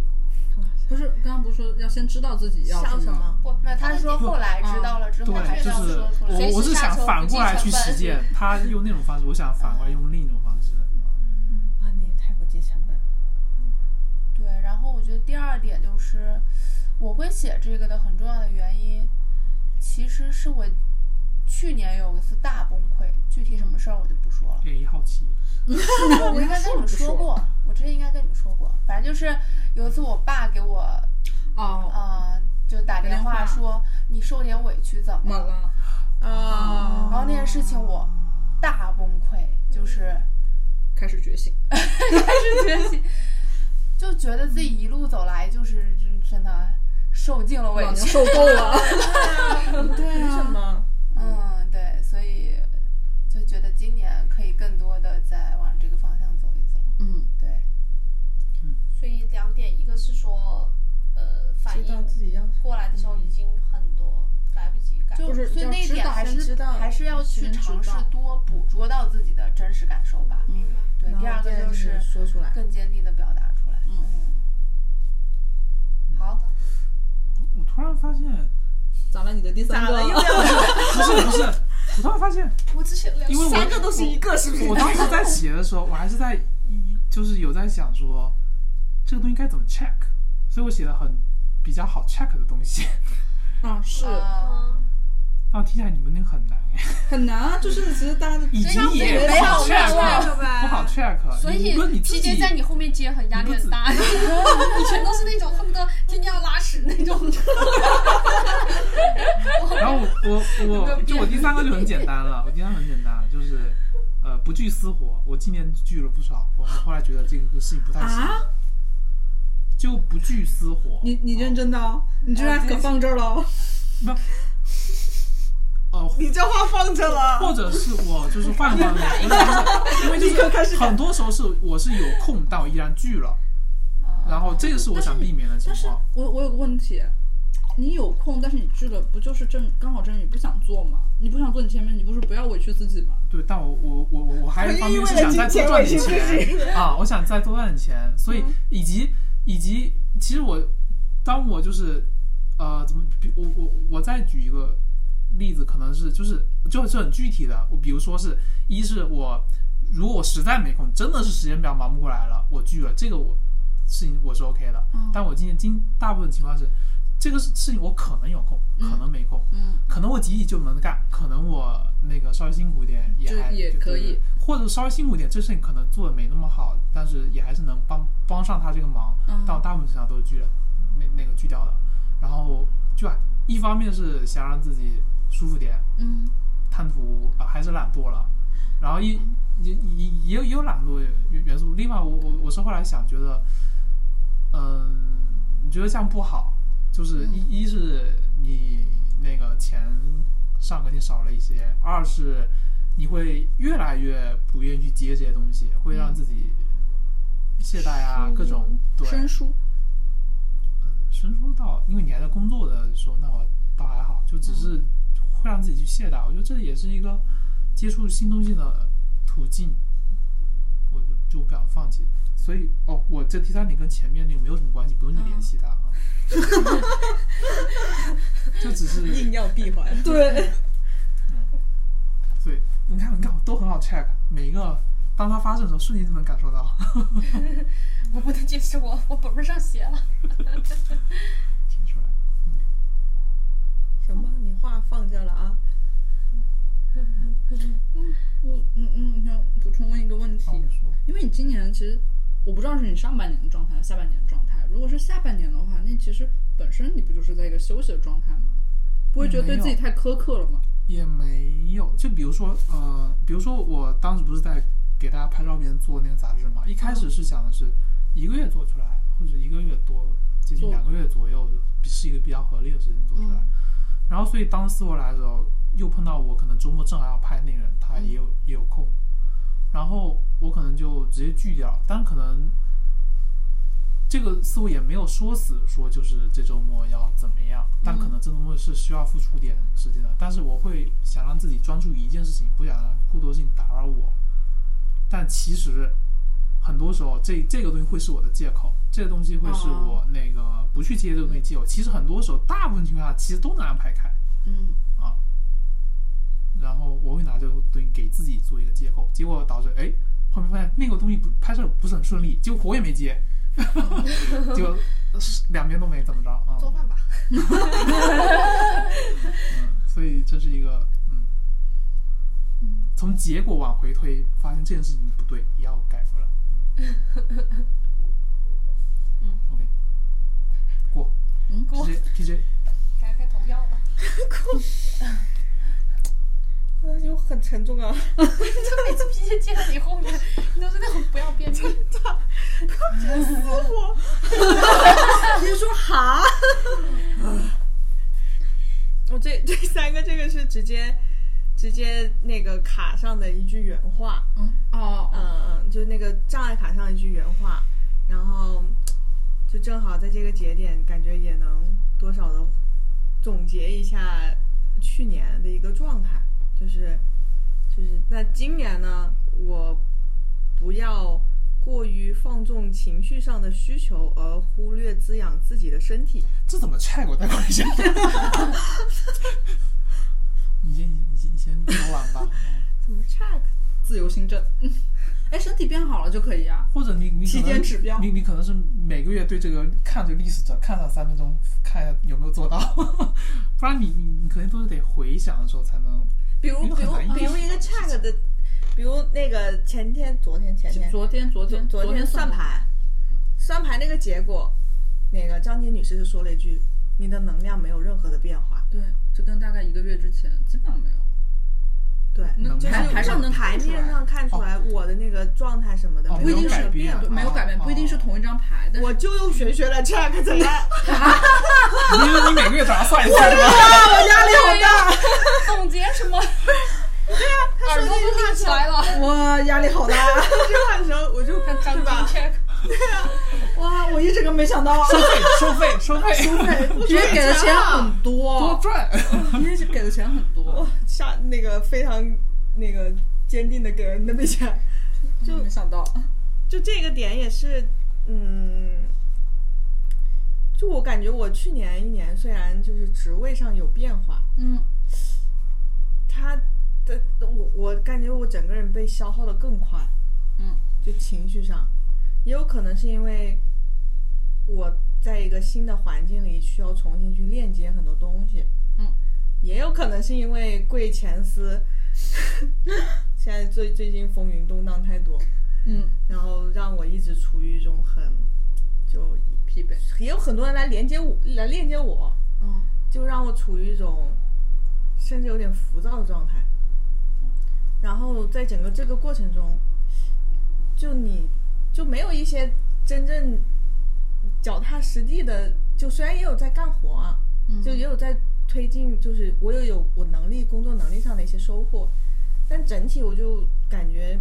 [SPEAKER 1] 不是，刚刚不是说要先知道自己要
[SPEAKER 8] 想什
[SPEAKER 1] 么？
[SPEAKER 8] 么？
[SPEAKER 9] 不，
[SPEAKER 2] 那他是说嗯后来知道了之后，还
[SPEAKER 3] 对，就是
[SPEAKER 2] 要
[SPEAKER 3] 是
[SPEAKER 2] 说出来。
[SPEAKER 9] 随
[SPEAKER 3] 我
[SPEAKER 9] 时
[SPEAKER 3] 我是
[SPEAKER 9] 下
[SPEAKER 3] 想
[SPEAKER 9] 手
[SPEAKER 3] 反
[SPEAKER 9] 不计
[SPEAKER 3] 过来
[SPEAKER 9] 成
[SPEAKER 3] 去实
[SPEAKER 9] 本
[SPEAKER 3] 践，他用那种方式，我想反过来用另一种方式。
[SPEAKER 5] 啊，你也太不计成本了。
[SPEAKER 2] 对，然后我觉得第二点就是，我会写这个的很重要的原因，其实是我去年有一次大崩溃，具体什么事儿我就不说了。
[SPEAKER 3] A 好奇，嗯
[SPEAKER 2] 哦我应该跟你们说
[SPEAKER 3] 哦
[SPEAKER 2] 过，我之前应该跟你们说过，反正就是有一次我爸给我，
[SPEAKER 1] 哦，
[SPEAKER 2] 呃，就打电话
[SPEAKER 1] 打电话
[SPEAKER 2] 说你受点委屈怎
[SPEAKER 1] 怎
[SPEAKER 2] 么
[SPEAKER 1] 么
[SPEAKER 2] 了？
[SPEAKER 1] 了？哦
[SPEAKER 5] 啊，
[SPEAKER 3] 嗯
[SPEAKER 2] 然后那件事情我大崩溃，就是
[SPEAKER 1] 开始觉醒。
[SPEAKER 2] 就觉得自己
[SPEAKER 5] 嗯
[SPEAKER 2] 一路走来就是真的受尽了委
[SPEAKER 1] 老娘
[SPEAKER 2] 屈。
[SPEAKER 1] 受够了。
[SPEAKER 5] 对啊，什么？
[SPEAKER 2] 嗯，对，所以就觉得今年可以更多的在往这个方向走一走。
[SPEAKER 1] 嗯，
[SPEAKER 2] 对，
[SPEAKER 4] 所以两点，一个是说，呃，反
[SPEAKER 5] 知道
[SPEAKER 4] 应
[SPEAKER 5] 自己要嗯
[SPEAKER 4] 过来的时候已经很多来不及改，
[SPEAKER 2] 就
[SPEAKER 5] 就是
[SPEAKER 2] 所以
[SPEAKER 5] 要
[SPEAKER 2] 那一
[SPEAKER 5] 知
[SPEAKER 2] 点
[SPEAKER 5] 道
[SPEAKER 2] 还
[SPEAKER 5] 先
[SPEAKER 2] 是
[SPEAKER 5] 知道
[SPEAKER 2] 还是要去
[SPEAKER 5] 先知
[SPEAKER 2] 尝试
[SPEAKER 5] 道嗯
[SPEAKER 2] 多捕捉到自己的真实感受吧。
[SPEAKER 4] 明白。
[SPEAKER 2] 对，第二个
[SPEAKER 5] 然后
[SPEAKER 2] 就是
[SPEAKER 5] 说出来。
[SPEAKER 2] 更坚定的表达出来。嗯，
[SPEAKER 5] 嗯
[SPEAKER 2] 好，
[SPEAKER 3] 我突然发现，
[SPEAKER 1] 咋了？你的第三个了？
[SPEAKER 3] 不是不是，我 突然发现，
[SPEAKER 9] 我只写了两
[SPEAKER 3] 因为我
[SPEAKER 5] 三个都是一个，是不是？
[SPEAKER 3] 我当时在写的时候，我还是在就是有在想说，这个东西该怎么 check，所以我写了很比较好 check 的东西。
[SPEAKER 1] 啊，是
[SPEAKER 2] 啊，
[SPEAKER 3] 那我听起来你们那个很难哎，
[SPEAKER 1] 很难啊，就是其实大家的
[SPEAKER 3] 已经也不
[SPEAKER 1] 没
[SPEAKER 3] 好
[SPEAKER 1] 有
[SPEAKER 5] 啊
[SPEAKER 3] check，不好 check。
[SPEAKER 4] 所以
[SPEAKER 3] 你论你自
[SPEAKER 4] P
[SPEAKER 3] 己
[SPEAKER 4] J 在你后面接很压力很 大，你全都是那种恨不得天天要拉屎那种。
[SPEAKER 3] 然后我我我就我第三个就很简单了，我第三个很简单了，就是呃不惧私活。我今年聚了不少，我后来觉得这个事情不太行，
[SPEAKER 1] 啊！
[SPEAKER 3] 就不惧私活。
[SPEAKER 1] 你你认真的哦？你居然可放这儿了？哦
[SPEAKER 3] 不？呃，
[SPEAKER 5] 你这话放着了，
[SPEAKER 3] 或者是我就是换个方面，因为就是很多时候是我是有空，但我依然聚了，然后这个是我想避免的情
[SPEAKER 1] 但是
[SPEAKER 3] 况。
[SPEAKER 1] 我我有个问题，你有空，但是你去了，不就是正刚好正你不想做吗？你不想做，你前面你不是不要委屈自己吗？
[SPEAKER 3] 对，但我我我我我还有一方面是
[SPEAKER 5] 为了
[SPEAKER 3] 想再
[SPEAKER 5] 金
[SPEAKER 3] 多
[SPEAKER 5] 钱
[SPEAKER 3] 赚
[SPEAKER 5] 委
[SPEAKER 3] 点
[SPEAKER 5] 屈自己
[SPEAKER 3] 钱啊，我想再多赚点钱，所
[SPEAKER 5] 嗯
[SPEAKER 3] 以以及以及其实我当我就是呃怎么比我我我再举一个例子，可能是就是就是很具体的，我比如说是一是我如果我实在没空，真的是时间表忙不过来了，我拒了这个我事情我是 OK 的，
[SPEAKER 1] 嗯
[SPEAKER 3] 但我今天今大部分情况是。这个事事情我可能有空，可能没空，
[SPEAKER 1] 嗯，
[SPEAKER 3] 可能我急一就能干，可能我那个稍微辛苦一点也
[SPEAKER 1] 就
[SPEAKER 3] 还
[SPEAKER 1] 也
[SPEAKER 3] 就
[SPEAKER 1] 可
[SPEAKER 3] 对
[SPEAKER 1] 以
[SPEAKER 3] 对或者稍微辛苦一点，这事情可能做的没那么好，但是也还是能帮帮上他这个忙。
[SPEAKER 1] 嗯
[SPEAKER 3] 但我大部分情况都是拒了，那那个拒掉的。然后就啊一方面是想让自己舒服点，
[SPEAKER 1] 嗯，
[SPEAKER 3] 贪图啊、还是懒惰了，然后一也也也有也有懒惰元元素。另外，我我我是后来想觉得，嗯，你觉得这样不好，就是一、一是你那个钱上肯定少了一些，二是你会越来越不愿意去接这些东西，会让自己懈怠啊，各种对
[SPEAKER 1] 生疏，
[SPEAKER 3] 生疏嗯到，因为你还在工作的时候，那我倒还好，就只是会让自己去懈怠。我觉得这也是一个接触新东西的途径，我就就不想放弃。所以哦，我这第三点跟前面那个没有什么关系，不用去联系它啊，就只是
[SPEAKER 5] 硬要闭环。
[SPEAKER 1] 对，
[SPEAKER 3] 所以你看，你看，我都很好 check，每一个当它发生的时候，瞬间就能感受到。
[SPEAKER 6] 我不能接受，我我本本上写了。
[SPEAKER 3] 听出来，
[SPEAKER 5] 行吧，你话放这了啊。
[SPEAKER 1] 我嗯嗯，你想补充问一个问题
[SPEAKER 3] 好，，我说，
[SPEAKER 1] 因为你今年其实我不知道是你上半年的状态还是下半年的状态，如果是下半年的话，那其实本身你不就是在一个休息的状态吗？不会觉得对自己太苛刻了吗？
[SPEAKER 3] 也没有，就比如说，呃，比如说我当时不是在给大家拍照片做那个杂志嘛，一开始是想的是一个月做出来，或者一个月多，接近
[SPEAKER 1] 做
[SPEAKER 3] 两个月左右是一个比较合理的时间做出来。然后，所以当思回来的时候，又碰到我可能周末正好要拍那个人，他也有、也有空，然后我可能就直接拒掉，但可能这个似乎也没有说死，说就是这周末要怎么样，但可能这周末是需要付出点时间的。但是我会想让自己专注于一件事情，不想让过多事情打扰我。但其实很多时候，这这个东西会是我的借口，这个东西会是我那个不去接这个东西借口。其实很多时候，大部分情况下其实都能安排开。
[SPEAKER 1] 嗯，
[SPEAKER 3] 啊，然后我会拿这个东西给自己做一个借口，结果导致哎，后面发现那个东西不拍摄不是很顺利，结果活也没接， 结果是两边都没怎么着啊、
[SPEAKER 4] 做饭吧。
[SPEAKER 3] 嗯，所以这是一个嗯，从结果往回推，发现这件事情不对，也要改过来。嗯，OK，过，
[SPEAKER 1] 嗯
[SPEAKER 3] 过，PJ PJ，
[SPEAKER 6] 该开投票了，
[SPEAKER 5] 那就很沉重啊！
[SPEAKER 6] 就每次 P 姐接到你后面，你都是那种不要辩论。
[SPEAKER 10] 你说哈？
[SPEAKER 5] 我 这这三个，这个是直接直接那个卡上的一句原话，
[SPEAKER 1] 哦，
[SPEAKER 5] 嗯嗯，就那个障碍卡上一句原话，然后就正好在这个节点，感觉也能多少的总结一下去年的一个状态，就是就是那今年呢，我不要过于放纵情绪上的需求，而忽略滋养自己的身体。
[SPEAKER 3] 这怎么 check 我再过一下？ 你先你先你先说完吧。嗯
[SPEAKER 5] 怎么 check？
[SPEAKER 1] 自由行政， 嗯，哎，身体变好了就可以啊。
[SPEAKER 3] 或者你你
[SPEAKER 1] 期
[SPEAKER 3] 可能
[SPEAKER 1] 间指标
[SPEAKER 3] 你你可能是每个月对这个看这个历史者看上三分钟， 看一下有没有做到， 不然你你你肯定都是得回想的时候才能。
[SPEAKER 5] 比如
[SPEAKER 3] 因为
[SPEAKER 5] 比
[SPEAKER 3] 很
[SPEAKER 5] 如
[SPEAKER 3] 难
[SPEAKER 5] 比如
[SPEAKER 3] 意识
[SPEAKER 5] 一个
[SPEAKER 3] 到这个
[SPEAKER 5] check 的，比如那个前天、昨天、前天、
[SPEAKER 1] 昨天，昨
[SPEAKER 5] 昨
[SPEAKER 1] 天，
[SPEAKER 5] 昨
[SPEAKER 1] 天
[SPEAKER 5] 天算
[SPEAKER 1] 的，嗯
[SPEAKER 5] 牌，算牌那个结果，那个张杰女士就说了一句：“你的能量没有任何的变化。
[SPEAKER 1] 对，就跟大概一个月之前基本上没有。”
[SPEAKER 5] 对，
[SPEAKER 1] 那
[SPEAKER 3] 能
[SPEAKER 1] 嗯就是
[SPEAKER 3] 量
[SPEAKER 1] 牌上能
[SPEAKER 5] 牌
[SPEAKER 1] 看出
[SPEAKER 5] 面
[SPEAKER 1] 来
[SPEAKER 5] 上看出来我的那个状态什么的
[SPEAKER 3] 哦
[SPEAKER 1] 不一
[SPEAKER 5] 有
[SPEAKER 1] 定是
[SPEAKER 5] 任何
[SPEAKER 3] 改变
[SPEAKER 1] 对没有改变，
[SPEAKER 3] 哦
[SPEAKER 1] 不一定是同一张牌，但是
[SPEAKER 5] 我就又学学了 check 怎么样？
[SPEAKER 3] 你因为你每个月早上算一算是 吧？
[SPEAKER 6] 总结什么？对啊，耳朵都立起来了。
[SPEAKER 5] 哇，压力好大！
[SPEAKER 1] 啊
[SPEAKER 5] 这话的时候我 就
[SPEAKER 6] 张
[SPEAKER 5] 是
[SPEAKER 6] 军
[SPEAKER 5] 吧？
[SPEAKER 6] check，
[SPEAKER 5] 哇，我一直都没想到，啊哎
[SPEAKER 3] 收费收费收费，
[SPEAKER 5] 对，
[SPEAKER 1] 因为给的钱很
[SPEAKER 3] 多
[SPEAKER 1] 多，
[SPEAKER 3] 赚。
[SPEAKER 1] 因为给的钱很多，
[SPEAKER 5] 下那个非常那个坚定的给了那笔钱，就
[SPEAKER 1] 没想到，
[SPEAKER 5] 就这个点也是，嗯，就我感觉我去年一年虽然就是职位上有变化，
[SPEAKER 1] 嗯，
[SPEAKER 5] 他的我我感觉我整个人被消耗的更快，
[SPEAKER 1] 嗯，
[SPEAKER 5] 就情绪上，也有可能是因为我在一个新的环境里需要重新去链接很多东西，
[SPEAKER 1] 嗯，
[SPEAKER 5] 也有可能是因为贵前司 现在最最近风云动荡太多，
[SPEAKER 1] 嗯，
[SPEAKER 5] 然后让我一直处于一种很就
[SPEAKER 1] 疲惫，
[SPEAKER 5] 也有很多人来连接我，来链接我，
[SPEAKER 1] 嗯，
[SPEAKER 5] 就让我处于一种甚至有点浮躁的状态。然后在整个这个过程中，就你就没有一些真正脚踏实地的，就虽然也有在干活啊，就也有在推进，就是我也有我能力、工作能力上的一些收获，但整体我就感觉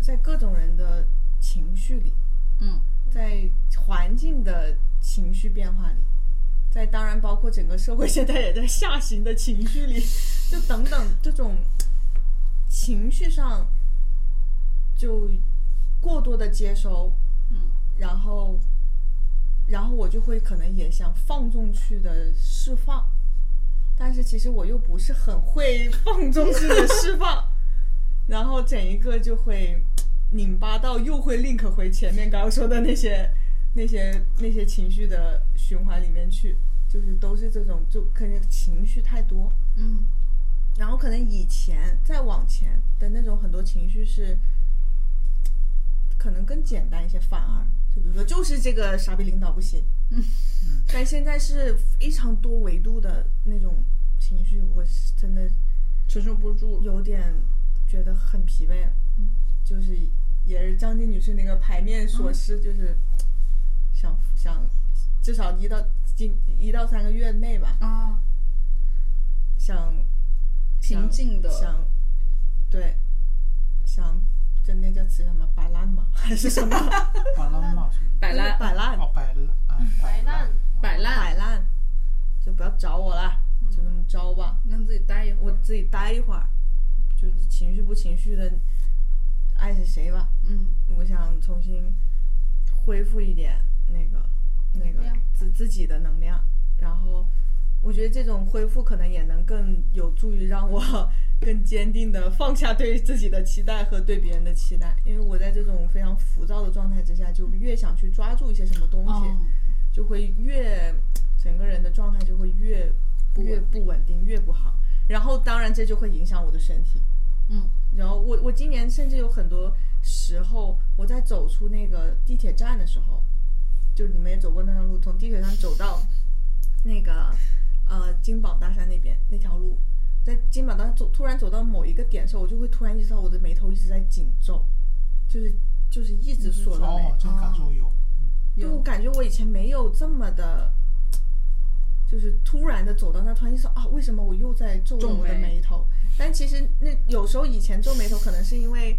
[SPEAKER 5] 在各种人的情绪里，
[SPEAKER 1] 嗯，
[SPEAKER 5] 在环境的情绪变化里，在当然包括整个社会现在也在下行的情绪里， 就等等这种情绪上就过多的接收，
[SPEAKER 1] 嗯，
[SPEAKER 5] 然后然后我就会可能也想放纵去的释放，但是其实我又不是很会放纵去的释放，然后整一个就会拧巴到又会 link 回前面刚刚说的那些 那些那些情绪的循环里面去，就是都是这种，就可能情绪太多，
[SPEAKER 1] 嗯
[SPEAKER 5] 然后可能以前再往前的那种很多情绪是，可能更简单一些，反而就比如说就是这个傻逼领导不行，嗯，但现在是非常多维度的那种情绪，我是真的
[SPEAKER 1] 承受不住，
[SPEAKER 5] 有点觉得很疲惫了，
[SPEAKER 1] 嗯，
[SPEAKER 5] 就是也是张晋女士那个牌面所示，就是想想至少一到今一到三个月内吧，
[SPEAKER 1] 啊，
[SPEAKER 5] 想
[SPEAKER 1] 平静的，
[SPEAKER 5] 想，对，想，就那叫词什么摆烂吗？ 还是什么？
[SPEAKER 3] 摆烂嘛，是不
[SPEAKER 1] 摆
[SPEAKER 5] 就是
[SPEAKER 1] 烂，
[SPEAKER 5] 摆烂，
[SPEAKER 3] 哦，摆烂，啊
[SPEAKER 1] 摆
[SPEAKER 4] 摆烂。
[SPEAKER 1] 烂，嗯
[SPEAKER 5] 摆烂，就不要找我了，就这么着吧。
[SPEAKER 1] 让自己待一会
[SPEAKER 5] 我
[SPEAKER 1] 儿，
[SPEAKER 5] 自己待一会儿，就是情绪不情绪的，爱谁谁吧。
[SPEAKER 1] 嗯
[SPEAKER 5] 我想重新恢复一点那个那个
[SPEAKER 4] 能量
[SPEAKER 5] 自自己的能量，然后我觉得这种恢复可能也能更有助于让我 更坚定的放下对自己的期待和对别人的期待，因为我在这种非常浮躁的状态之下，就越想去抓住一些什么东
[SPEAKER 4] 哦
[SPEAKER 5] 西，
[SPEAKER 1] 嗯
[SPEAKER 5] 就会越整个人的状态就会越
[SPEAKER 1] 不
[SPEAKER 5] 越
[SPEAKER 1] 稳
[SPEAKER 5] 不稳定，越不好。然后当然这就会影响我的身体，
[SPEAKER 1] 嗯
[SPEAKER 5] 然后我我今年甚至有很多时候，我在走出那个地铁站的时候，就你们也走过那条路，从地铁站走到那个呃金宝大山那边那条路，在金宝大山走突然走到某一个点的时候，我就会突然意识到我的眉头一直在紧皱，就是就是一直锁着眉
[SPEAKER 3] 哦，，这种感受有，
[SPEAKER 5] 就我感觉我以前没有这么的，就是突然的走到那，突然意识到啊，为什么我又在皱了
[SPEAKER 1] 皱
[SPEAKER 5] 我的
[SPEAKER 1] 眉
[SPEAKER 5] 眉头？但其实那有时候以前皱眉头可能是因为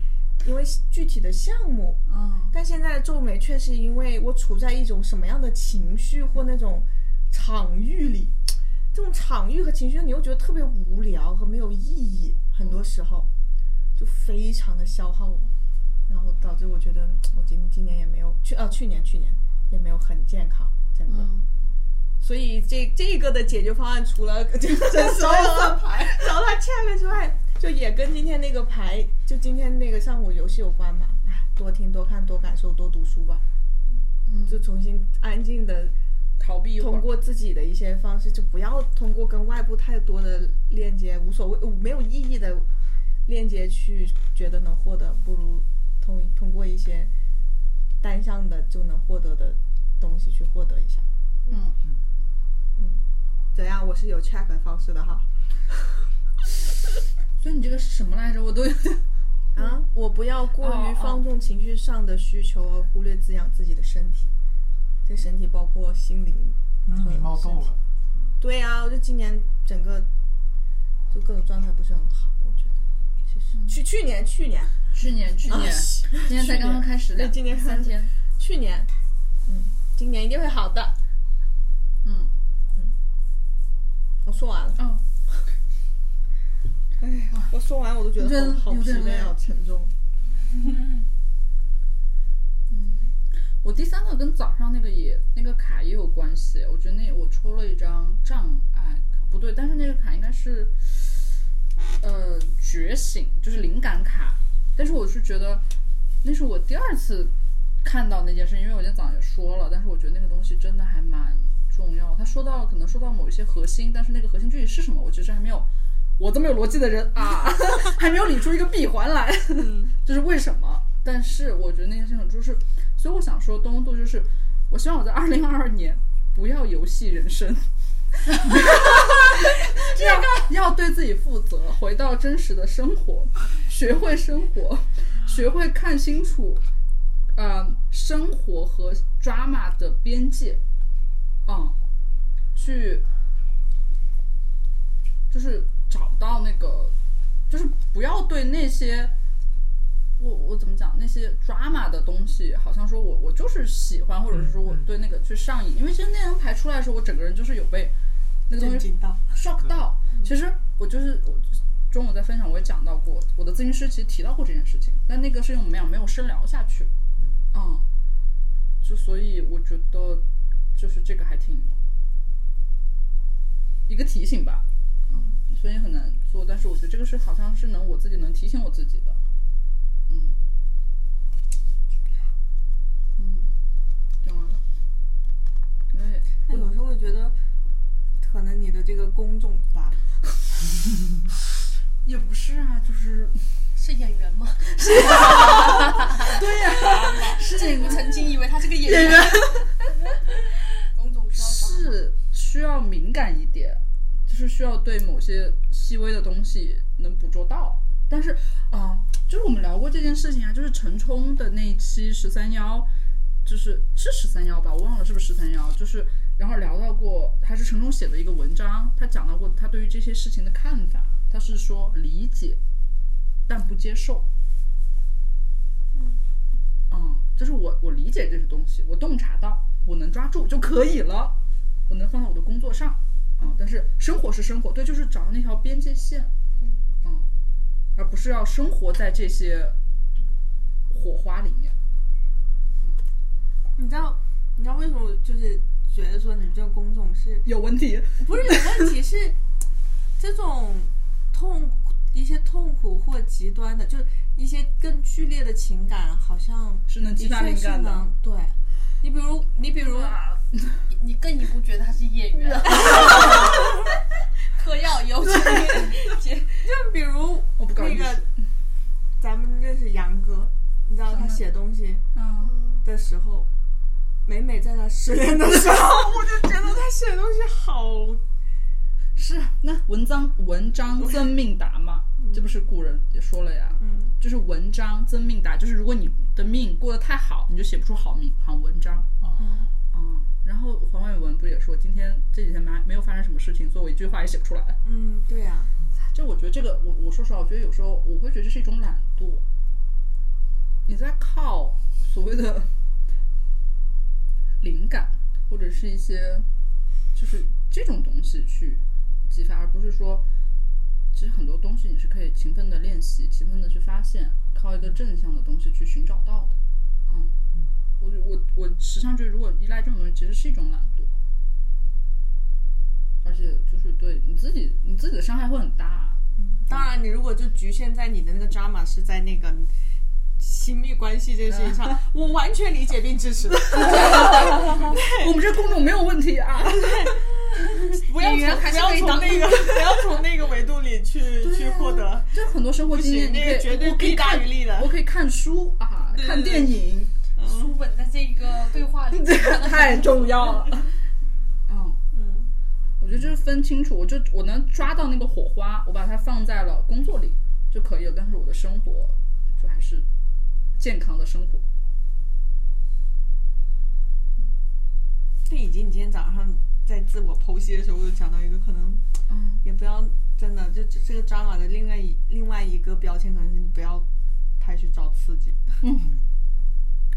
[SPEAKER 5] 因为具体的项目，
[SPEAKER 1] 嗯
[SPEAKER 5] 但现在的皱眉却是因为我处在一种什么样的情绪或那种场域里，这种场域和情绪你又觉得特别无聊和没有意义，很多时候就非常的消耗我，然后导致我觉得嗯我今今年也没有去啊，去年去年也没有很健康，整个。
[SPEAKER 1] 嗯，
[SPEAKER 5] 所以这这个的解决方案，除了 就是找他牌， 找他 check 之外，哎就也跟今天那个牌，就今天那个上午游戏有关嘛。哎，多听、多看、多感受、多读书吧。
[SPEAKER 1] 嗯
[SPEAKER 5] 就重新安静的
[SPEAKER 1] 逃避一会
[SPEAKER 5] 通
[SPEAKER 1] 儿，
[SPEAKER 5] 过自己的一些方式，就不要通过跟外部太多的链接，无所谓、没有意义的链接去觉得能获得，不如通通过一些单向的就能获得的东西去获得一下。嗯
[SPEAKER 1] 嗯
[SPEAKER 5] 怎样？我是有 check 的方式的哈。
[SPEAKER 1] 所以你这个是什么来着？我都有点， 哦
[SPEAKER 5] 啊，我不要过于放纵情绪上的需求而忽略滋养自己的身体，这身体包括心灵。
[SPEAKER 3] 嗯，你冒痘了，
[SPEAKER 5] 对啊，我就今年整个就各种状态不是很好，我觉得。其实去去年去年
[SPEAKER 1] 去年嗯去 年，今啊年才刚刚开始
[SPEAKER 5] 对
[SPEAKER 1] 两，
[SPEAKER 5] 今年
[SPEAKER 1] 三天，
[SPEAKER 5] 去年，嗯，今年一定会好的。
[SPEAKER 1] 嗯
[SPEAKER 5] 嗯，我说完了。
[SPEAKER 1] 哦，
[SPEAKER 5] 哎，我说完我都觉
[SPEAKER 1] 有
[SPEAKER 5] 得
[SPEAKER 1] 点
[SPEAKER 5] 好好
[SPEAKER 1] 有
[SPEAKER 5] 疲
[SPEAKER 1] 点累
[SPEAKER 5] 惫，好沉重。
[SPEAKER 1] 我第三个跟早上那个也那个卡也有关系，我觉得那我抽了一张障碍卡，不对，但是那个卡应该是，呃，觉醒，就是灵感卡。但是我是觉得，那是我第二次看到那件事，因为我今天早上也说了，但是我觉得那个东西真的还蛮重要。他说到了，可能说到某一些核心，但是那个核心具体是什么，我其实还没有。我这么有逻辑的人啊， 还没有理出一个闭环来， 这是为什么？但是我觉得那件事情就是。所以我想说，东渡就是，我希望我在二零二二年不要游戏人生，要要对自己负责，回到真实的生 活，学会生活，学会看清楚，嗯，生活和 drama 的边界，嗯，去就是找到那个，就是不要对那些。我我怎么讲那些 drama 的东西，好像说我我就是喜欢，或者是说我
[SPEAKER 3] 嗯嗯
[SPEAKER 1] 对那个去上瘾，因为其实那张牌出来的时候，我整个人就是有被那个东西
[SPEAKER 5] 震惊到，
[SPEAKER 1] shock 到。其实我就是我中午在分享，我也讲到过，我的咨询师其实提到过这件事情，但那个事情我们俩没有深聊下去。嗯，就所以我觉得就是这个还挺一个提醒吧。嗯，虽然很难做，但是我觉得这个是好像是能我自己能提醒我自己的。嗯，嗯，讲完了。因为
[SPEAKER 5] 我有时候会觉得，可能你的这个工种吧，
[SPEAKER 1] 也不是啊，就是
[SPEAKER 6] 是演员吗？
[SPEAKER 1] 对呀、是这
[SPEAKER 6] 我曾经以为他是个演
[SPEAKER 1] 演
[SPEAKER 6] 员。
[SPEAKER 1] 员
[SPEAKER 6] 龚总需要找
[SPEAKER 1] 是需要敏感一点，就是需要对某些细微的东西能捕捉到。但是，啊、就是我们聊过这件事情啊，就是陈冲的那一期十三幺，就是是十三幺吧，我忘了是不是十三幺，就是然后聊到过，还是陈冲写的一个文章，他讲到过他对于这些事情的看法，他是说理解，但不接受。嗯，就是我我理解这些东西，我洞察到，我能抓住就可以了，我能放在我的工作上，嗯，但是生活是生活，对，就是找到那条边界线，嗯，而不是要生活在这些火花里面。
[SPEAKER 5] 你知道，你知道为什么我就是觉得说你这个工种是
[SPEAKER 1] 有问题，
[SPEAKER 5] 不是有问题是这种痛一些痛苦或极端的，就是一些更剧烈的情感，好像
[SPEAKER 1] 是能激发
[SPEAKER 5] 的确
[SPEAKER 1] 灵
[SPEAKER 5] 是
[SPEAKER 1] 感的
[SPEAKER 5] 能。对，你比如你比如
[SPEAKER 6] 你你更一步觉得他是演 员。嗑药有请姐，
[SPEAKER 5] 就比如
[SPEAKER 1] 我不搞
[SPEAKER 5] 那
[SPEAKER 1] 艺
[SPEAKER 5] 个
[SPEAKER 1] 术，
[SPEAKER 5] 咱们认识杨哥，你知道他写东西
[SPEAKER 1] 嗯，
[SPEAKER 5] 的时候，每每在他失恋的时候， 我就觉得他写的东西好
[SPEAKER 1] 是啊那文章文章赠命达嘛，这不是古人也说了呀，
[SPEAKER 5] 嗯，
[SPEAKER 1] 就是文章赠命达，就是如果你的命过得太好，你就写不出好命好文章。
[SPEAKER 3] 哦，
[SPEAKER 1] 嗯，然后黄伟文不也说，今天这几天没没有发生什么事情，所以我一句话也写不出来。
[SPEAKER 5] 嗯，对呀、
[SPEAKER 1] 就我觉得这个，我我说实话，我觉得有时候我会觉得这是一种懒惰。你在靠所谓的灵感或者是一些就是这种东西去激发，而不是说，其实很多东西你是可以勤奋的练习、勤奋的去发现，靠一个正向的东西去寻找到的。嗯，我我我时常觉得，如果依赖这种东西，其实是一种懒惰。而且就是对你自己，你自己的伤害会很大。啊
[SPEAKER 5] 当然，你如果就局限在你的那个 drama 是在那个亲密关系这件事情上， 我完全理解并支持。
[SPEAKER 1] 我们这公众没有问题啊，
[SPEAKER 5] 不要
[SPEAKER 6] 演员
[SPEAKER 5] 从
[SPEAKER 6] 还
[SPEAKER 5] 不
[SPEAKER 6] 是
[SPEAKER 5] 要
[SPEAKER 6] 可以
[SPEAKER 5] 从
[SPEAKER 6] 当
[SPEAKER 5] 那个 不要从那个维度 里去
[SPEAKER 6] 啊
[SPEAKER 5] 去获得，
[SPEAKER 1] 就是很多生活
[SPEAKER 5] 不
[SPEAKER 1] 经验，
[SPEAKER 5] 行，
[SPEAKER 1] 你
[SPEAKER 5] 那
[SPEAKER 1] 可
[SPEAKER 5] 个
[SPEAKER 1] 以，
[SPEAKER 5] 绝对
[SPEAKER 1] 我可以
[SPEAKER 5] 弊大
[SPEAKER 1] 看
[SPEAKER 5] 于，利的
[SPEAKER 1] 我。可以看书啊，
[SPEAKER 5] 对
[SPEAKER 1] 看
[SPEAKER 5] 对
[SPEAKER 1] 电影，
[SPEAKER 6] 书本在这个对话里，
[SPEAKER 1] 太重要了。嗯，
[SPEAKER 5] 嗯，
[SPEAKER 1] 我觉得就是分清楚，我就我能抓到那个火花，我把它放在了工作里就可以了，但是我的生活就还是健康的生活。
[SPEAKER 5] 对，以及你今天早上在自我剖析的时候，我有讲到一个可能
[SPEAKER 1] 嗯，
[SPEAKER 5] 也不要真的，就这这个 drama 的另外一另外一个标签，可能是你不要太去找刺激。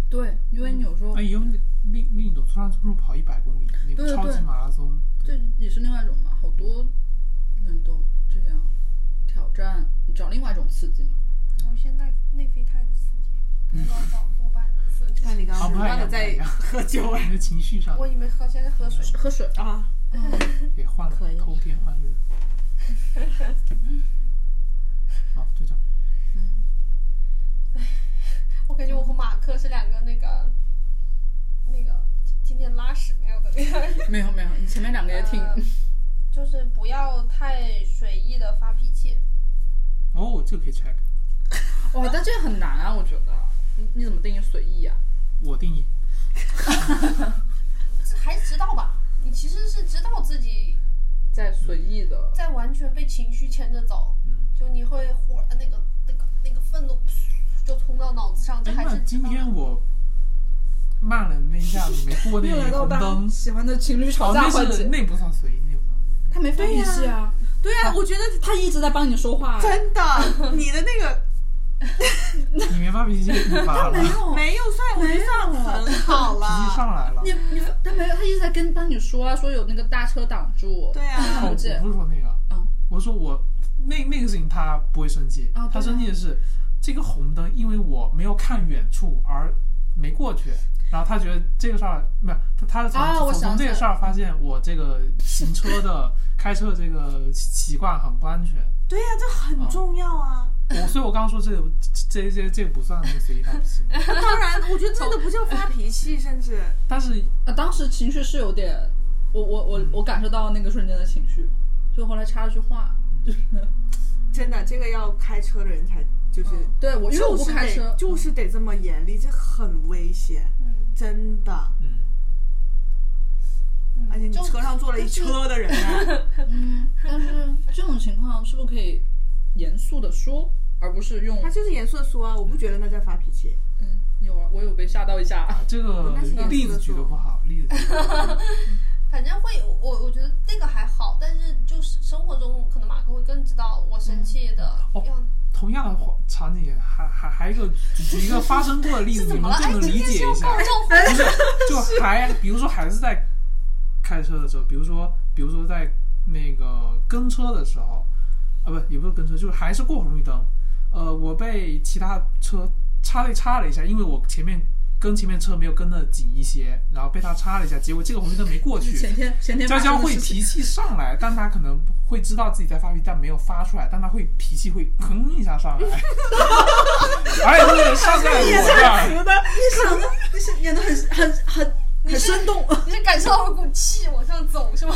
[SPEAKER 1] 对，因为你有时候
[SPEAKER 3] 哎，有另另一种突然就是跑一百公里
[SPEAKER 1] 对
[SPEAKER 3] 那个
[SPEAKER 1] 对
[SPEAKER 3] 超级
[SPEAKER 1] 对
[SPEAKER 3] 马拉松，
[SPEAKER 1] 这也是另外一种嘛，好多人都这样，挑战你找另外一种刺激嘛。
[SPEAKER 4] 我哦现在内啡肽的刺激，我老找多巴胺的刺激。
[SPEAKER 5] 看你刚刚
[SPEAKER 3] 好
[SPEAKER 5] 不
[SPEAKER 3] 啊不
[SPEAKER 5] 断的
[SPEAKER 3] 然
[SPEAKER 5] 在
[SPEAKER 3] 呀
[SPEAKER 5] 喝酒 哎
[SPEAKER 3] 你的情绪上
[SPEAKER 4] 我你们喝，现在喝水。
[SPEAKER 1] 喝水，
[SPEAKER 5] 啊，
[SPEAKER 3] 给换了啊
[SPEAKER 5] 可以，
[SPEAKER 3] 偷天 换日。好，就这样。
[SPEAKER 4] 我感觉我和马克是两个那个那个今天拉屎没有的那个。
[SPEAKER 1] 没有没有，你前面两个也挺，
[SPEAKER 4] 呃就是不要太随意的发脾气。
[SPEAKER 3] 哦，这个可以 check。
[SPEAKER 1] 哇，但这个很难啊，我觉得。你你怎么定义随意啊？
[SPEAKER 3] 我定义，
[SPEAKER 4] 还知道吧，你其实是知道自己
[SPEAKER 1] 在随意的，
[SPEAKER 4] 在完全被情绪牵着走，
[SPEAKER 3] 嗯，
[SPEAKER 4] 就你会火那个那个那个愤怒就冲到脑子上，这
[SPEAKER 3] 哎，
[SPEAKER 4] 还
[SPEAKER 3] 那
[SPEAKER 4] 是知
[SPEAKER 3] 今
[SPEAKER 4] 道的
[SPEAKER 3] 天我骂了那一下，你没过那
[SPEAKER 5] 又来
[SPEAKER 3] 个
[SPEAKER 5] 到
[SPEAKER 3] 红
[SPEAKER 5] 大
[SPEAKER 3] 灯，
[SPEAKER 1] 喜欢的情侣吵
[SPEAKER 3] 哦，
[SPEAKER 1] 架环
[SPEAKER 3] 那是
[SPEAKER 1] 节，
[SPEAKER 3] 那不算随意，那不算随意。
[SPEAKER 1] 他没发脾气啊。
[SPEAKER 5] 对啊，我
[SPEAKER 1] 我觉得他一直在帮你说话，
[SPEAKER 6] 哎
[SPEAKER 5] 真的，你的那个
[SPEAKER 3] 你没发脾气，你发 了，脾气
[SPEAKER 6] 哦
[SPEAKER 5] 没有算，我觉得算很好 了。
[SPEAKER 3] 上来了。
[SPEAKER 1] 你你他没有，他一直在跟帮你说啊，说有那个大车挡住。
[SPEAKER 5] 对啊
[SPEAKER 3] 哦我
[SPEAKER 1] 好
[SPEAKER 3] 不
[SPEAKER 1] 姐
[SPEAKER 3] 是说那个，
[SPEAKER 1] 嗯
[SPEAKER 3] 我说我那那个事情他不会生气，
[SPEAKER 1] 啊对啊
[SPEAKER 3] 他生气的是这个红灯，因为我没有看远处而没过去，然后他觉得这个事儿没有，他他从、
[SPEAKER 1] 啊我
[SPEAKER 3] 从
[SPEAKER 1] 想起
[SPEAKER 3] 从这
[SPEAKER 1] 来
[SPEAKER 3] 个事儿发现我这个行车的开车的这个习惯很不安全，
[SPEAKER 5] 对呀，这很重要啊。
[SPEAKER 3] 我所以我刚刚说这个这这这不算那个随意发脾气，
[SPEAKER 5] 当然，我觉得这个不叫发脾气，甚至
[SPEAKER 3] 但是
[SPEAKER 1] 啊，当时情绪是有点，我我我我感受到那个瞬间的情绪，所以后来插了句话。
[SPEAKER 5] 真的，这个要开车的人才就是，
[SPEAKER 1] 对我，因为我
[SPEAKER 5] 就
[SPEAKER 1] 不
[SPEAKER 5] 是
[SPEAKER 1] 开车
[SPEAKER 5] 得，就是得这么严厉，这很危险，
[SPEAKER 4] 嗯，
[SPEAKER 5] 真的。
[SPEAKER 3] 嗯，
[SPEAKER 4] 嗯
[SPEAKER 5] 而且你
[SPEAKER 4] 就
[SPEAKER 5] 车上坐了一车的人啊 呢，
[SPEAKER 1] 嗯，但是这种情况是不是可以严肃的说，而不是用
[SPEAKER 5] 他就是严肃的说啊，我不觉得那在发脾气。
[SPEAKER 1] 嗯有啊，我有被吓到一 下。
[SPEAKER 3] 啊这个
[SPEAKER 5] 那是严肃地
[SPEAKER 3] 例子举的不好，例子举得不好
[SPEAKER 4] 反正会我我觉得那个还好，但是就是生活中可能马克会更知道我生气的
[SPEAKER 3] 哦
[SPEAKER 4] 样子。
[SPEAKER 3] 同样的话场景还还还有一个举一个发生过的例子，
[SPEAKER 4] 怎
[SPEAKER 3] 你
[SPEAKER 4] 么
[SPEAKER 3] 们
[SPEAKER 4] 了？
[SPEAKER 3] 就
[SPEAKER 4] 哎，
[SPEAKER 3] 能
[SPEAKER 4] 今
[SPEAKER 3] 理
[SPEAKER 4] 天是
[SPEAKER 3] 解
[SPEAKER 4] 要
[SPEAKER 3] 一下
[SPEAKER 4] 告。状吗？
[SPEAKER 3] 不是，就还比如说还是在开车的时候，比如说比如说在那个跟车的时候，啊不也不是跟车，就是还是过红绿灯，呃，我被其他车插队插了一下，因为我前面跟前面车没有跟的紧一些，然后被他插了一下，结果这个红绿灯没过去，
[SPEAKER 1] 前天 前天
[SPEAKER 3] 娇
[SPEAKER 1] 发
[SPEAKER 3] 娇
[SPEAKER 1] 生的
[SPEAKER 3] 会
[SPEAKER 1] 事情
[SPEAKER 3] 脾气上来，但她可能会知道自己在发脾气，但没有发出来，但她会脾气会吭一下上来， 哎而且那个上在我这儿，
[SPEAKER 5] 的，
[SPEAKER 1] 想的，你是演的很很很很生动。
[SPEAKER 4] 你是感受到了股气往上走 是吗？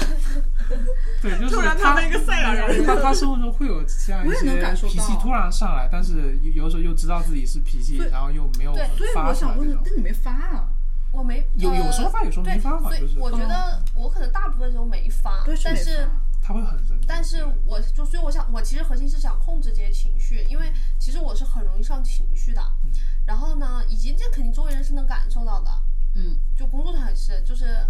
[SPEAKER 3] 对，就是
[SPEAKER 5] 突然
[SPEAKER 3] 她
[SPEAKER 5] 他那个赛亚人，
[SPEAKER 3] 他他生活中会有这样一
[SPEAKER 1] 我也能
[SPEAKER 3] 些
[SPEAKER 1] 感受到
[SPEAKER 3] 脾气突然上来，但是有有的时候又知道自己是脾气，
[SPEAKER 1] 对
[SPEAKER 3] 然后又没有
[SPEAKER 4] 对
[SPEAKER 1] 所以
[SPEAKER 3] 发
[SPEAKER 1] 我
[SPEAKER 3] 出来
[SPEAKER 1] 想
[SPEAKER 3] 这
[SPEAKER 1] 问，
[SPEAKER 3] 种。
[SPEAKER 1] 但你没发啊？
[SPEAKER 4] 我没
[SPEAKER 3] 有有时候
[SPEAKER 4] 呃
[SPEAKER 3] 发，有时候没
[SPEAKER 4] 对，
[SPEAKER 3] 发嘛，
[SPEAKER 4] 所
[SPEAKER 3] 就
[SPEAKER 4] 以
[SPEAKER 3] 是
[SPEAKER 4] 我觉得我可能大部分时候没发，
[SPEAKER 1] 对，
[SPEAKER 4] 但
[SPEAKER 1] 没
[SPEAKER 4] 是
[SPEAKER 1] 发
[SPEAKER 3] 他会很生气。
[SPEAKER 4] 但是我就所以我想，我其实核心是想控制这些情绪，因为其实我是很容易上情绪的。
[SPEAKER 3] 嗯
[SPEAKER 4] 然后呢，以及这肯定周围人是能感受到的。
[SPEAKER 1] 嗯，
[SPEAKER 4] 就工作上也是，就是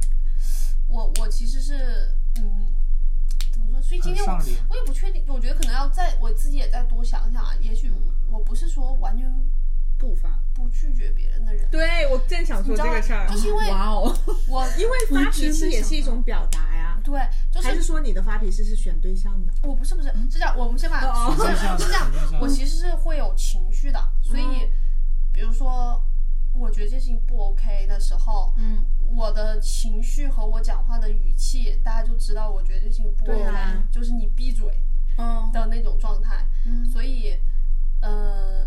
[SPEAKER 4] 我我其实是嗯，怎么说？所以
[SPEAKER 3] 很
[SPEAKER 4] 今天我
[SPEAKER 3] 上脸，
[SPEAKER 4] 我也不确定，我觉得可能要再我自己也再多想想啊。也许
[SPEAKER 5] 嗯
[SPEAKER 4] 我我不是说完全
[SPEAKER 1] 不发。
[SPEAKER 4] 不拒绝别人的人，
[SPEAKER 5] 对我正想
[SPEAKER 4] 你
[SPEAKER 5] 说
[SPEAKER 4] 知
[SPEAKER 5] 这
[SPEAKER 4] 道吗
[SPEAKER 5] 个事儿，
[SPEAKER 4] 就是因为
[SPEAKER 1] 哇哦，
[SPEAKER 4] 我
[SPEAKER 5] 因为发脾气也是一种表达呀，
[SPEAKER 4] 对，就
[SPEAKER 5] 还
[SPEAKER 4] 是
[SPEAKER 5] 是说你的发脾气是选对象的？
[SPEAKER 4] 我不是不是是这样，我们先把
[SPEAKER 5] 哦
[SPEAKER 4] 是这样是这样，
[SPEAKER 5] 嗯
[SPEAKER 4] 我其实是会有情绪的，所以比如说我觉得这事情不 OK 的时候，
[SPEAKER 1] 嗯，
[SPEAKER 4] 我的情绪和我讲话的语气，大家就知道我觉得这事情不
[SPEAKER 5] 对
[SPEAKER 4] OK，、
[SPEAKER 5] 啊
[SPEAKER 4] 就是你闭嘴
[SPEAKER 1] 嗯
[SPEAKER 4] 的那种状态。
[SPEAKER 1] 嗯
[SPEAKER 4] 所以，呃，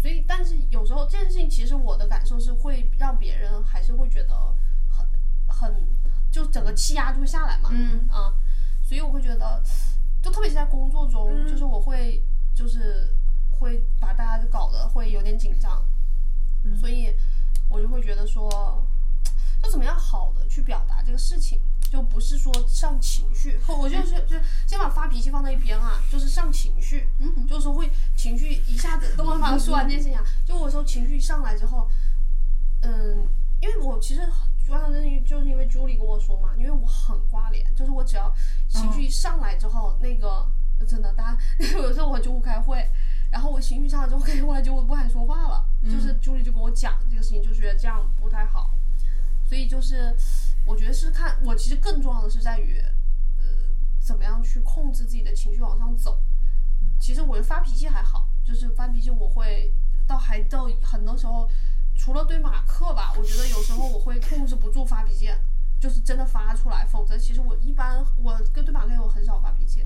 [SPEAKER 4] 所以但是有时候这件事情，其实我的感受是会让别人还是会觉得很很，就整个气压就会下来嘛。
[SPEAKER 1] 嗯
[SPEAKER 4] 啊，所以我会觉得，就特别是在工作中，
[SPEAKER 1] 嗯
[SPEAKER 4] 就是我会就是会把大家都搞得会有点紧张，
[SPEAKER 1] 嗯
[SPEAKER 4] 所以我就会觉得说，就怎么样好的去表达这个事情，就不是说上情绪，或我就是就是先把发脾气放在一边啊，就是上情绪，
[SPEAKER 1] 嗯，
[SPEAKER 4] 就是会情绪一下子，东方法说完这件事情啊，就我说情绪上来之后，嗯，因为我其实主要的就是因为 Julie 跟我说嘛，因为我很挂脸，就是我只要情绪一上来之后，那个真的，大家 有时候我中午开会，然后我情绪上来之后开会就不敢说话了，就是 Julie 就跟我讲这个事情，就觉得这样不太好，所以就是我觉得是看我其实更重要的是在于。呃，怎么样去控制自己的情绪往上走。其实我觉得发脾气还好，就是发脾气我会到还到很多时候，除了对马克吧，我觉得有时候我会控制不住发脾气，就是真的发出来。否则其实我一般我跟对马克我很少发脾气，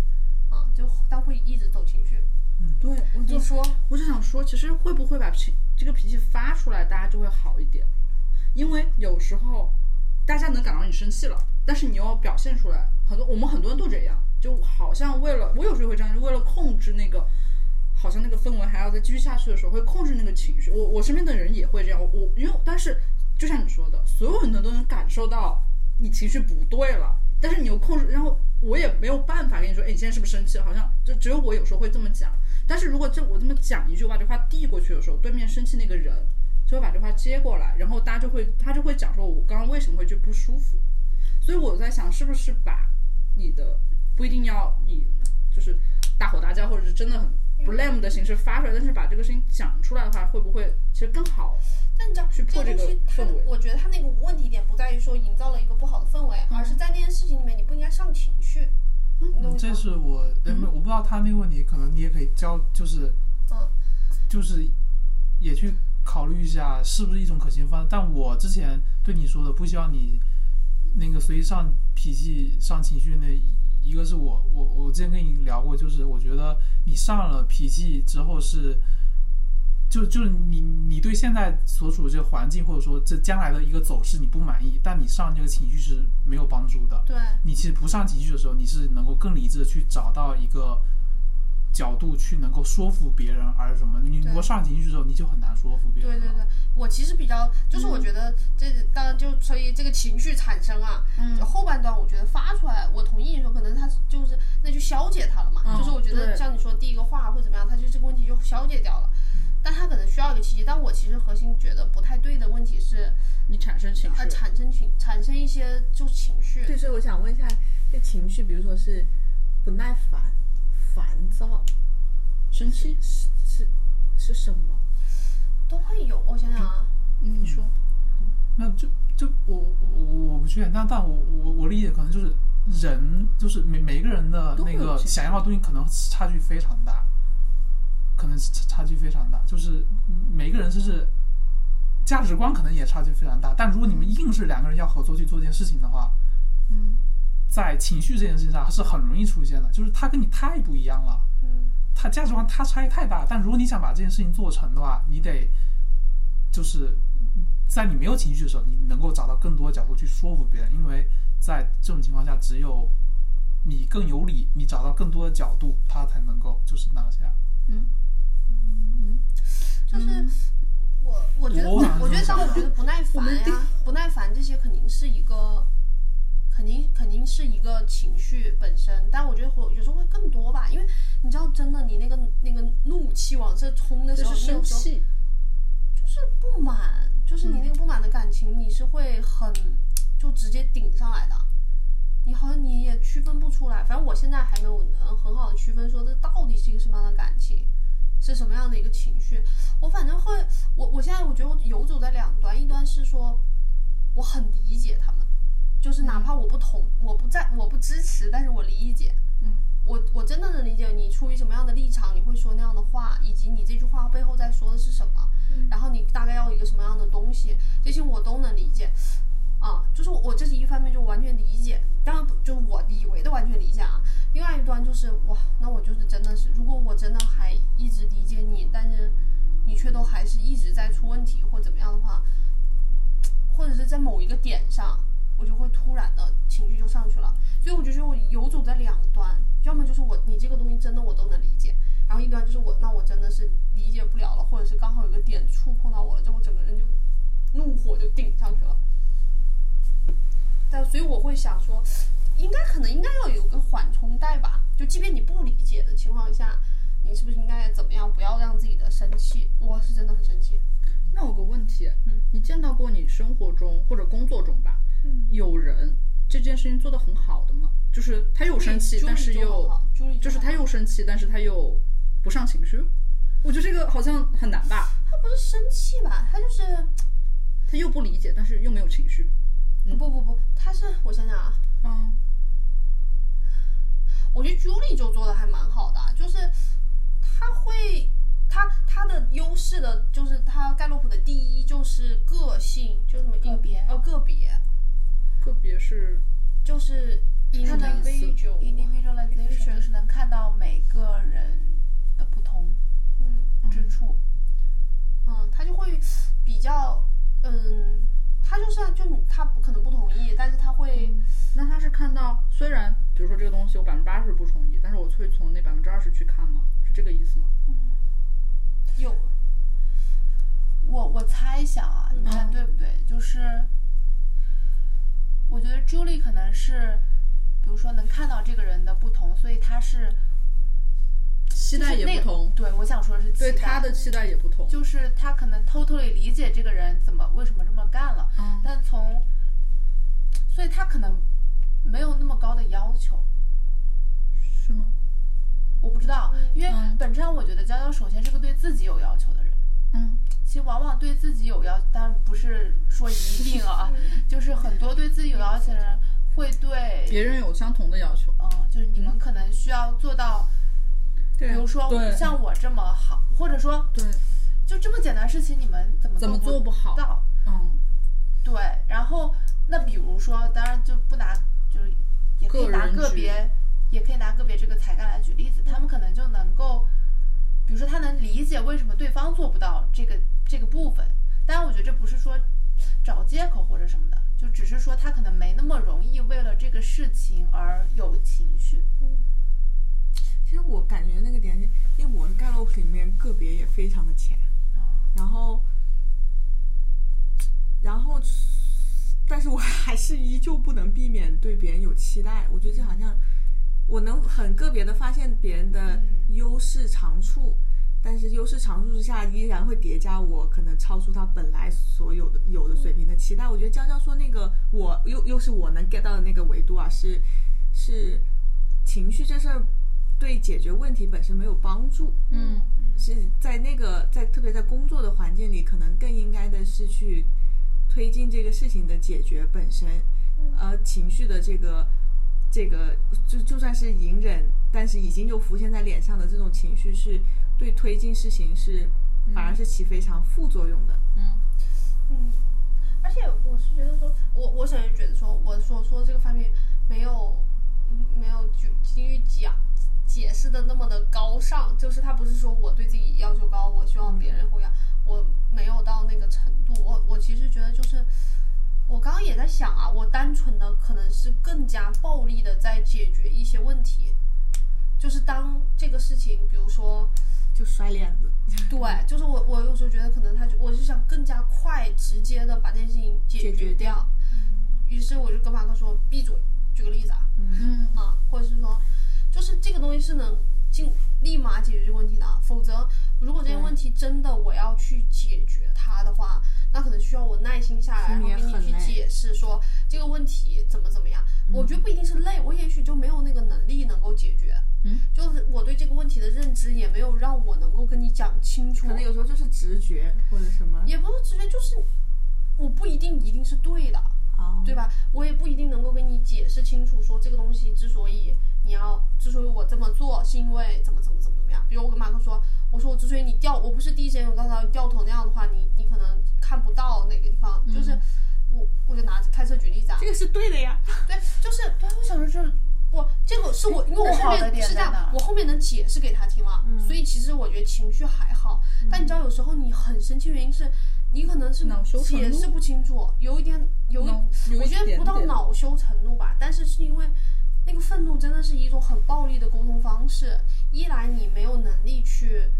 [SPEAKER 4] 啊，就但会一直走情绪。
[SPEAKER 1] 对，我就
[SPEAKER 4] 你说
[SPEAKER 1] 我就想说，其实会不会把脾这个脾气发出来，大家就会好一点？因为有时候大家能感到你生气了，但是你又表现出来，很多我们很多人都这样，就好像为了我有时候会这样，就为了控制那个，好像那个氛围还要再继续下去的时候，会控制那个情绪。我我身边的人也会这样，我我因为但是就像你说的，所有人都能感受到你情绪不对了，但是你又控制，然后我也没有办法跟你说，哎，你现在是不是生气了？好像就只有我有时候会这么讲。但是如果这我这么讲一句，我把这话递过去的时候，对面生气那个人就会把这话接过来，然后大家就会他就会讲说，我刚刚为什么会觉得不舒服。所以我在想，是不是把你的不一定要以就是大吼大叫，或者是真的很 blame 的形式发出来，但是把这个事情讲出来的话，会不会其实更好？
[SPEAKER 4] 但你知道，
[SPEAKER 1] 去破
[SPEAKER 4] 这
[SPEAKER 1] 这
[SPEAKER 4] 个
[SPEAKER 1] 个
[SPEAKER 4] 东西它
[SPEAKER 1] 氛围
[SPEAKER 4] 我觉得他那个问题点不在于说营造了一个不好的氛围，而
[SPEAKER 1] 嗯
[SPEAKER 4] 是在那件事情里面你不应该上情绪。你懂我
[SPEAKER 3] 嗯
[SPEAKER 4] 意思
[SPEAKER 3] 这
[SPEAKER 4] 吗？
[SPEAKER 3] 是我，呃，没有我不知道他那个问题，可能你也可以教，就是，
[SPEAKER 4] 嗯
[SPEAKER 3] 就是也去考虑一下是不是一种可行方案。但我之前对你说的，不希望你那个随意上脾气、上情绪那一个是我，我我之前跟你聊过，就是我觉得你上了脾气之后是。就就是你你对现在所处的这个环境，或者说这将来的一个走势你不满意，但你上这个情绪是没有帮助的。
[SPEAKER 4] 对，
[SPEAKER 3] 你其实不上情绪的时候，你是能够更理智的去找到一个角度去能够说服别人，而什么？你
[SPEAKER 4] 对
[SPEAKER 3] 如果上情绪的时候，你就很难说服别人
[SPEAKER 4] 对
[SPEAKER 3] 了。
[SPEAKER 4] 对对，我其实比较，就是
[SPEAKER 1] 嗯
[SPEAKER 4] 我觉得这、当然就所以这个情绪产生啊，
[SPEAKER 1] 嗯
[SPEAKER 4] 就后半段我觉得发出来，我同意你说，可能他就是那就消解他了嘛，就是我觉得
[SPEAKER 1] 嗯对
[SPEAKER 4] 像你说第一个话或怎么样，他就这个问题就消解掉了。
[SPEAKER 1] 嗯
[SPEAKER 4] 但他可能需要一个契机，但我其实核心觉得不太对的问题是，
[SPEAKER 1] 你产生情绪
[SPEAKER 4] 呃，，产生情产生一些就情绪，
[SPEAKER 5] 对，所以我想问一下，这情绪，比如说是不耐烦、烦躁，
[SPEAKER 1] 生气，
[SPEAKER 5] 是是是什么？
[SPEAKER 4] 都会有。我想想啊，
[SPEAKER 1] 嗯你说，
[SPEAKER 3] 那就就我我我不确定，但但我我我理解可能就是人就是每每个人的
[SPEAKER 1] 都会
[SPEAKER 3] 那
[SPEAKER 1] 有
[SPEAKER 3] 个
[SPEAKER 1] 情绪
[SPEAKER 3] 想要的东西可能差距非常大，可能是差差距非常大，就是每个人就是价值观可能也差距非常大，但如果你们硬是两个人要合作去做这件事情的话，
[SPEAKER 1] 嗯，
[SPEAKER 3] 在情绪这件事情上是很容易出现的，就是他跟你太不一样了，
[SPEAKER 4] 嗯，
[SPEAKER 3] 他价值观他差异太大。但如果你想把这件事情做成的话，你得就是在你没有情绪的时候，你能够找到更多角度去说服别人，因为在这种情况下，只有你更有理，你找到更多的角度，他才能够就是拿下。
[SPEAKER 1] 嗯
[SPEAKER 4] 就是我我觉得
[SPEAKER 3] 我晚上
[SPEAKER 4] 不我觉得像
[SPEAKER 3] 想
[SPEAKER 4] 我觉得不耐烦呀、不耐烦这些肯定是一个，肯定肯定是一个情绪本身，但我觉得会有时候会更多吧，因为你知道，真的你那个那个怒气往这冲的时
[SPEAKER 1] 就
[SPEAKER 4] 候，
[SPEAKER 1] 是
[SPEAKER 4] 你有
[SPEAKER 1] 生
[SPEAKER 4] 时候
[SPEAKER 1] 气，
[SPEAKER 4] 就是不满，就是你那个不满的感情，你是会很就直接顶上来的。你好像你也区分不出来，反正我现在还没有能很好的区分说这到底是一个什么样的感情，是什么样的一个情绪。我反正会，我我现在我觉得我游走在两端，一端是说我很理解他们，就是哪怕我不同，我不在，我不支持，但是我理解。我我真的能理解你出于什么样的立场，你会说那样的话，以及你这句话背后在说的是什么，然后你大概要一个什么样的东西，这些我都能理解。啊，就是我这是一方面，就完全理解，当然不就是我以为的完全理解啊。另外一端就是哇，那我就是真的是，如果我真的还一直理解你，但是你却都还是一直在出问题或怎么样的话，或者是在某一个点上，我就会突然的情绪就上去了。所以我就觉得我游走在两端，要么就是我你这个东西真的我都能理解，然后一端就是我那我真的是理解不了了，或者是刚好有个点触碰到我了之后，整个人就怒火就顶上去了。但所以我会想说，应该可能应该要有个缓冲带吧，就即便你不理解的情况下，你是不是应该怎么样，不要让自己的生气？我是真的很生气，
[SPEAKER 1] 那有个问题，你见到过你生活中或者工作中吧，有人这件事情做得很好的吗？就是他又生气，
[SPEAKER 4] Julie-
[SPEAKER 1] 但是
[SPEAKER 4] Julie 就很
[SPEAKER 1] 又
[SPEAKER 4] 好，Julie
[SPEAKER 1] 就是他
[SPEAKER 4] 很好
[SPEAKER 1] 又生气，但是他又不上情绪。我觉得这个好像很难吧？
[SPEAKER 4] 他不是生气吧，他就是
[SPEAKER 1] 他又不理解，但是又没有情绪。
[SPEAKER 4] 不不不，他是我想想啊，
[SPEAKER 1] 嗯，
[SPEAKER 4] 我觉得 Julie 就做的还蛮好的，啊就是他会。他他的优势的就是他盖洛普的第一就是个性，就什么
[SPEAKER 2] 个别
[SPEAKER 4] 呃个别，
[SPEAKER 1] 个别是
[SPEAKER 4] 就是
[SPEAKER 2] 他的
[SPEAKER 4] individual
[SPEAKER 2] individualization 就是能看到每个人的不同
[SPEAKER 4] 嗯
[SPEAKER 2] 之处。
[SPEAKER 4] 嗯，他就会比较嗯，他就是啊就你他不可能不同意，但是他会
[SPEAKER 1] 那他是看到，虽然比如说这个东西我百分之八十不同意，但是我会从那百分之二十去看吗？是这个意思吗？
[SPEAKER 4] 有
[SPEAKER 2] 我我猜想啊，你看对不对？就是我觉得 Julie 可能是，比如说能看到这个人的不同，所以他是
[SPEAKER 1] 期
[SPEAKER 2] 就
[SPEAKER 1] 待
[SPEAKER 2] 是
[SPEAKER 1] 也
[SPEAKER 2] 那
[SPEAKER 1] 不
[SPEAKER 2] 个
[SPEAKER 1] 同，
[SPEAKER 2] 对，我想说的是期
[SPEAKER 1] 对
[SPEAKER 2] 待
[SPEAKER 1] 他的期待也不同。
[SPEAKER 2] 就是他可能 totally 理解这个人怎么为什么这么干了，
[SPEAKER 1] 嗯
[SPEAKER 2] 但从，所以他可能没有那么高的要求，
[SPEAKER 1] 是吗？
[SPEAKER 2] 我不知道，因为
[SPEAKER 1] 嗯
[SPEAKER 2] 本质上我觉得娇娇首先是个对自己有要求的人，
[SPEAKER 1] 嗯，
[SPEAKER 2] 其实往往对自己有要，但不是说一定 啊，就是很多对自己有要求的人会对
[SPEAKER 1] 别人有相同的要求。
[SPEAKER 2] 嗯，就是你们可能需要做到，比如说
[SPEAKER 1] 对
[SPEAKER 2] 像我这么好，或者说
[SPEAKER 1] 对，
[SPEAKER 2] 就这么简单的事情，你们怎么
[SPEAKER 1] 怎么做不好
[SPEAKER 2] 到？
[SPEAKER 1] 嗯，
[SPEAKER 2] 对，然后那比如说，当然就不拿，就是也可以
[SPEAKER 1] 个
[SPEAKER 2] 拿
[SPEAKER 1] 人
[SPEAKER 2] 个
[SPEAKER 1] 举
[SPEAKER 2] 别，也可以拿个别这个才干来举例子，他们可能就能够，比如说他能理解为什么对方做不到这个这个部分，当然我觉得这不是说找借口或者什么的，就只是说他可能没那么容易为了这个事情而有情绪。
[SPEAKER 5] 其实我感觉那个点是，因为我的盖洛普里面个别也非常的浅，然后，然后，但是我还是依旧不能避免对别人有期待。我觉得这好像我能很个别的发现别人的优势长处，但是优势长处之下依然会叠加我可能超出他本来所有的有的水平的期待。我觉得娇娇说那个我又又是我能 get 到的那个维度啊，是是情绪这事儿对解决问题本身没有帮助。
[SPEAKER 1] 嗯
[SPEAKER 5] 是在那个在特别在工作的环境里，可能更应该的是去推进这个事情的解决本身，而情绪的这个这个就就算是隐忍，但是已经又浮现在脸上的这种情绪，是对推进事情是反而是起非常副作用的。
[SPEAKER 1] 嗯
[SPEAKER 4] 嗯，而且我是觉得说，我我首先觉得说，我所说这个方面没有嗯没有就基于讲解释的那么的高尚，就是他不是说我对自己要求高，我希望别人会要，我没有到那个程度。我我其实觉得就是。我刚刚也在想啊，我单纯的可能是更加暴力的在解决一些问题，就是当这个事情，比如说，
[SPEAKER 5] 就摔脸子，
[SPEAKER 4] 对，就是我，我有时候觉得可能他就，我是想更加快、直接的把这件事情解
[SPEAKER 5] 解决嗯
[SPEAKER 4] 掉。于是我就跟马克说：“闭嘴。”举个例子啊，
[SPEAKER 1] 嗯
[SPEAKER 4] 啊，或者是说，就是这个东西是能尽立马解决这个问题的，否则如果这些问题真的我要去解决它的话，那可能需要我耐心下来，然
[SPEAKER 5] 心
[SPEAKER 4] 后
[SPEAKER 5] 里也
[SPEAKER 4] 跟你
[SPEAKER 5] 很
[SPEAKER 4] 去
[SPEAKER 5] 累嗯
[SPEAKER 4] 解释说这个问题怎么怎么样。我觉得不一定是累，我也许就没有那个能力能够解决。
[SPEAKER 1] 嗯，
[SPEAKER 4] 就是我对这个问题的认知也没有让我能够跟你讲清楚，
[SPEAKER 5] 可能有时候就是直觉或者什么，
[SPEAKER 4] 也不是直接就是我不一定一定是对的，
[SPEAKER 5] 哦，
[SPEAKER 4] 对吧？我也不一定能够跟你解释清楚，说这个东西之所以你要，之所以我这么做，是因为怎么怎么怎么怎么样。比如我跟马克说，我说我之所以你掉，我不是第一时间我告诉他你掉头那样的话，你你可能看不到哪个地方，就是我我就拿开车举例子啊，
[SPEAKER 5] 嗯这个是对的呀。
[SPEAKER 4] 对，就是
[SPEAKER 2] 对，啊我想说就是
[SPEAKER 4] 不，这个是
[SPEAKER 1] 哎
[SPEAKER 4] 我，因为我
[SPEAKER 2] 那
[SPEAKER 4] 后
[SPEAKER 2] 好的
[SPEAKER 4] 面
[SPEAKER 2] 点
[SPEAKER 4] 是这
[SPEAKER 2] 在
[SPEAKER 4] 样
[SPEAKER 2] 哪儿，
[SPEAKER 4] 我后面能解释给他听了，
[SPEAKER 1] 嗯
[SPEAKER 4] 所以其实我觉得情绪还好。但你知道，有时候你很生气，原因是你可能是
[SPEAKER 1] 恼羞成
[SPEAKER 4] 解
[SPEAKER 1] 怒
[SPEAKER 4] 释不清楚，有一点有一
[SPEAKER 1] 恼有一
[SPEAKER 4] 我觉得
[SPEAKER 1] 点
[SPEAKER 4] 不到
[SPEAKER 1] 点
[SPEAKER 4] 恼羞成怒吧，但是是因为那个愤怒真的是一种很暴力的沟通方式。一来你没有能力去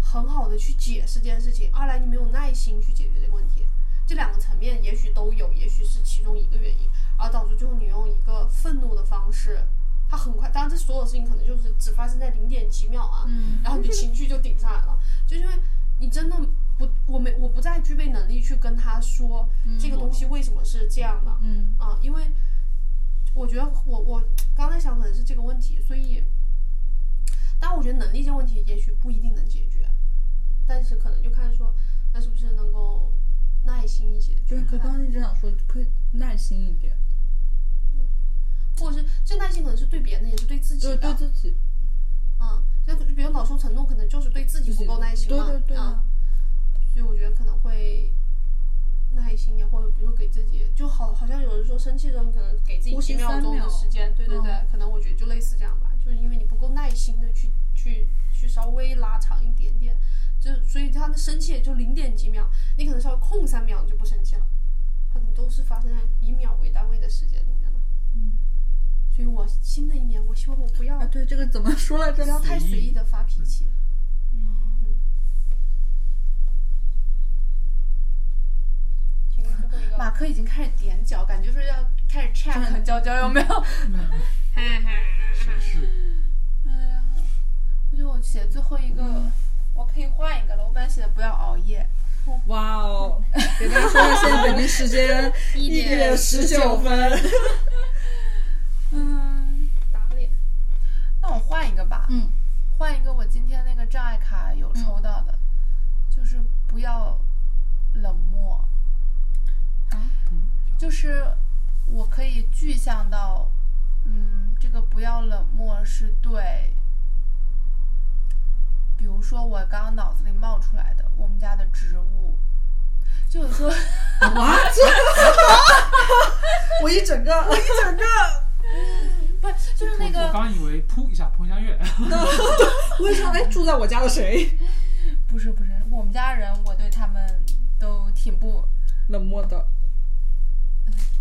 [SPEAKER 4] 很好的去解释这件事情，二来你没有耐心去解决这个问题。这两个层面也许都有，也许是其中一个原因，而导致最后你用一个愤怒的方式，它很快，当然这所有事情可能就是只发生在零点几秒啊，
[SPEAKER 1] 嗯
[SPEAKER 4] 然后你的情绪就顶上来了，就是因为你真的不，我没我不再具备能力去跟他说、这个东西为什么是这样的，
[SPEAKER 1] 嗯
[SPEAKER 4] 啊，因为我觉得我我刚才想可能是这个问题，所以，但我觉得能力这个问题也许不一定能解决，但是可能就看说那是不是能够耐心一些去
[SPEAKER 1] 对，可
[SPEAKER 4] 看
[SPEAKER 1] 刚刚一直想说，可以耐心一点。
[SPEAKER 4] 或者是正态性可能是对别人的，也是对自己
[SPEAKER 5] 对
[SPEAKER 4] 的。
[SPEAKER 5] 对自己，
[SPEAKER 4] 嗯，就比如恼羞成怒，可能就是对自己不够耐心
[SPEAKER 5] 对
[SPEAKER 4] 嘛。
[SPEAKER 5] 对对
[SPEAKER 4] 嗯
[SPEAKER 5] 啊，
[SPEAKER 4] 所以我觉得可能会耐心一点，或者比如给自己，就好好像有人说生气的时候，你可能给自己
[SPEAKER 1] 呼吸
[SPEAKER 4] 几秒
[SPEAKER 1] 三
[SPEAKER 4] 钟
[SPEAKER 1] 秒
[SPEAKER 4] 的时间，对对对，可能我觉得就类似这样吧，就是因为你不够耐心的去去去稍微拉长一点点，就所以他的生气也就零点几秒，你可能稍微空三秒你就不生气了，它可能都是发生在以秒为单位的时间里面的。所以我新的一年，我希望我不要
[SPEAKER 1] 啊，对，这个怎么说来着
[SPEAKER 4] 不？要太随意的发脾
[SPEAKER 3] 嗯
[SPEAKER 4] 气。嗯。请问最后嗯一个
[SPEAKER 2] 马克已经开始踮脚，感觉是要开始 check 娇娇有没有。
[SPEAKER 6] 哎
[SPEAKER 3] 是是，
[SPEAKER 2] 哎呀，我觉得我写最后一个，我可以换一个了。我本来写的不要熬夜，
[SPEAKER 10] 哇 哦，
[SPEAKER 1] 给大家说一下，现在北京时间
[SPEAKER 6] 一
[SPEAKER 10] 一点十九分，
[SPEAKER 2] 嗯，
[SPEAKER 4] 打脸，
[SPEAKER 2] 那我换一个吧。
[SPEAKER 1] 嗯，
[SPEAKER 2] 换一个我今天那个障碍卡有抽到的，就是不要冷漠。就是我可以具象到，嗯，这个不要冷漠是对，比如说我刚刚脑子里冒出来的，我们家的植物，就有时候
[SPEAKER 10] 我一整个，我一整个，
[SPEAKER 2] 不是就是那
[SPEAKER 3] 我我
[SPEAKER 2] 个
[SPEAKER 3] 刚以为噗一下彭佳悦，
[SPEAKER 10] 我想哎，住在我家的谁？
[SPEAKER 2] 不是不是我们家人，我对他们都挺不
[SPEAKER 10] 冷漠的，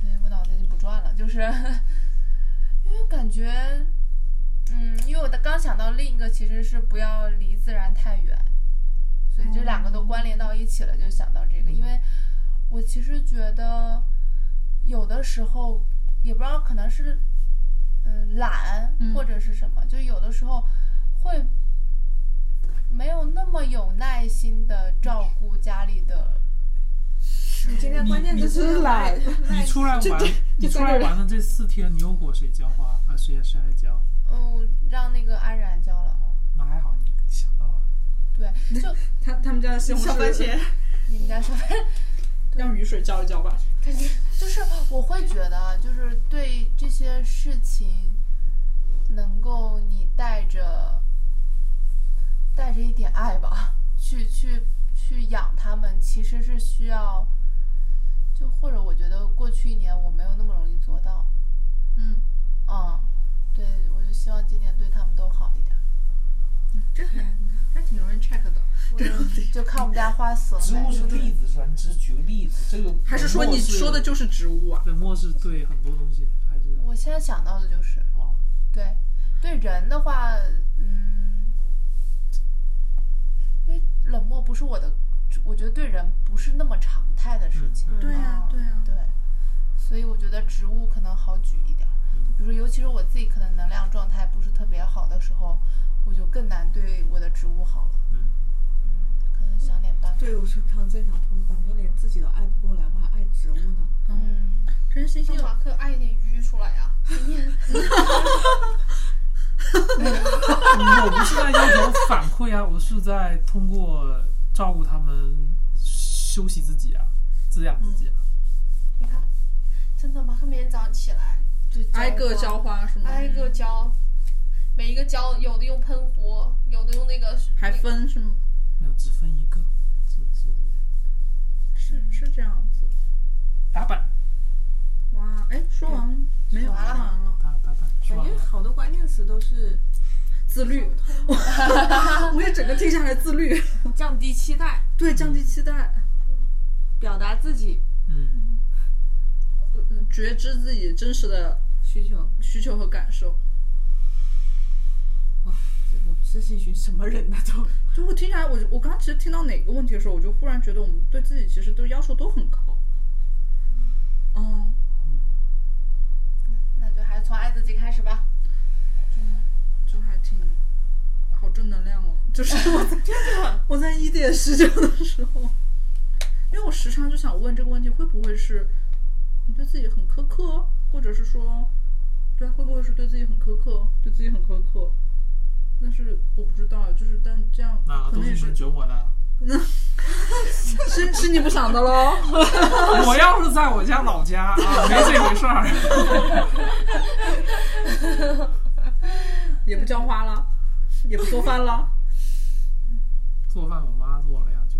[SPEAKER 2] 对我脑子已经不转了，就是因为感觉，嗯，因为我的刚想到另一个其实是不要离自然太远，所以这两个都关联到一起了，就想到这个，因为我其实觉得有的时候也不知道可能是嗯懒
[SPEAKER 1] 嗯
[SPEAKER 2] 或者是什么，就有的时候会。没有那么有耐心的照顾家里的，
[SPEAKER 5] 你今天关键就
[SPEAKER 10] 你真
[SPEAKER 5] 是
[SPEAKER 10] 懒
[SPEAKER 5] 耐
[SPEAKER 3] 你出来玩，你出来玩的这四天，你有果谁浇花啊？谁谁来浇？
[SPEAKER 2] 嗯，让那个安然教了。
[SPEAKER 3] 哦，那还好，你想到了。
[SPEAKER 2] 对，就
[SPEAKER 10] 他他们家的西红柿
[SPEAKER 5] 小番茄，
[SPEAKER 2] 你们家小番
[SPEAKER 10] 让雨水浇一浇吧。
[SPEAKER 2] 就是我会觉得啊，就是对这些事情，能够你带着带着一点爱吧，去去去养它们，其实是需要，就或者我觉得过去一年我没有那么容易做到，
[SPEAKER 1] 嗯，
[SPEAKER 2] 嗯，对我就希望今年对他们都好一点，
[SPEAKER 1] 这还还挺容易 check 的。
[SPEAKER 2] 就看我们家花死了
[SPEAKER 11] 植物
[SPEAKER 2] 没。
[SPEAKER 11] 是例子，是吧？你只是举个例子，这个
[SPEAKER 1] 还是说
[SPEAKER 11] 冷
[SPEAKER 1] 你
[SPEAKER 11] 漠是
[SPEAKER 1] 说的就是植物啊？
[SPEAKER 3] 冷漠是对很多东西还是
[SPEAKER 2] 我现在想到的就是，
[SPEAKER 3] 哦，
[SPEAKER 2] 对，对人的话，嗯，因为冷漠不是我的，我觉得对人不是那么常态
[SPEAKER 3] 嗯
[SPEAKER 2] 的事情。
[SPEAKER 5] 对
[SPEAKER 2] 啊
[SPEAKER 1] 对啊，
[SPEAKER 2] 对，所以我觉得植物可能好举一点儿。就比如说，尤其是我自己可能能量状态不是特别好的时候，我就更难对我的植物好了。
[SPEAKER 3] 嗯，
[SPEAKER 2] 嗯，可能想点办法。
[SPEAKER 5] 对，我是刚正想说，感觉连自己都爱不过来，我还爱植物呢。
[SPEAKER 2] 嗯，
[SPEAKER 1] 真星星
[SPEAKER 4] 让马克爱一点淤出来啊！今天
[SPEAKER 3] 我不是在要求反馈啊，我是在通过照顾他们休息自己啊，滋养自己啊。
[SPEAKER 4] 你看，真的，马克每天早上起来
[SPEAKER 2] 对，
[SPEAKER 1] 挨个浇花是吗？
[SPEAKER 4] 挨个浇，每一个浇，有的用喷壶，有的用那个
[SPEAKER 1] 还分是吗？
[SPEAKER 3] 没有，只分一个，只只
[SPEAKER 1] 是是这样子。
[SPEAKER 3] 打板，
[SPEAKER 1] 哇，哎，说完了没有？
[SPEAKER 2] 说完了
[SPEAKER 1] 完了。
[SPEAKER 3] 打打板，说
[SPEAKER 5] 感
[SPEAKER 3] 完
[SPEAKER 5] 觉
[SPEAKER 3] 了。
[SPEAKER 5] 好多关键词都是
[SPEAKER 1] 自律，我也整个听下来自律，
[SPEAKER 5] 降低期待，
[SPEAKER 1] 对，降低期待，
[SPEAKER 5] 表达自己
[SPEAKER 3] 嗯，
[SPEAKER 1] 嗯觉知自己真实的
[SPEAKER 5] 需求。
[SPEAKER 1] 需求和感受。
[SPEAKER 5] 这个这是一群什么人呢？ 都
[SPEAKER 1] 对，我听起来，我就我刚刚其实听到哪个问题的时候，我就忽然觉得我们对自己其实都要求都很高。嗯，
[SPEAKER 2] 那就还是从爱自己开始吧。
[SPEAKER 1] 就还挺好正能量哦。就是我在我在一点十九的时候，因为我时常就想问这个问题，会不会是你对自己很苛刻，或者是说，对啊，会不会是对自己很苛刻，对自己很苛刻？但是我不知道，就是但这样
[SPEAKER 3] 那
[SPEAKER 1] 可
[SPEAKER 3] 都
[SPEAKER 1] 能也是
[SPEAKER 3] 是你们卷我的啊，
[SPEAKER 1] 是是你不想的喽？
[SPEAKER 3] 我要是在我家老家啊，没这回事儿。
[SPEAKER 1] 也不浇花了，也不做饭了。
[SPEAKER 3] 做饭我妈做了呀，就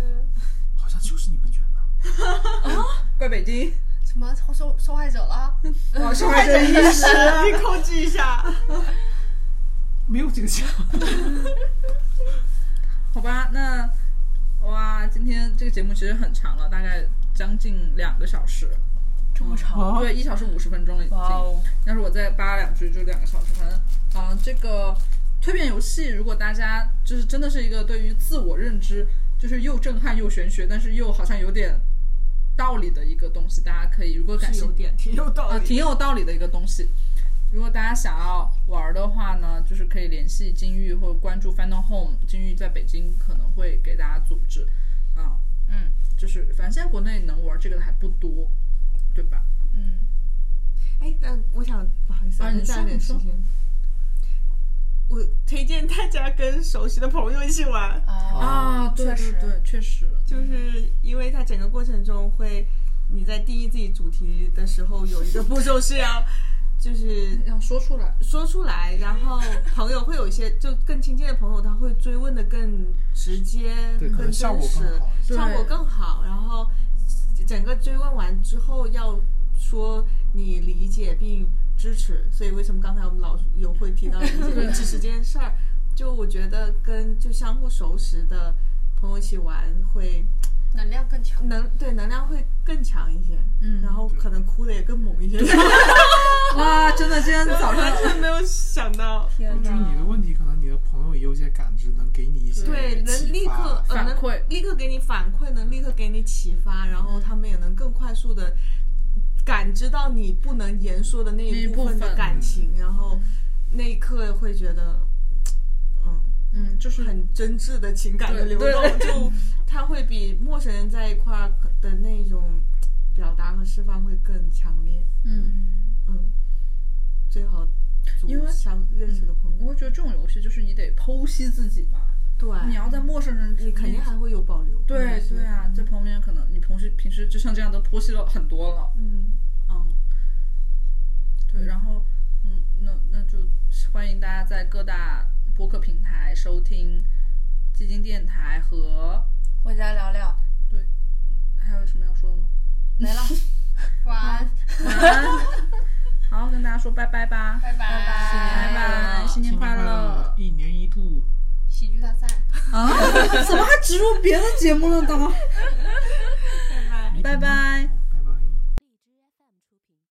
[SPEAKER 4] 嗯
[SPEAKER 3] 好像就是你们卷的。
[SPEAKER 1] 怪北京，
[SPEAKER 6] 什么受受害者了？
[SPEAKER 1] 哇，受害者意识，
[SPEAKER 5] 你控制一下。
[SPEAKER 3] 没有这个奖，
[SPEAKER 1] 好吧，那哇，今天这个节目其实很长了，大概将近两个小时，嗯
[SPEAKER 2] 这么长，
[SPEAKER 3] 啊
[SPEAKER 1] 对，一小时五十分钟了已经。
[SPEAKER 2] 哇哦！
[SPEAKER 1] 要是我再扒两句，就两个小时。反正，嗯、这个蜕变游戏，如果大家就是真的是一个对于自我认知，就是又震撼又玄学，但是又好像有点道理的一个东西，大家可以如果感兴趣，
[SPEAKER 5] 点挺有道
[SPEAKER 1] 呃，挺有道理的一个东西。如果大家想要玩儿的话呢，就是可以联系金玉或者关注 Final Home，金玉在北京可能会给大家组织。啊，
[SPEAKER 2] 嗯，
[SPEAKER 1] 就是反正现在国内能玩这个的还不多，对吧？
[SPEAKER 2] 嗯，
[SPEAKER 5] 哎，但我想不好意思，
[SPEAKER 1] 啊
[SPEAKER 5] 再
[SPEAKER 1] 你说
[SPEAKER 5] 占点时
[SPEAKER 1] 你
[SPEAKER 5] 间。我推荐大家跟熟悉的朋友一起玩，
[SPEAKER 2] 啊，
[SPEAKER 1] 啊，对
[SPEAKER 2] 确
[SPEAKER 1] 对
[SPEAKER 2] 实
[SPEAKER 1] 对，确实，
[SPEAKER 5] 就是因为它整个过程中会，你在定义自己主题的时候有一个步骤是要，就是
[SPEAKER 1] 要说出来。
[SPEAKER 5] 说出来，然后朋友会有一些就更亲近的朋友，他会追问的更直接，
[SPEAKER 3] 对，可
[SPEAKER 5] 更
[SPEAKER 3] 能
[SPEAKER 5] 真实，
[SPEAKER 3] 效果更好一些。
[SPEAKER 1] 对
[SPEAKER 5] 效果更好。然后整个追问完之后，要说你理解并支持。所以为什么刚才我们老有会提到理解并支持这件事儿？就我觉得跟就相互熟识的朋友一起玩会
[SPEAKER 6] 能量更强。
[SPEAKER 5] 能对能量会更强一些，
[SPEAKER 1] 嗯
[SPEAKER 5] 然后可能哭的也更猛 一些。
[SPEAKER 1] 哇，真的，今天早上
[SPEAKER 5] 完全没有想到，
[SPEAKER 2] 天
[SPEAKER 3] 就是你的
[SPEAKER 2] 哪！
[SPEAKER 3] 问题，可能你的朋友也有些感知，能给你一些
[SPEAKER 5] 对，
[SPEAKER 3] 启
[SPEAKER 5] 能立
[SPEAKER 3] 发
[SPEAKER 5] 刻呃
[SPEAKER 1] 反
[SPEAKER 5] 能
[SPEAKER 1] 馈
[SPEAKER 5] 立刻给你反馈，能立刻给你启发，然后他们也能更快速的感知到你不能言说的那
[SPEAKER 1] 那一
[SPEAKER 5] 一部
[SPEAKER 1] 部
[SPEAKER 5] 分的
[SPEAKER 1] 分
[SPEAKER 5] 感情，然后那一刻会觉得，嗯，
[SPEAKER 1] 嗯，就是
[SPEAKER 5] 很真挚的情感的
[SPEAKER 1] 对
[SPEAKER 5] 流动， 就它会比陌生人在一块儿的那种表达和释放会更强烈。
[SPEAKER 1] 嗯，
[SPEAKER 5] 嗯，最好组
[SPEAKER 1] 因为嗯
[SPEAKER 5] 相认识的朋友，
[SPEAKER 1] 我会觉得这种游戏就是你得剖析自己嘛，
[SPEAKER 5] 对，
[SPEAKER 1] 你要在陌生人，
[SPEAKER 5] 你肯定还。会有保留。
[SPEAKER 1] 对
[SPEAKER 5] 嗯
[SPEAKER 1] 对，啊，在旁边可能你平时平时就像这样都剖析了很多了，
[SPEAKER 5] 嗯，
[SPEAKER 1] 嗯，对，然后嗯，那那就欢迎大家在各大播客平台收听基金电台和
[SPEAKER 2] 回家聊聊，
[SPEAKER 1] 还有什么要说的吗？
[SPEAKER 2] 没了，
[SPEAKER 6] 晚安，
[SPEAKER 1] 晚安， 好，跟大家说拜拜吧，
[SPEAKER 4] 嗯
[SPEAKER 6] 拜拜
[SPEAKER 2] 拜
[SPEAKER 1] 拜
[SPEAKER 2] 拜
[SPEAKER 1] 拜，新年
[SPEAKER 3] 新年
[SPEAKER 1] 快
[SPEAKER 3] 快
[SPEAKER 1] 乐
[SPEAKER 3] 乐！一年一度
[SPEAKER 6] 喜剧大赛。
[SPEAKER 1] 啊？怎么还植入别的节目了？呢？